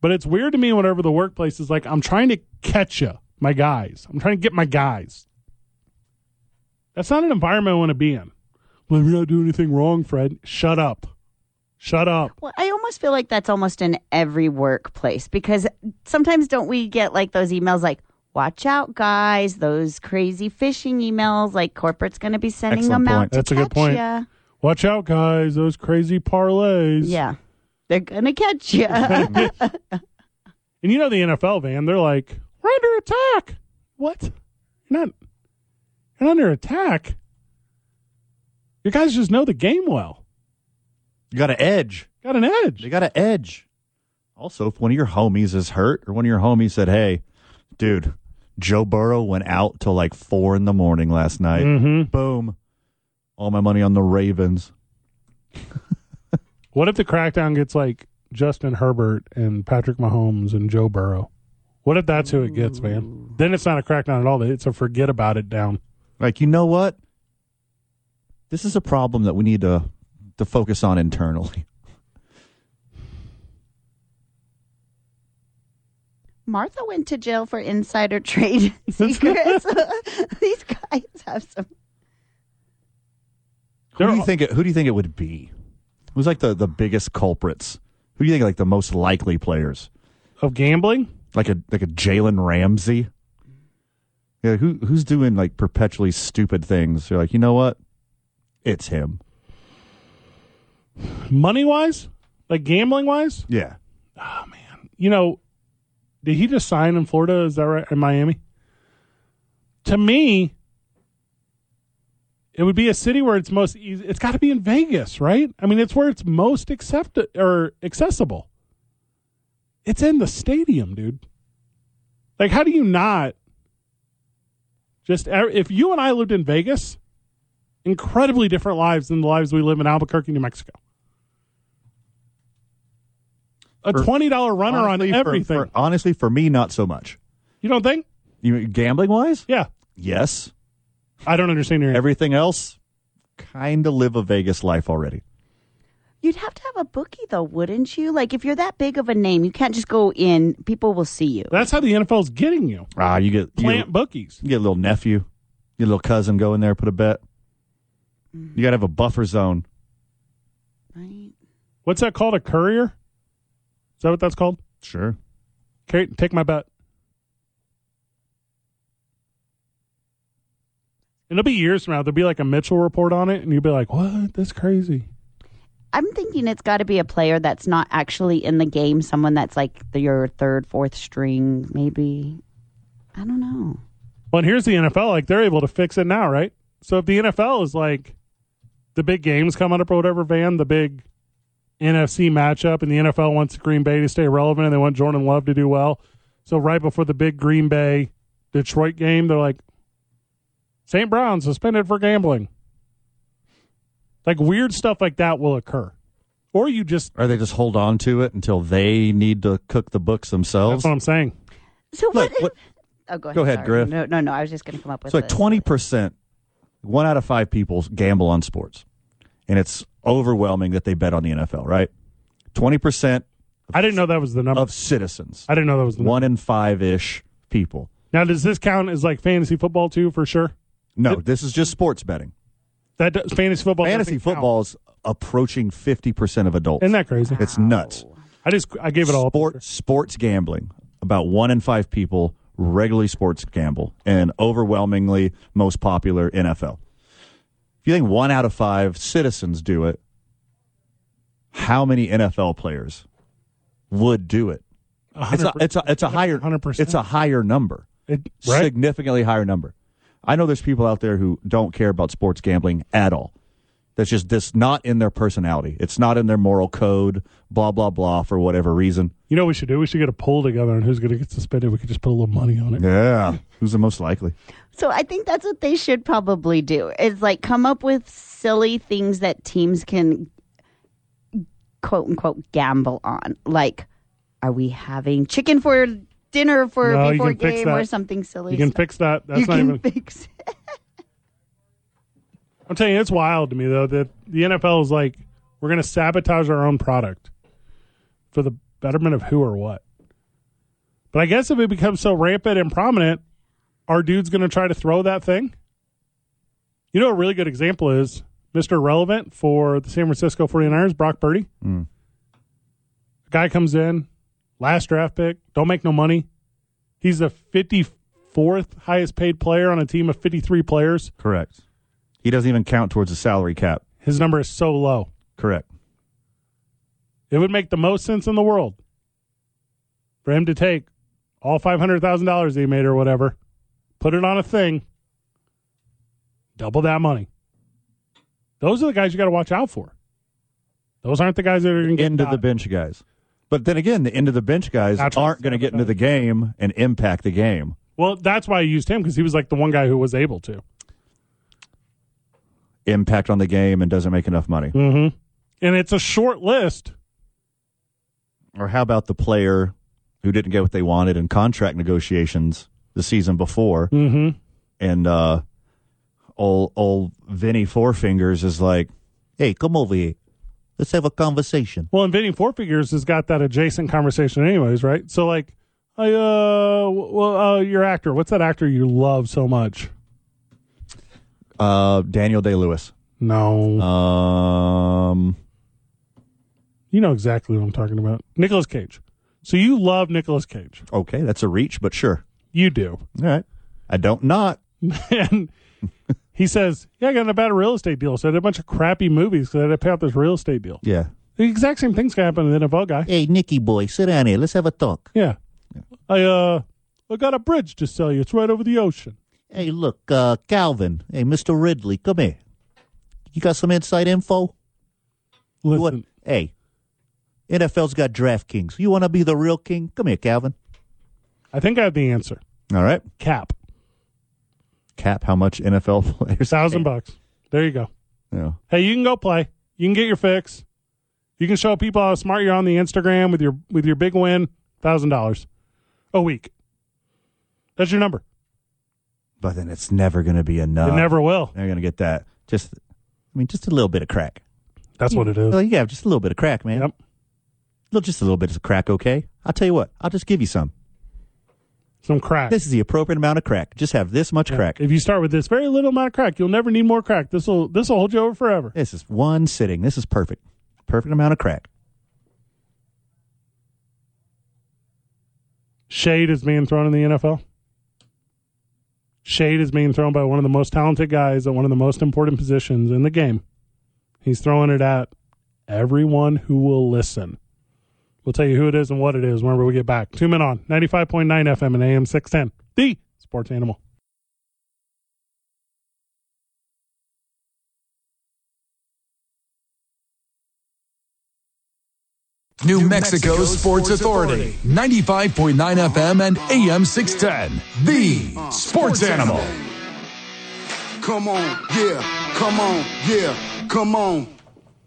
but it's weird to me whenever the workplace is like, I'm trying to catch you, my guys. I'm trying to get my guys. That's not an environment I want to be in. Well, you're not doing anything wrong, Fred. Shut up. Shut up.
Well, I almost feel like that's almost in every workplace because sometimes don't we get like those emails like, watch out, guys, those crazy phishing emails like corporate's going to be sending
Excellent
them out
point.
to
That's a good
catch
point.
ya."
Watch out, guys! Those crazy parlays.
Yeah, (laughs) they're gonna catch you.
And you know the NFL, Van. They're like, we're (laughs) under attack. What? You're not. You're not under attack. You guys just know the game well.
You got an edge.
Got an edge.
They got an edge. Also, if one of your homies is hurt or one of your homies said, hey, dude, Joe Burrow went out till like four in the morning last night.
Mhm.
Boom. All my money on the Ravens.
What if the crackdown gets like Justin Herbert and Patrick Mahomes and Joe Burrow? What if that's who it gets, man? Then it's not a crackdown at all. It's a forget about it down.
Like, you know what? This is a problem that we need to to focus on internally.
Martha went to jail for insider
(laughs)
trade (laughs) secrets. (laughs) These guys have some.
Who do you think it, who do you think it would be? Who's like the, the biggest culprits? Who do you think are like the most likely players?
Of gambling?
Like a like a Jalen Ramsey? Yeah, who who's doing like perpetually stupid things? You're like, you know what? It's him.
Money wise, like gambling wise,
Yeah.
you know, did he just sign in Florida? Is that right? In Miami? To me, it would be a city where it's most easy. It's got to be in Vegas, right? I mean, it's where it's most accept or accessible. It's in the stadium, dude. Like, how do you not just if you and I lived in Vegas, incredibly different lives than the lives we live in Albuquerque, New Mexico. A
For-
twenty dollar runner
Honestly,
on
for-
everything.
for- honestly, for me, not so much.
You don't think?
You gambling wise?
Yeah.
Yes.
I don't understand your
everything else. Kind of live a Vegas life already.
You'd have to have a bookie, though, wouldn't you? Like, if you're that big of a name, you can't just go in. People will see you.
That's how the NFL's getting you.
Ah, you get you-
Plant bookies.
You get a little nephew, your little cousin go in there, put a bet. You got to have a buffer zone.
What's that called? A courier? Is that what that's called?
Sure.
Okay, take my bet. And It'll be years from now. There'll be like a Mitchell report on it, and you'll be like, "What? That's crazy."
I'm thinking it's got to be a player that's not actually in the game, someone that's like the, your third, fourth string, maybe. I don't know.
Well, and here's the NFL. Like they're able to fix it now, right? So if the NFL is like the big games coming up or whatever, Van, the big NFC matchup, and the NFL wants Green Bay to stay relevant and they want Jordan Love to do well. So right before the big Green Bay Detroit game, they're like, St. Brown suspended for gambling. Like weird stuff like that will occur. Or you just,
Or they just hold on to it until they need to cook the books themselves.
that's what I'm saying.
So what?
what-
oh, go ahead.
go ahead,
sorry.
Griff.
No, no, no. I was just going to come up with
So like
this.
twenty percent, one out of five people gamble on sports, and it's overwhelming that they bet on the NFL. Right, twenty percent
I didn't know that was the number.
of citizens,
I didn't know that was the number.
one in five ish people.
Now, does this count as like fantasy football too, for sure?
No, this is just sports betting.
That does, fantasy football.
Fantasy
doesn't count.
football is approaching fifty percent of adults.
Isn't that crazy?
It's nuts.
I just I gave it all. up.
Sport, sports gambling. About one in five people regularly sports gamble, and overwhelmingly most popular NFL. If you think one out of five citizens do it, how many NFL players would do it? It's a, it's a, it's a higher
100%.
it's a higher number,
It, right?
significantly higher number. I know there's people out there who don't care about sports gambling at all. That's just this not in their personality. It's not in their moral code. Blah blah blah for whatever reason.
You know what we should do? We should get a poll together on who's going to get suspended. We could just put a little money on it.
Yeah. Who's the most likely?
So I think that's what they should probably do is like come up with silly things that teams can quote unquote gamble on. Like, are we having chicken for dinner for
No, you
before
can fix
game or
that.
something silly?
You can
stuff?
fix that. That's
you
not
can
even.
fix it.
I'm telling you, it's wild to me though that the NFL is like we're going to sabotage our own product for the betterment of who or what. But I guess if it becomes so rampant and prominent, our dude's going to try to throw that thing. You know, a really good example is Mr. Relevant for the San Francisco 49ers, Brock Purdy.
Mm.
A guy comes in, last draft pick, don't make no money. He's the 54th highest paid player on a team of 53 players.
Correct. He doesn't even count towards the salary cap.
His number is so low.
Correct.
It would make the most sense in the world for him to take all $500,000 he made or whatever, put it on a thing, double that money. Those are the guys you got to watch out for. Those aren't the guys that are going to get
End of
got.
the bench guys. But then again, the end of the bench guys
That's what I'm
aren't going to get into the game and impact the game.
Well, that's why I used him because he was like the one guy who was able to.
Impact on the game and doesn't make enough money.
Mm-hmm. And it's a short list.
Or how about the player who didn't get what they wanted in contract negotiations the season before?
Mm-hmm.
And uh, old, old Vinny Four Fingers is like, hey, come over here. Let's have a conversation.
Well, and Vinny Four Figures has got that adjacent conversation, anyways, right? So, like, I, uh, w- well, uh, your actor, what's that actor you love so much?
Uh, Daniel Day Lewis.
No.
Um,
You know exactly what I'm talking about. Nicolas Cage. So you love Nicolas Cage.
okay, that's a reach, but sure.
You do.
All right. I don't not.
(laughs) And he says, Yeah, I got in a bad real estate deal. So I did a bunch of crappy movies because I had to pay off this real estate deal.
Yeah.
The exact same thing's going to happen to the NFL guy.
Hey, Nicky boy, sit down here. Let's have a talk.
Yeah. I, uh, I got a bridge to sell you. It's right over the ocean.
Hey, look, uh, Calvin. Hey, Mr. Ridley, come here. You got some inside info?
Listen,
Hey, NFL's got DraftKings. You want to be the real king? Come here, Calvin.
I think I have the answer.
All right.
Cap.
Cap how much NFL (laughs) players?
Thousand bucks. There you go.
Yeah.
Hey, you can go play. You can get your fix. You can show people how smart you're on the Instagram with your with your big win. Thousand dollars a week. That's your number.
But then it's never going to be enough.
it never will.
They're going to get that. Just, I mean, just a little bit of crack.
That's what it is.
Oh, yeah, just a little bit of crack, man.
Yep.
Little- Just a little bit of crack, okay? I'll tell you what. I'll just give you some.
Some crack.
This is the appropriate amount of crack. Just have this much crack.
If you start with this very little amount of crack, you'll never need more crack. This will this will hold you over forever.
This is one sitting. This is perfect. Perfect amount of crack.
Shade is being thrown in the NFL. Shade is being thrown by one of the most talented guys at one of the most important positions in the game. He's throwing it at everyone who will listen. We'll tell you who it is and what it is whenever we get back. Two men on 95.9 FM and AM 610. The sports animal.
New, Mexico, Sports, Authority, 95.9 FM and AM 610. The Sports Animal.
Come on, yeah, come on, yeah, come on.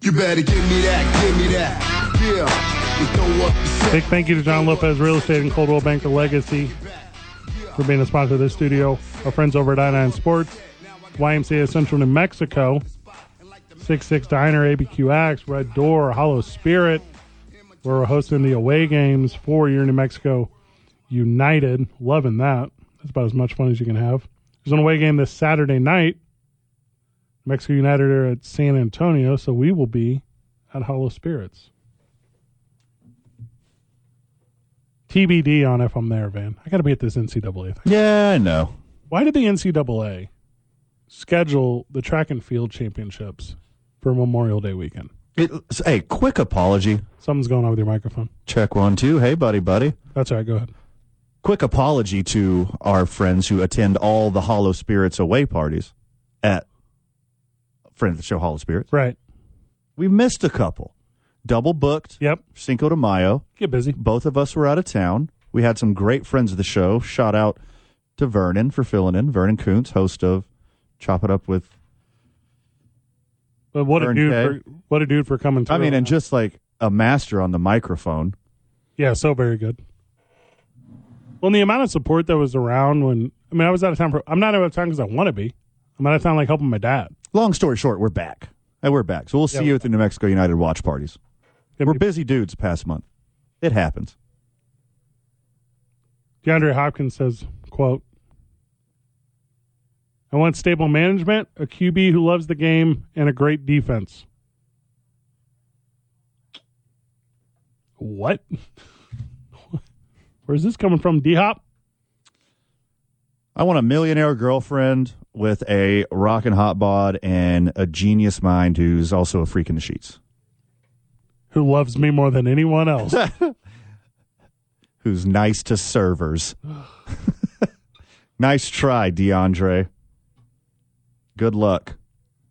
You better give me that, give me that, yeah. You throw up the
Big thank you to John Lopez Real Estate and Coldwell Banker Legacy for being a sponsor of this studio. Our friends over at I9 Sports, YMCA Central New Mexico, 66 Diner, ABQX, Red Door, Hollow Spirit. Where we're hosting the away games for your New Mexico United. Loving that. That's about as much fun as you can have. There's an away game this Saturday night. New Mexico United are at San Antonio, so we will be at Hollow Spirits. TBD on if I'm there, Van. I got to be at this NCAA thing.
Yeah, I know.
Why did the NCAA schedule the track and field championships for Memorial Day weekend?
It, hey, quick apology.
Something's going on with your microphone.
Check one, two. Hey, buddy, buddy.
That's all right. Go ahead.
Quick apology to our friends who attend all the Hollow Spirits away parties at friend of the show Hollow Spirits.
Right.
We missed a couple. Double booked.
Yep.
Cinco de Mayo.
Get busy.
Both of us were out of town. We had some great friends of the show. Shout out to Vernon for filling in. Vernon Kuntz, host of Chop It Up with
But what a
Vern
dude!
Kay.
For, what a dude for coming through.
I mean, and just like a master on the microphone.
yeah, so very good. Well, and the amount of support that was around when I mean, I was out of town for. I'm not out of town because I want to be. I'm out of town like helping my dad.
Long story short, we're back. Hey, we're back. So we'll see
Yeah,
you
we're
at the New Mexico United watch parties.
Yeah,
we're
we-
busy dudes past month. It happens.
DeAndre Hopkins says, "quote I want stable management, a QB who loves the game, and a great defense." (laughs) What? Where's this coming from, D Hop?
I want a millionaire girlfriend with a rockin' hot bod and a genius mind who's also a freak in the sheets,
Who loves me more than anyone else?
who's nice to servers. (laughs) nice try, DeAndre. Good luck.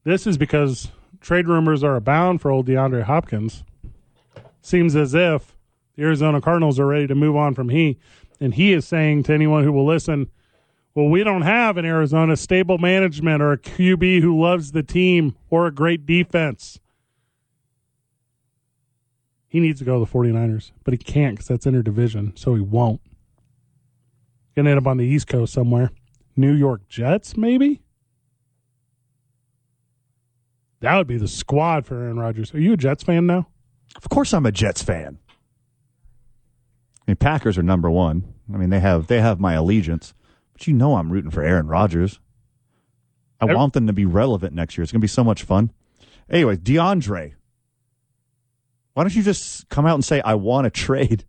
This is because trade rumors are abound for old DeAndre Hopkins. Seems as if the Arizona Cardinals are ready to move on from he, and he is saying to anyone who will listen, "Well, we don't have in Arizona stable management or a QB who loves the team or a great defense." He needs to go to the 49ers, but he can't because that's interdivision, so he won't. Gonna end up on the East Coast somewhere. New York Jets, maybe? That would be the squad for Aaron Rodgers. Are you a Jets fan now?
Of course, I'm a Jets fan. I mean, Packers are number one. I mean, they have they have my allegiance, but you know I'm rooting for Aaron Rodgers. I
Every-
want them to be relevant next year. It's going to be so much fun. Anyway, DeAndre, why don't you just come out and say I want a trade?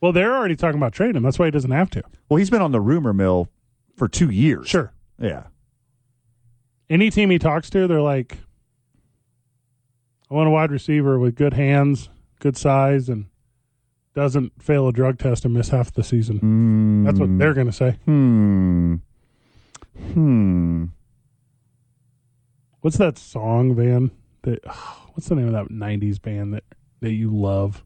Well, they're already talking about trading him. That's why he doesn't have to.
Well, he's been on the rumor mill for two years.
Sure.
Yeah.
Any team he talks to, they're like, I want a wide receiver with good hands, good size, and doesn't fail a drug test and miss half the season. That's what they're going to say.
Hmm. Hmm.
What's that song, Van? That (sighs) what's the name of that '90s band that that you love?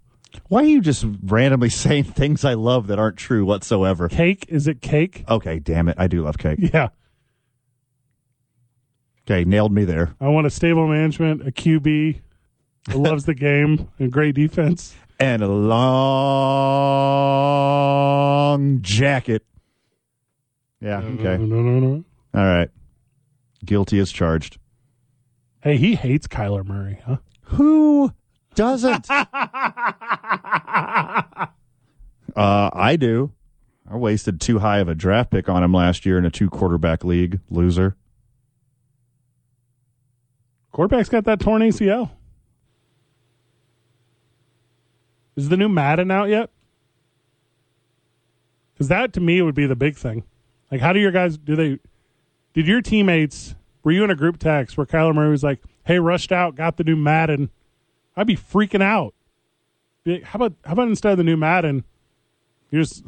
Why are you just randomly (laughs) saying things I love that aren't true whatsoever?
Cake? Is it cake?
Okay, damn it. I do love cake.
Yeah,
Okay, nailed me there.
I want a stable management, a QB who loves the game and great defense.
and a long jacket. Yeah, okay.
No, no, no.
All right. Guilty as charged.
Hey, he hates Kyler Murray, huh?
Who
(laughs)
doesn't? uh, Uh, I do. I wasted too high of a draft pick on him last year in a two quarterback league. Loser.
Quarterback's got that torn ACL. Is the new Madden out yet? Because that to me would be the big thing. Like, how do your guys do they? Did your teammates? Were you in a group text where Kyler Murray was like, "Hey, rushed out, got the new Madden"? I'd be freaking out. Be like, How about how about instead of the new Madden, you're just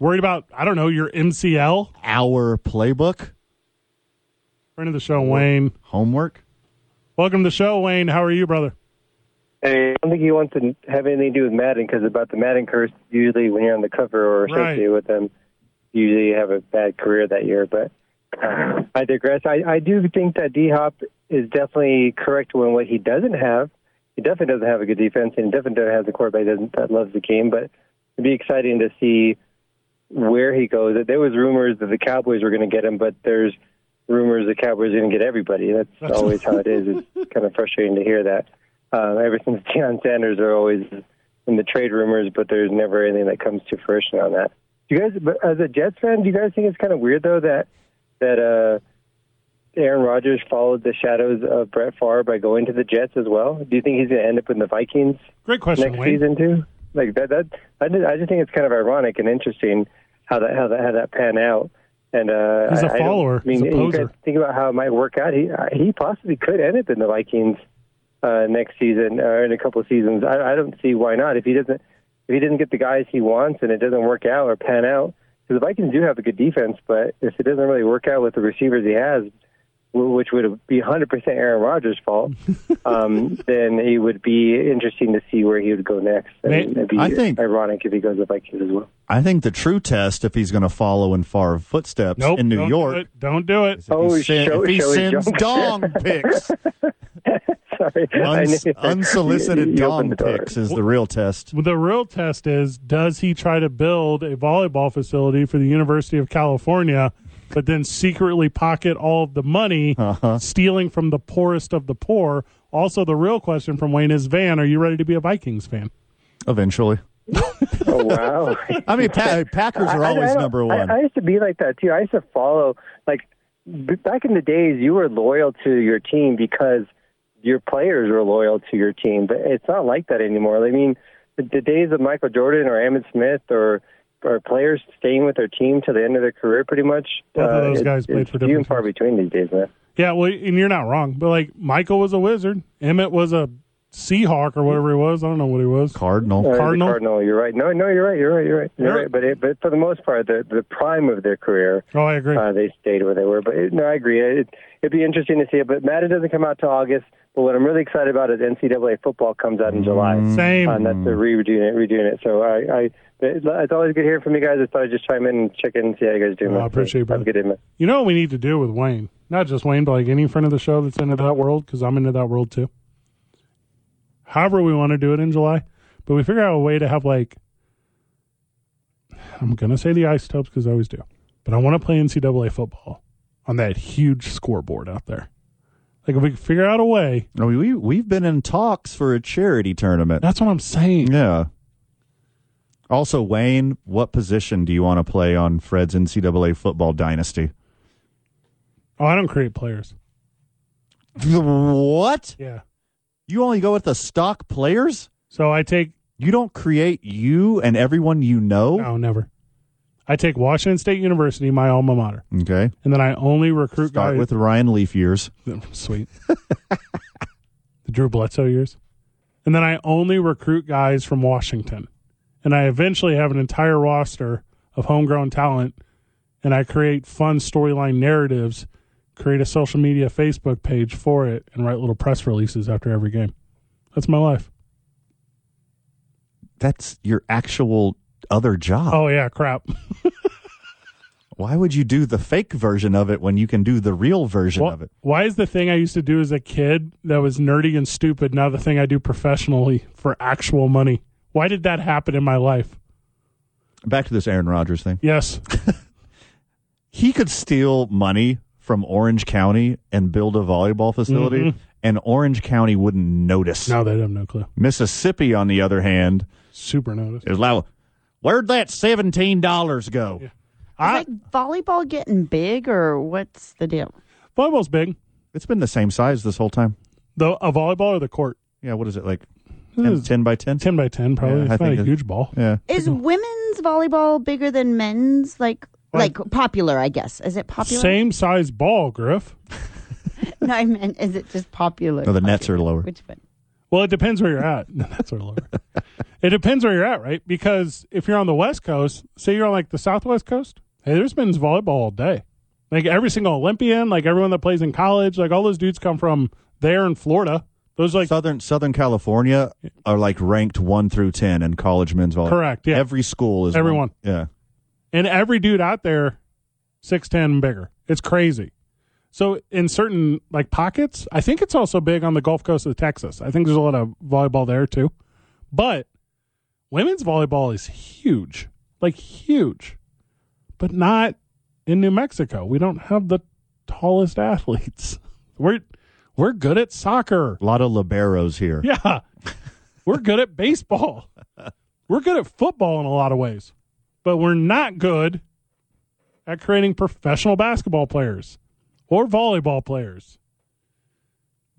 worried about I don't know your MCL.
Our playbook.
Friend of the show, Wayne.
Homework.
Welcome to the show, Wayne. How are you, brother?
Hey, I don't think he wants to have anything to do with Madden because about the Madden curse, usually when you're on the cover or associated with them, you usually have a bad career that year. But uh, I digress. I, I do think that D Hop is definitely correct when what he doesn't have. He definitely doesn't have a good defense, and he definitely doesn't have the quarterback that, doesn't- that loves the game. But it'd be exciting to see where he goes. There was rumors that the Cowboys were going to get him, but there's rumors the Cowboys are going to get everybody. That's always how it is. It's kind of frustrating to hear that. Uh, ever since Deion Sanders are always in the trade rumors, but there's never anything that comes to fruition on that. Do you guys, but as a Jets fan, do you guys think it's kind of weird though that that uh, Aaron Rodgers followed the shadows of Brett Favre by going to the Jets as well? Do you think he's going to end up in the Vikings?
Great question,
Next
Wayne.
season too. Like that. That I just, I just think it's kind of ironic and interesting how that how that how that pan out. And uh,
He's a
I- I don't-
follower.
I mean,
He's a
you guys
poser.
think about how it might work out. He uh, he possibly could end up in the Vikings uh, next season or in a couple of seasons. I, I don't see why not. If he doesn't if he doesn't get the guys he wants and it doesn't work out or pan out, because the Vikings do have a good defense, but if it doesn't really work out with the receivers he has, w- which would be 100% Aaron Rodgers' fault, um, then it would be interesting to see where he would go next. And
Man,
it'd be
I think-
ironic if he goes to the Vikings as well.
I think the true test, if he's going to follow in Favre footsteps
Nope.
in New
don't do
York,
it. Don't do it.
Oh,
sen-
show,
if he
show his
sends
junk.
(laughs) dong picks,
(laughs) Sorry, (laughs) I
uns-
(laughs) knew- you-
unsolicited
you
dong
opened the door.
picks is the real test.
Well, The real test is does he try to build a volleyball facility for the University of California, but then secretly pocket all of the money,
Uh-huh.
stealing from the poorest of the poor? Also, the real question from Wayne is Van, are you ready to be a Vikings fan?
Eventually.
Oh wow!
(laughs) I mean, pa- Packers are
I- I
always
don't-
number one.
I, I used to be like that too. I used to follow like b- back in the days. You were loyal to your team because your players were loyal to your team, but it's not like that anymore. I mean, the, the days of Michael Jordan or Emmett Smith or or players staying with their team to the end of their career, pretty much. uh,
Both of those guys played
it's
for
few and
different
far between these days, man.
Yeah, well, and you're not wrong. But like Michael was a wizard, Emmett was a Seahawk or whatever he was. I don't know what he was.
Cardinal.
No, the
Cardinal.
Uh, Cardinal. You're right. No, no, you're right. You're right. You're right. You're
Yeah.
right. But it, but for the most part, the the prime of their career.
Oh, I agree.
Uh, they stayed where they were. But it, no, I agree. It, it'd be interesting to see it. But Madden doesn't come out till August. But what I'm really excited about is NCAA football comes out in July.
Mm.
Uh,
Same.
And that's the redoing it, redoing it. So I, I, it's always good hearing from you guys. I thought I'd just chime in and check in and see how you guys do.
Well, I appreciate it,
it. Have a good day, man.
You know what we need to do with Wayne? Not just Wayne, but like any friend of the show that's into that world, because I'm into that world too. However, we want to do it in July, but we figure out a way to have like, I'm going to say the isotopes because I always do, but I want to play NCAA football on that huge scoreboard out there. Like, if we could figure out a way,
I mean, we we've been in talks for a charity tournament.
That's what I'm saying.
Yeah. Also, Wayne, what position do you want to play on Fred's NCAA football dynasty?
oh, I don't create players.
What?
Yeah.
You only go with the stock players?
So I take.
You don't create you and everyone you know?
No, never. I take Washington State University, my alma mater,
Okay.
and then I only recruit
Start
guys.
with Ryan Leaf years.
Sweet. the Drew Bledsoe years. And then I only recruit guys from Washington. And I eventually have an entire roster of homegrown talent. And I create fun storyline narratives, create a social media Facebook page for it, and write little press releases after every game. That's my life.
That's your actual other job.
Oh, yeah, crap.
(laughs) Why would you do the fake version of it when you can do the real version
Why-
of it?
Why is the thing I used to do as a kid that was nerdy and stupid now the thing I do professionally for actual money? Why did that happen in my life?
Back to this Aaron Rodgers thing.
Yes.
(laughs) he could steal money from Orange County and build a volleyball facility,
Mhm.
and Orange County wouldn't notice.
Now they have no clue.
Mississippi, on the other hand,
Super notice.
is like, where'd that seventeen dollars go?
Is like volleyball getting big, or what's the deal?
Volleyball's big.
It's been the same size this whole time.
The a volleyball or the court?
Yeah, what is it like?
This
10,
is
10 by ten?
Ten by ten, probably.
Yeah,
it's
I
not
think
a
it-
huge ball.
Yeah.
Is women's volleyball bigger than men's? Like, like popular? I guess. Is it popular?
Same size ball, Griff.
(laughs) No, I meant is it just popular?
No, the nets are lower.
Which one?
Well, it depends where you're at. (laughs) No, That's our lower. it depends where you're at, right? Because if you're on the West Coast, say you're on like the Southwest Coast, hey, there's men's volleyball all day. Like every single Olympian, like everyone that plays in college, like all those dudes come from there in Florida. Those like
Southern Southern California are like ranked one through ten in college men's volleyball.
Correct, yeah.
Every school is
Everyone.
One, yeah.
and every dude out there, six ten and bigger. It's crazy. So in certain like pockets, I think it's also big on the Gulf Coast of Texas. I think there's a lot of volleyball there too, but women's volleyball is huge, like huge, but not in New Mexico. We don't have the tallest athletes. (laughs) We're we're good at soccer.
A lot of liberos here.
Yeah. We're good at baseball. We're good at football in a lot of ways, but we're not good at creating professional basketball players or volleyball players.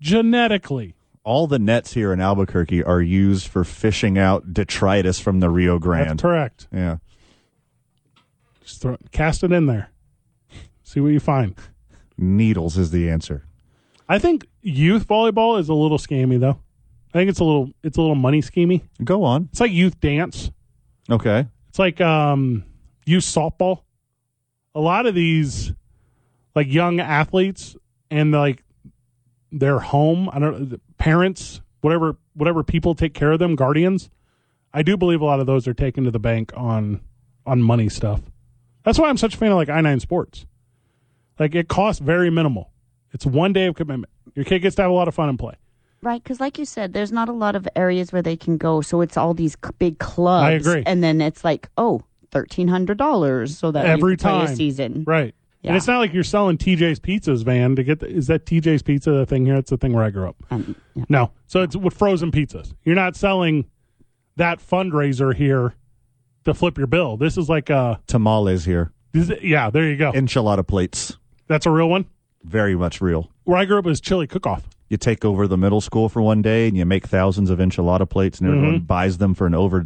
Genetically,
All the nets here in Albuquerque are used for fishing out detritus from the Rio Grande.
that's correct.
Yeah.
Just throw, cast it in there. See what you find.
Needles is the answer.
I think youth volleyball is a little scammy though. I think it's a little it's a little money schemy.
Go on.
It's like youth dance.
Okay.
It's like um youth softball. A lot of these like young athletes and like their home, I don't know, parents, whatever whatever people take care of them, guardians. I do believe a lot of those are taken to the bank on on money stuff. That's why I'm such a fan of like I9 sports. Like it costs very minimal. It's one day of commitment. Your kid gets to have a lot of fun and play.
Right, because like you said, there's not a lot of areas where they can go, so it's all these c- big clubs.
I agree.
And then it's like, oh, thirteen hundred dollars, so that you
every
can play
time
a season.
right?
Yeah.
And it's not like you're selling TJ's Pizzas, man. To get the, is that TJ's Pizza the thing here? It's the thing where I grew up.
Um, yeah.
No, so it's with frozen pizzas. You're not selling that fundraiser here to flip your bill. This is like uh, a
Tamales here.
this is- yeah. There you go.
Enchilada plates.
That's a real one.
Very much real.
Where I grew up was chili cook off.
You take
Mm-hmm.
over the middle school for one day and you make thousands of enchilada plates and everyone buys them for an over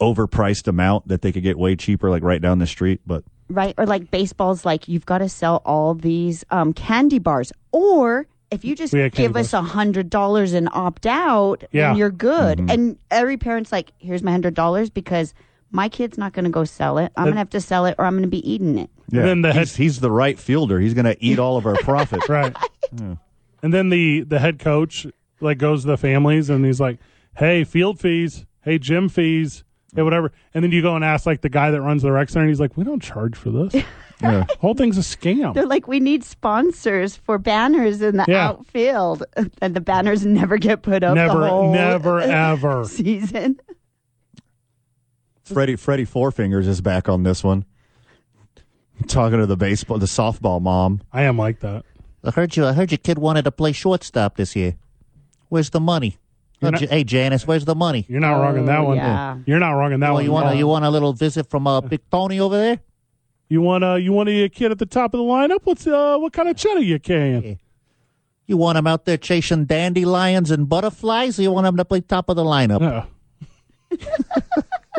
overpriced amount that they could get way cheaper, like right down the street. But
right? Or like baseballs, like you've got to sell all these um, candy bars. Or if you just
We had candy
give us a hundred dollars and opt out,
Yeah.
then you're good.
Mhm.
And every parent's like, "Here's my hundred dollars because my kid's not going to go sell it.
That-
I'm going to have to sell it, or I'm going to be eating it."
Then the
he's, he's the right fielder. He's going to eat all of our profit.
(laughs) right. And then the the head coach like goes to the families and he's like, "Hey, field fees. Hey, gym fees. Hey, whatever." And then you go and ask like the guy that runs the rec center, and he's like, "We don't charge
(laughs)
for this. Whole thing's a scam."
They're like, we need sponsors for banners in the
Oh. Yeah.
outfield, (laughs) and the banners never get put up. the
Never,
whole (laughs)
never, ever.
season. (laughs)
Freddie Freddie Four Fingers is back on this one, talking to the baseball, the softball mom.
I am like that.
I heard you. I heard your kid wanted to play shortstop this year. Where's the money?
You're
How'd
not-
you- hey, Janice, where's the money?
You're not wrong in that one. You're not wrong in that
Oh,
one.
you want a, you want a little visit from uh, Big Pony over there?
You want a you want a kid at the top of the lineup? What's uh what kind of cheddar you can?
You want him out there chasing dandelions and butterflies, or you want him to play top of the lineup?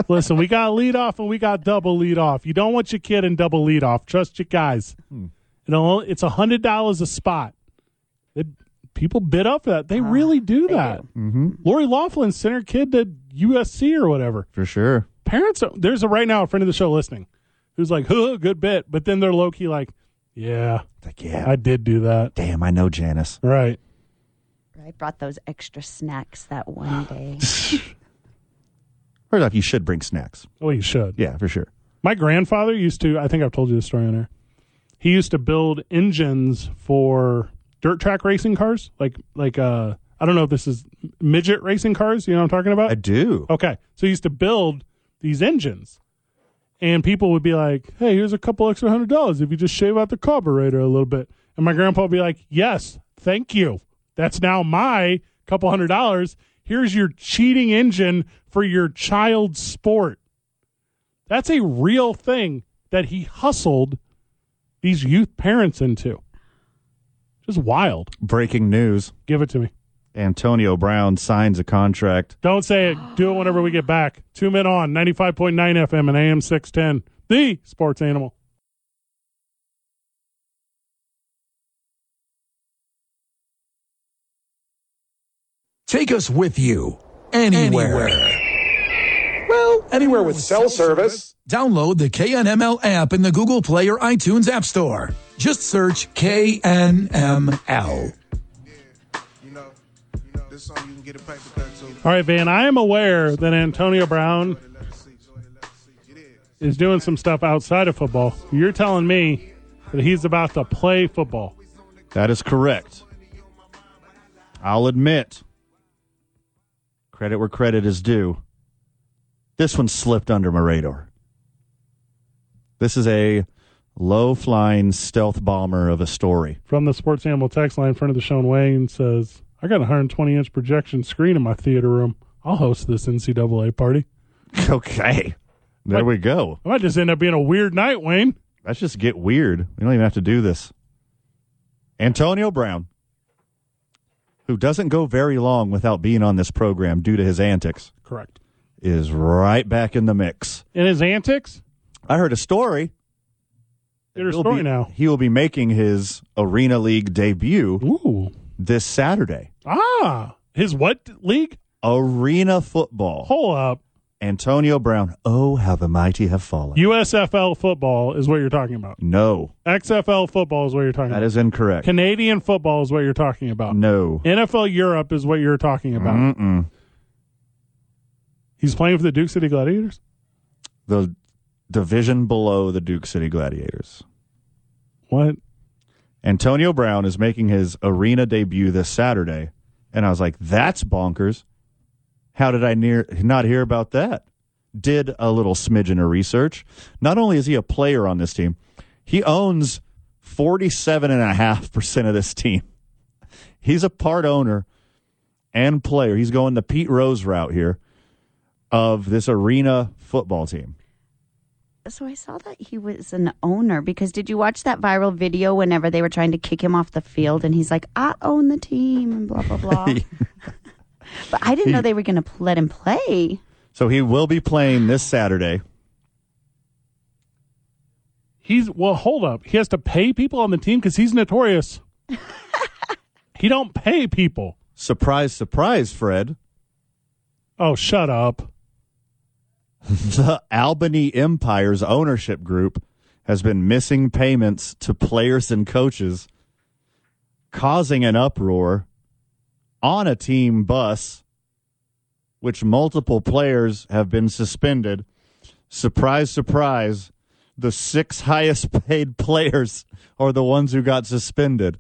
Listen, we got lead off and we got double lead off. You don't want your kid in double lead off. Trust your guys.
Hmm.
It'll, it's a hundred dollars a spot. It, people bid up for that. They
Ah,
really do that. Mm-hmm. Lori Laughlin sent her kid to USC or whatever.
For sure.
Parents, are, there's a right now a friend of the show listening who's like, "Huh, good bit," but then they're low key like, "Yeah,
like, yeah,
I did do that."
Damn, I know Janice.
Right.
I brought those extra snacks that
(gasps)
one day.
First off, you should bring snacks.
Well, oh, you should.
Yeah, for sure.
My grandfather used to, I think I've told you this story on air. He used to build engines for dirt track racing cars, like like uh I don't know if this is midget racing cars, you know what I'm talking about? I
do.
Okay. So he used to build these engines. And people would be like, "Hey, here's a couple extra hundred dollars if you just shave out the carburetor a little bit." And my grandpa would be like, "Yes, thank you. That's now my couple hundred dollars. Here's your cheating engine for your child's sport." That's a real thing that he hustled these youth parents into. Just wild.
Breaking news:
Give it to me.
Antonio Brown signs a contract.
Don't say it. Do it whenever we get back. Two men on 95.9 FM and AM 610. The sports animal.
Take us with you anywhere. Well, anywhere with cell service. Download the KNML app in the Google Play or iTunes App Store. Just search KNML.
All right, Van, I am aware that Antonio Brown is doing some stuff outside of football. You're telling me that he's about to play football.
That is correct. I'll admit, credit where credit is due. This one slipped under my radar. This is a low flying stealth bomber of a story.
From the Sports Animal text line, friend of the show, Wayne says, I got a 120 inch projection screen in my theater room. I'll host this NCAA party.
(laughs) Okay. There we go.
I might just end up being a weird night, Wayne.
Let's just get weird. We don't even have to do this. Antonio Brown, who doesn't go very long without being on this program due to his antics,
Correct.
is right back in the mix.
In his antics?
I heard a story.
There's
He'll
story
be-
now.
He will be making his Arena League debut
Ooh.
this Saturday.
Ah, his what league?
Arena football.
Hold up.
Antonio Brown. Oh, how the mighty have fallen.
USFL football is what you're talking about.
No,
XFL football is what you're talking
that
about.
is incorrect.
Canadian football is what you're talking about.
no. Mm-hmm. Mm.
NFL Europe is what you're talking about.
Mm-mm.
He's playing for the Duke City Gladiators.
The division below the Duke City Gladiators.
What?
Antonio Brown is making his arena debut this Saturday. And I was like, that's bonkers. How did I near not hear about that? Did a little smidgen of research. Not only is he a player on this team, he owns 47.5% of this team. He's a part owner and player. He's going the Pete Rose route here of this arena football team.
So I saw that he was an owner because did you watch that viral video whenever they were trying to kick him off the field and he's like, I
(laughs)
own
(laughs)
the team and blah, blah, blah. but I didn't know they were going to let him play.
So he will be playing this Saturday.
He's well. Hold up. He has to pay people on the team because he's notorious. he don't pay people.
Surprise, surprise, Fred. (laughs)
Oh, shut up.
the Albany Empire's ownership group has been missing payments to players and coaches, causing an uproar on a team bus, which multiple players have been suspended. Surprise, surprise, the six (laughs) highest paid players are the ones who got suspended.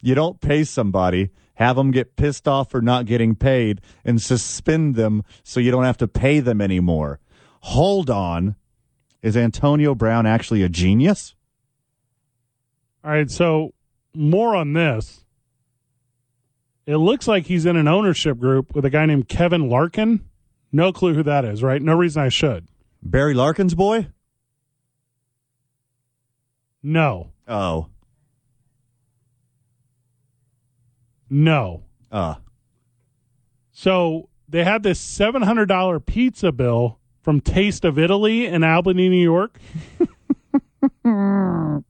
You don't pay somebody, have them get pissed off for not getting paid, and suspend them so you don't have to pay them anymore. Hold on. Is Antonio Brown actually a genius?
All right. So more on this. It looks like he's in an ownership group with a guy named Kevin Larkin. No clue who that is, right? No reason I should.
Barry Larkin's boy?
No.
Oh.
No.
Uh.
So they had this $700 pizza bill from Taste of Italy in Albany, New York. Uh,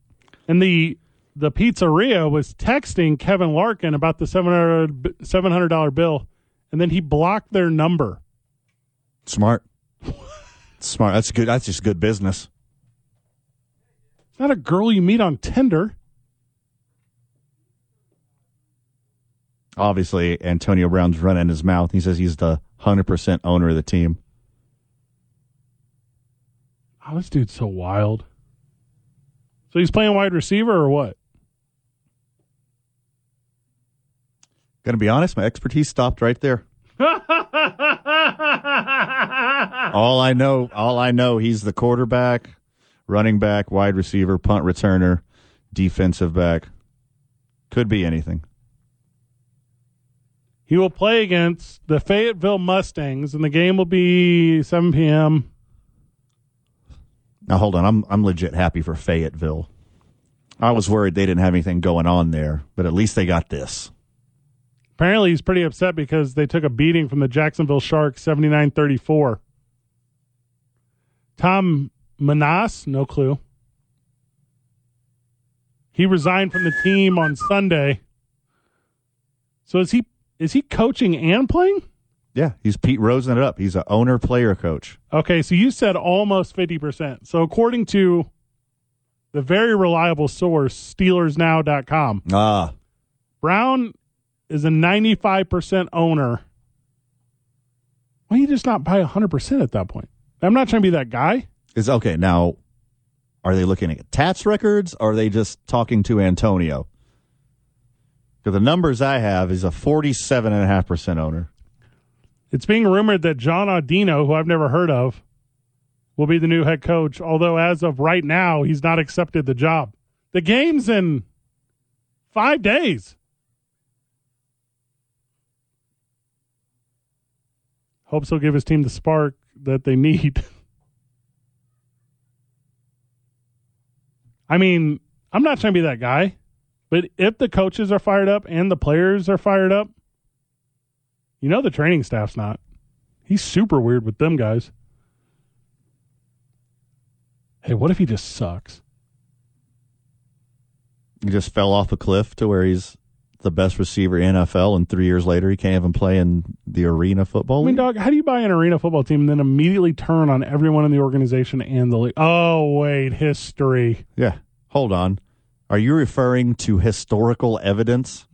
and the the pizzeria was texting Kevin Larkin about the $700, $700 bill, and then he blocked their number.
Smart. (laughs) Smart. That's good. That's just good business.
It's not a girl you meet on Tinder.
Obviously, Antonio Brown's running his mouth. He says he's the 100% owner of the team.
Oh, this dude's so wild. So he's playing wide receiver or what?
Gonna be honest, my expertise stopped right there. all I know, all I know, he's the quarterback, running back, wide receiver, punt returner, defensive back. Could be anything.
He will play against the Fayetteville Mustangs, and the game will be 7 p.m.
Now hold on, I'm I'm legit happy for Fayetteville. I was worried they didn't have anything going on there, but at least they got this.
Apparently, he's pretty upset because they took a beating from the Jacksonville Sharks 79 34. Tom Manas, no clue. He resigned from the team on Sunday. So is he is he coaching and playing?
Yeah, he's Pete Rosen it up. He's a owner player coach.
Okay, so you said almost 50%. So according to the very reliable source, SteelersNow.com,
Ah,
Brown is a 95% owner. Why you just not buy 100% at that point? I'm not trying to be that guy.
is okay. Now, are they looking at Tats records? Or are they just talking to Antonio? Because the numbers I have is a forty-seven and a half percent owner.
It's being rumored that John Audino, who I've never heard of, will be the new head coach, although as of right now, he's not accepted the job. The game's in five days. Hopes he'll give his team the spark that they need. (laughs) I mean, I'm not trying to be that guy, but if the coaches are fired up and the players are fired up, you know the training staff's not. He's super weird with them guys. Hey, what if he just sucks?
He just fell off a cliff to where he's the best receiver in NFL, and three years later he can't even play in the arena football.
I mean,
league?
dog, how do you buy an arena football team and then immediately turn on everyone in the organization and the league? Oh, wait, history.
Yeah. Hold on. Are you referring to historical evidence?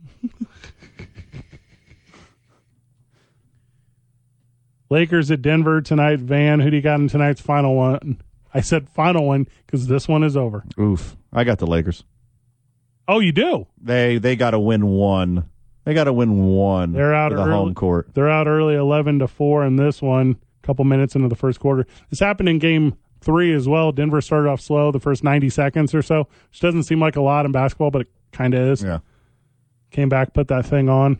Lakers at Denver tonight. Van, who do you got in tonight's final one? I said final one because this one is over.
Oof. I got the Lakers.
Oh, you do?
They they got to win one. They got to win one.
They're out
for the
early.
home court.
They're out early, eleven to four in this one. A couple minutes into the first quarter, this happened in game three as well. Denver started off slow the first ninety seconds or so, which doesn't seem like a lot in basketball, but it kind of is.
Yeah.
Came back, put that thing on.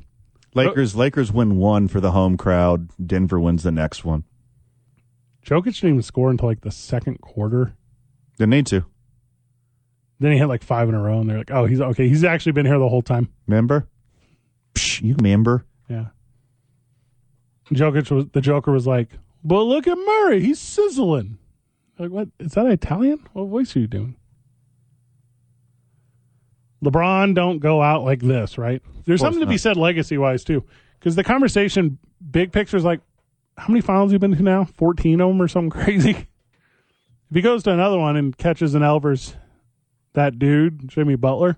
Lakers Lakers win one for the home crowd. Denver wins the next one.
Jokic didn't even score until like the second quarter.
They need to.
Then he hit like five in a row, and they're like, "Oh, he's okay. He's actually been here the whole time."
Remember? Psh, you remember?
Yeah. Jokic was the Joker was like, But look at Murray. He's sizzling. Like, what? Is that Italian? What voice are you doing? LeBron don't go out like this, right? There's
course
something to be
not.
said legacy wise, too. Because the conversation, big picture, is like, how many finals you been to now? 14 of them or something (laughs) crazy? if he goes to another one and catches an Elvers, that dude, Jimmy Butler,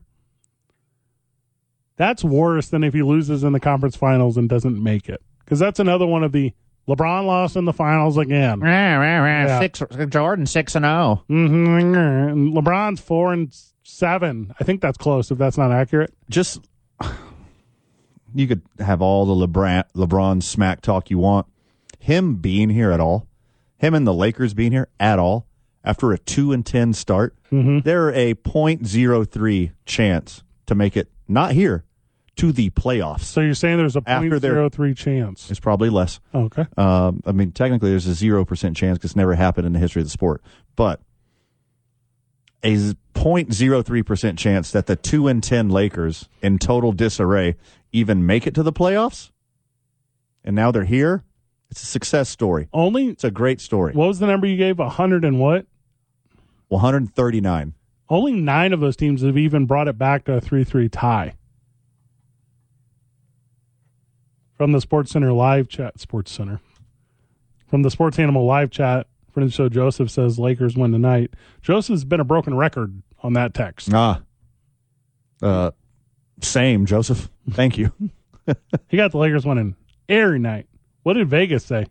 that's worse than if he loses in the conference finals and doesn't make it. Because that's another one of the LeBron lost in the finals again. Yeah.
Six, Jordan six and oh. zero.
Mm-hmm. And LeBron's four and s- seven. I think that's close. If that's not accurate,
just you could have all the LeBron LeBron smack talk you want. Him being here at all, him and the Lakers being here at all after a two and ten start,
Mm-hmm.
they're a .03 chance to make it not here to the playoffs.
so you're saying there's a
After
point
their-
zero three chance.
It's probably less.
Okay.
(laughs) Um, I mean, technically, there's a zero percent chance 'cause it's never happened in the history of the sport, but a 0.03 percent chance that the two and ten Lakers, in total disarray, even make it to the playoffs. And now they're here. It's a success story.
Only
it's a great story.
What was the number you gave? A hundred and what?
139.
Only nine of those teams have even brought it back to a three three tie. From the Sports Center live chat, Sports Center. From the Sports Animal live chat, friend of the show Joseph says Lakers win tonight. Joseph's been a broken record on that text.
Ah. Uh, same, Joseph. Thank you. (laughs)
He got the Lakers winning every night. What did Vegas say?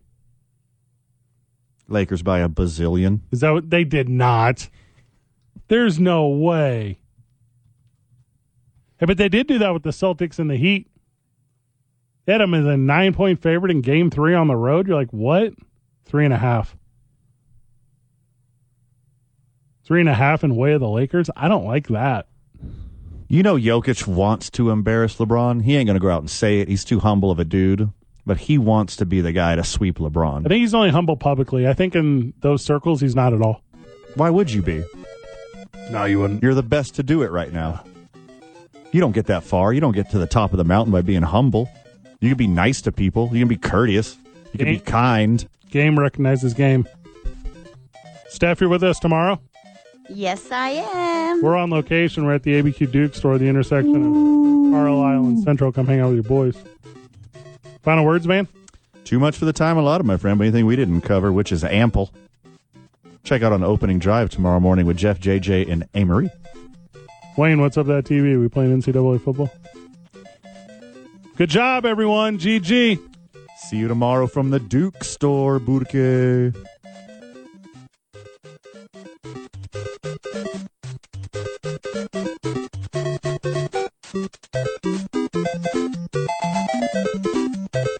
Lakers by a bazillion.
Is that what they did not? There's no way. Hey, but they did do that with the Celtics and the Heat. They had them as a nine point favorite in game three on the road. You're like, what? Three and a half. Three and a half in way of the Lakers? I don't like that.
You know, Jokic wants to embarrass LeBron. He ain't going to go out and say it. He's too humble of a dude, but he wants to be the guy to sweep
I
LeBron.
think he's only humble publicly. I think in those circles, he's not at all.
Why would you be?
No, you wouldn't.
You're the best to do it right now. You don't get that far. You don't get to the top of the mountain by being humble. You can be nice to people. You can be courteous. You can be kind.
Game recognizes game. Steph, you're with us tomorrow?
Yes, I am.
We're on location. We're at the ABQ Duke store, the intersection of Carlisle and Central. Come hang out with your boys. Final words, man.
Too much for the time allotted, my friend, but anything we didn't cover, which is ample. Check out on opening drive tomorrow morning with Jeff, JJ, and Amory.
Wayne, what's up with that TV? Are we playing NCAA football? Good job, everyone. GG.
See you tomorrow from the Duke store, Burke.
Thank you.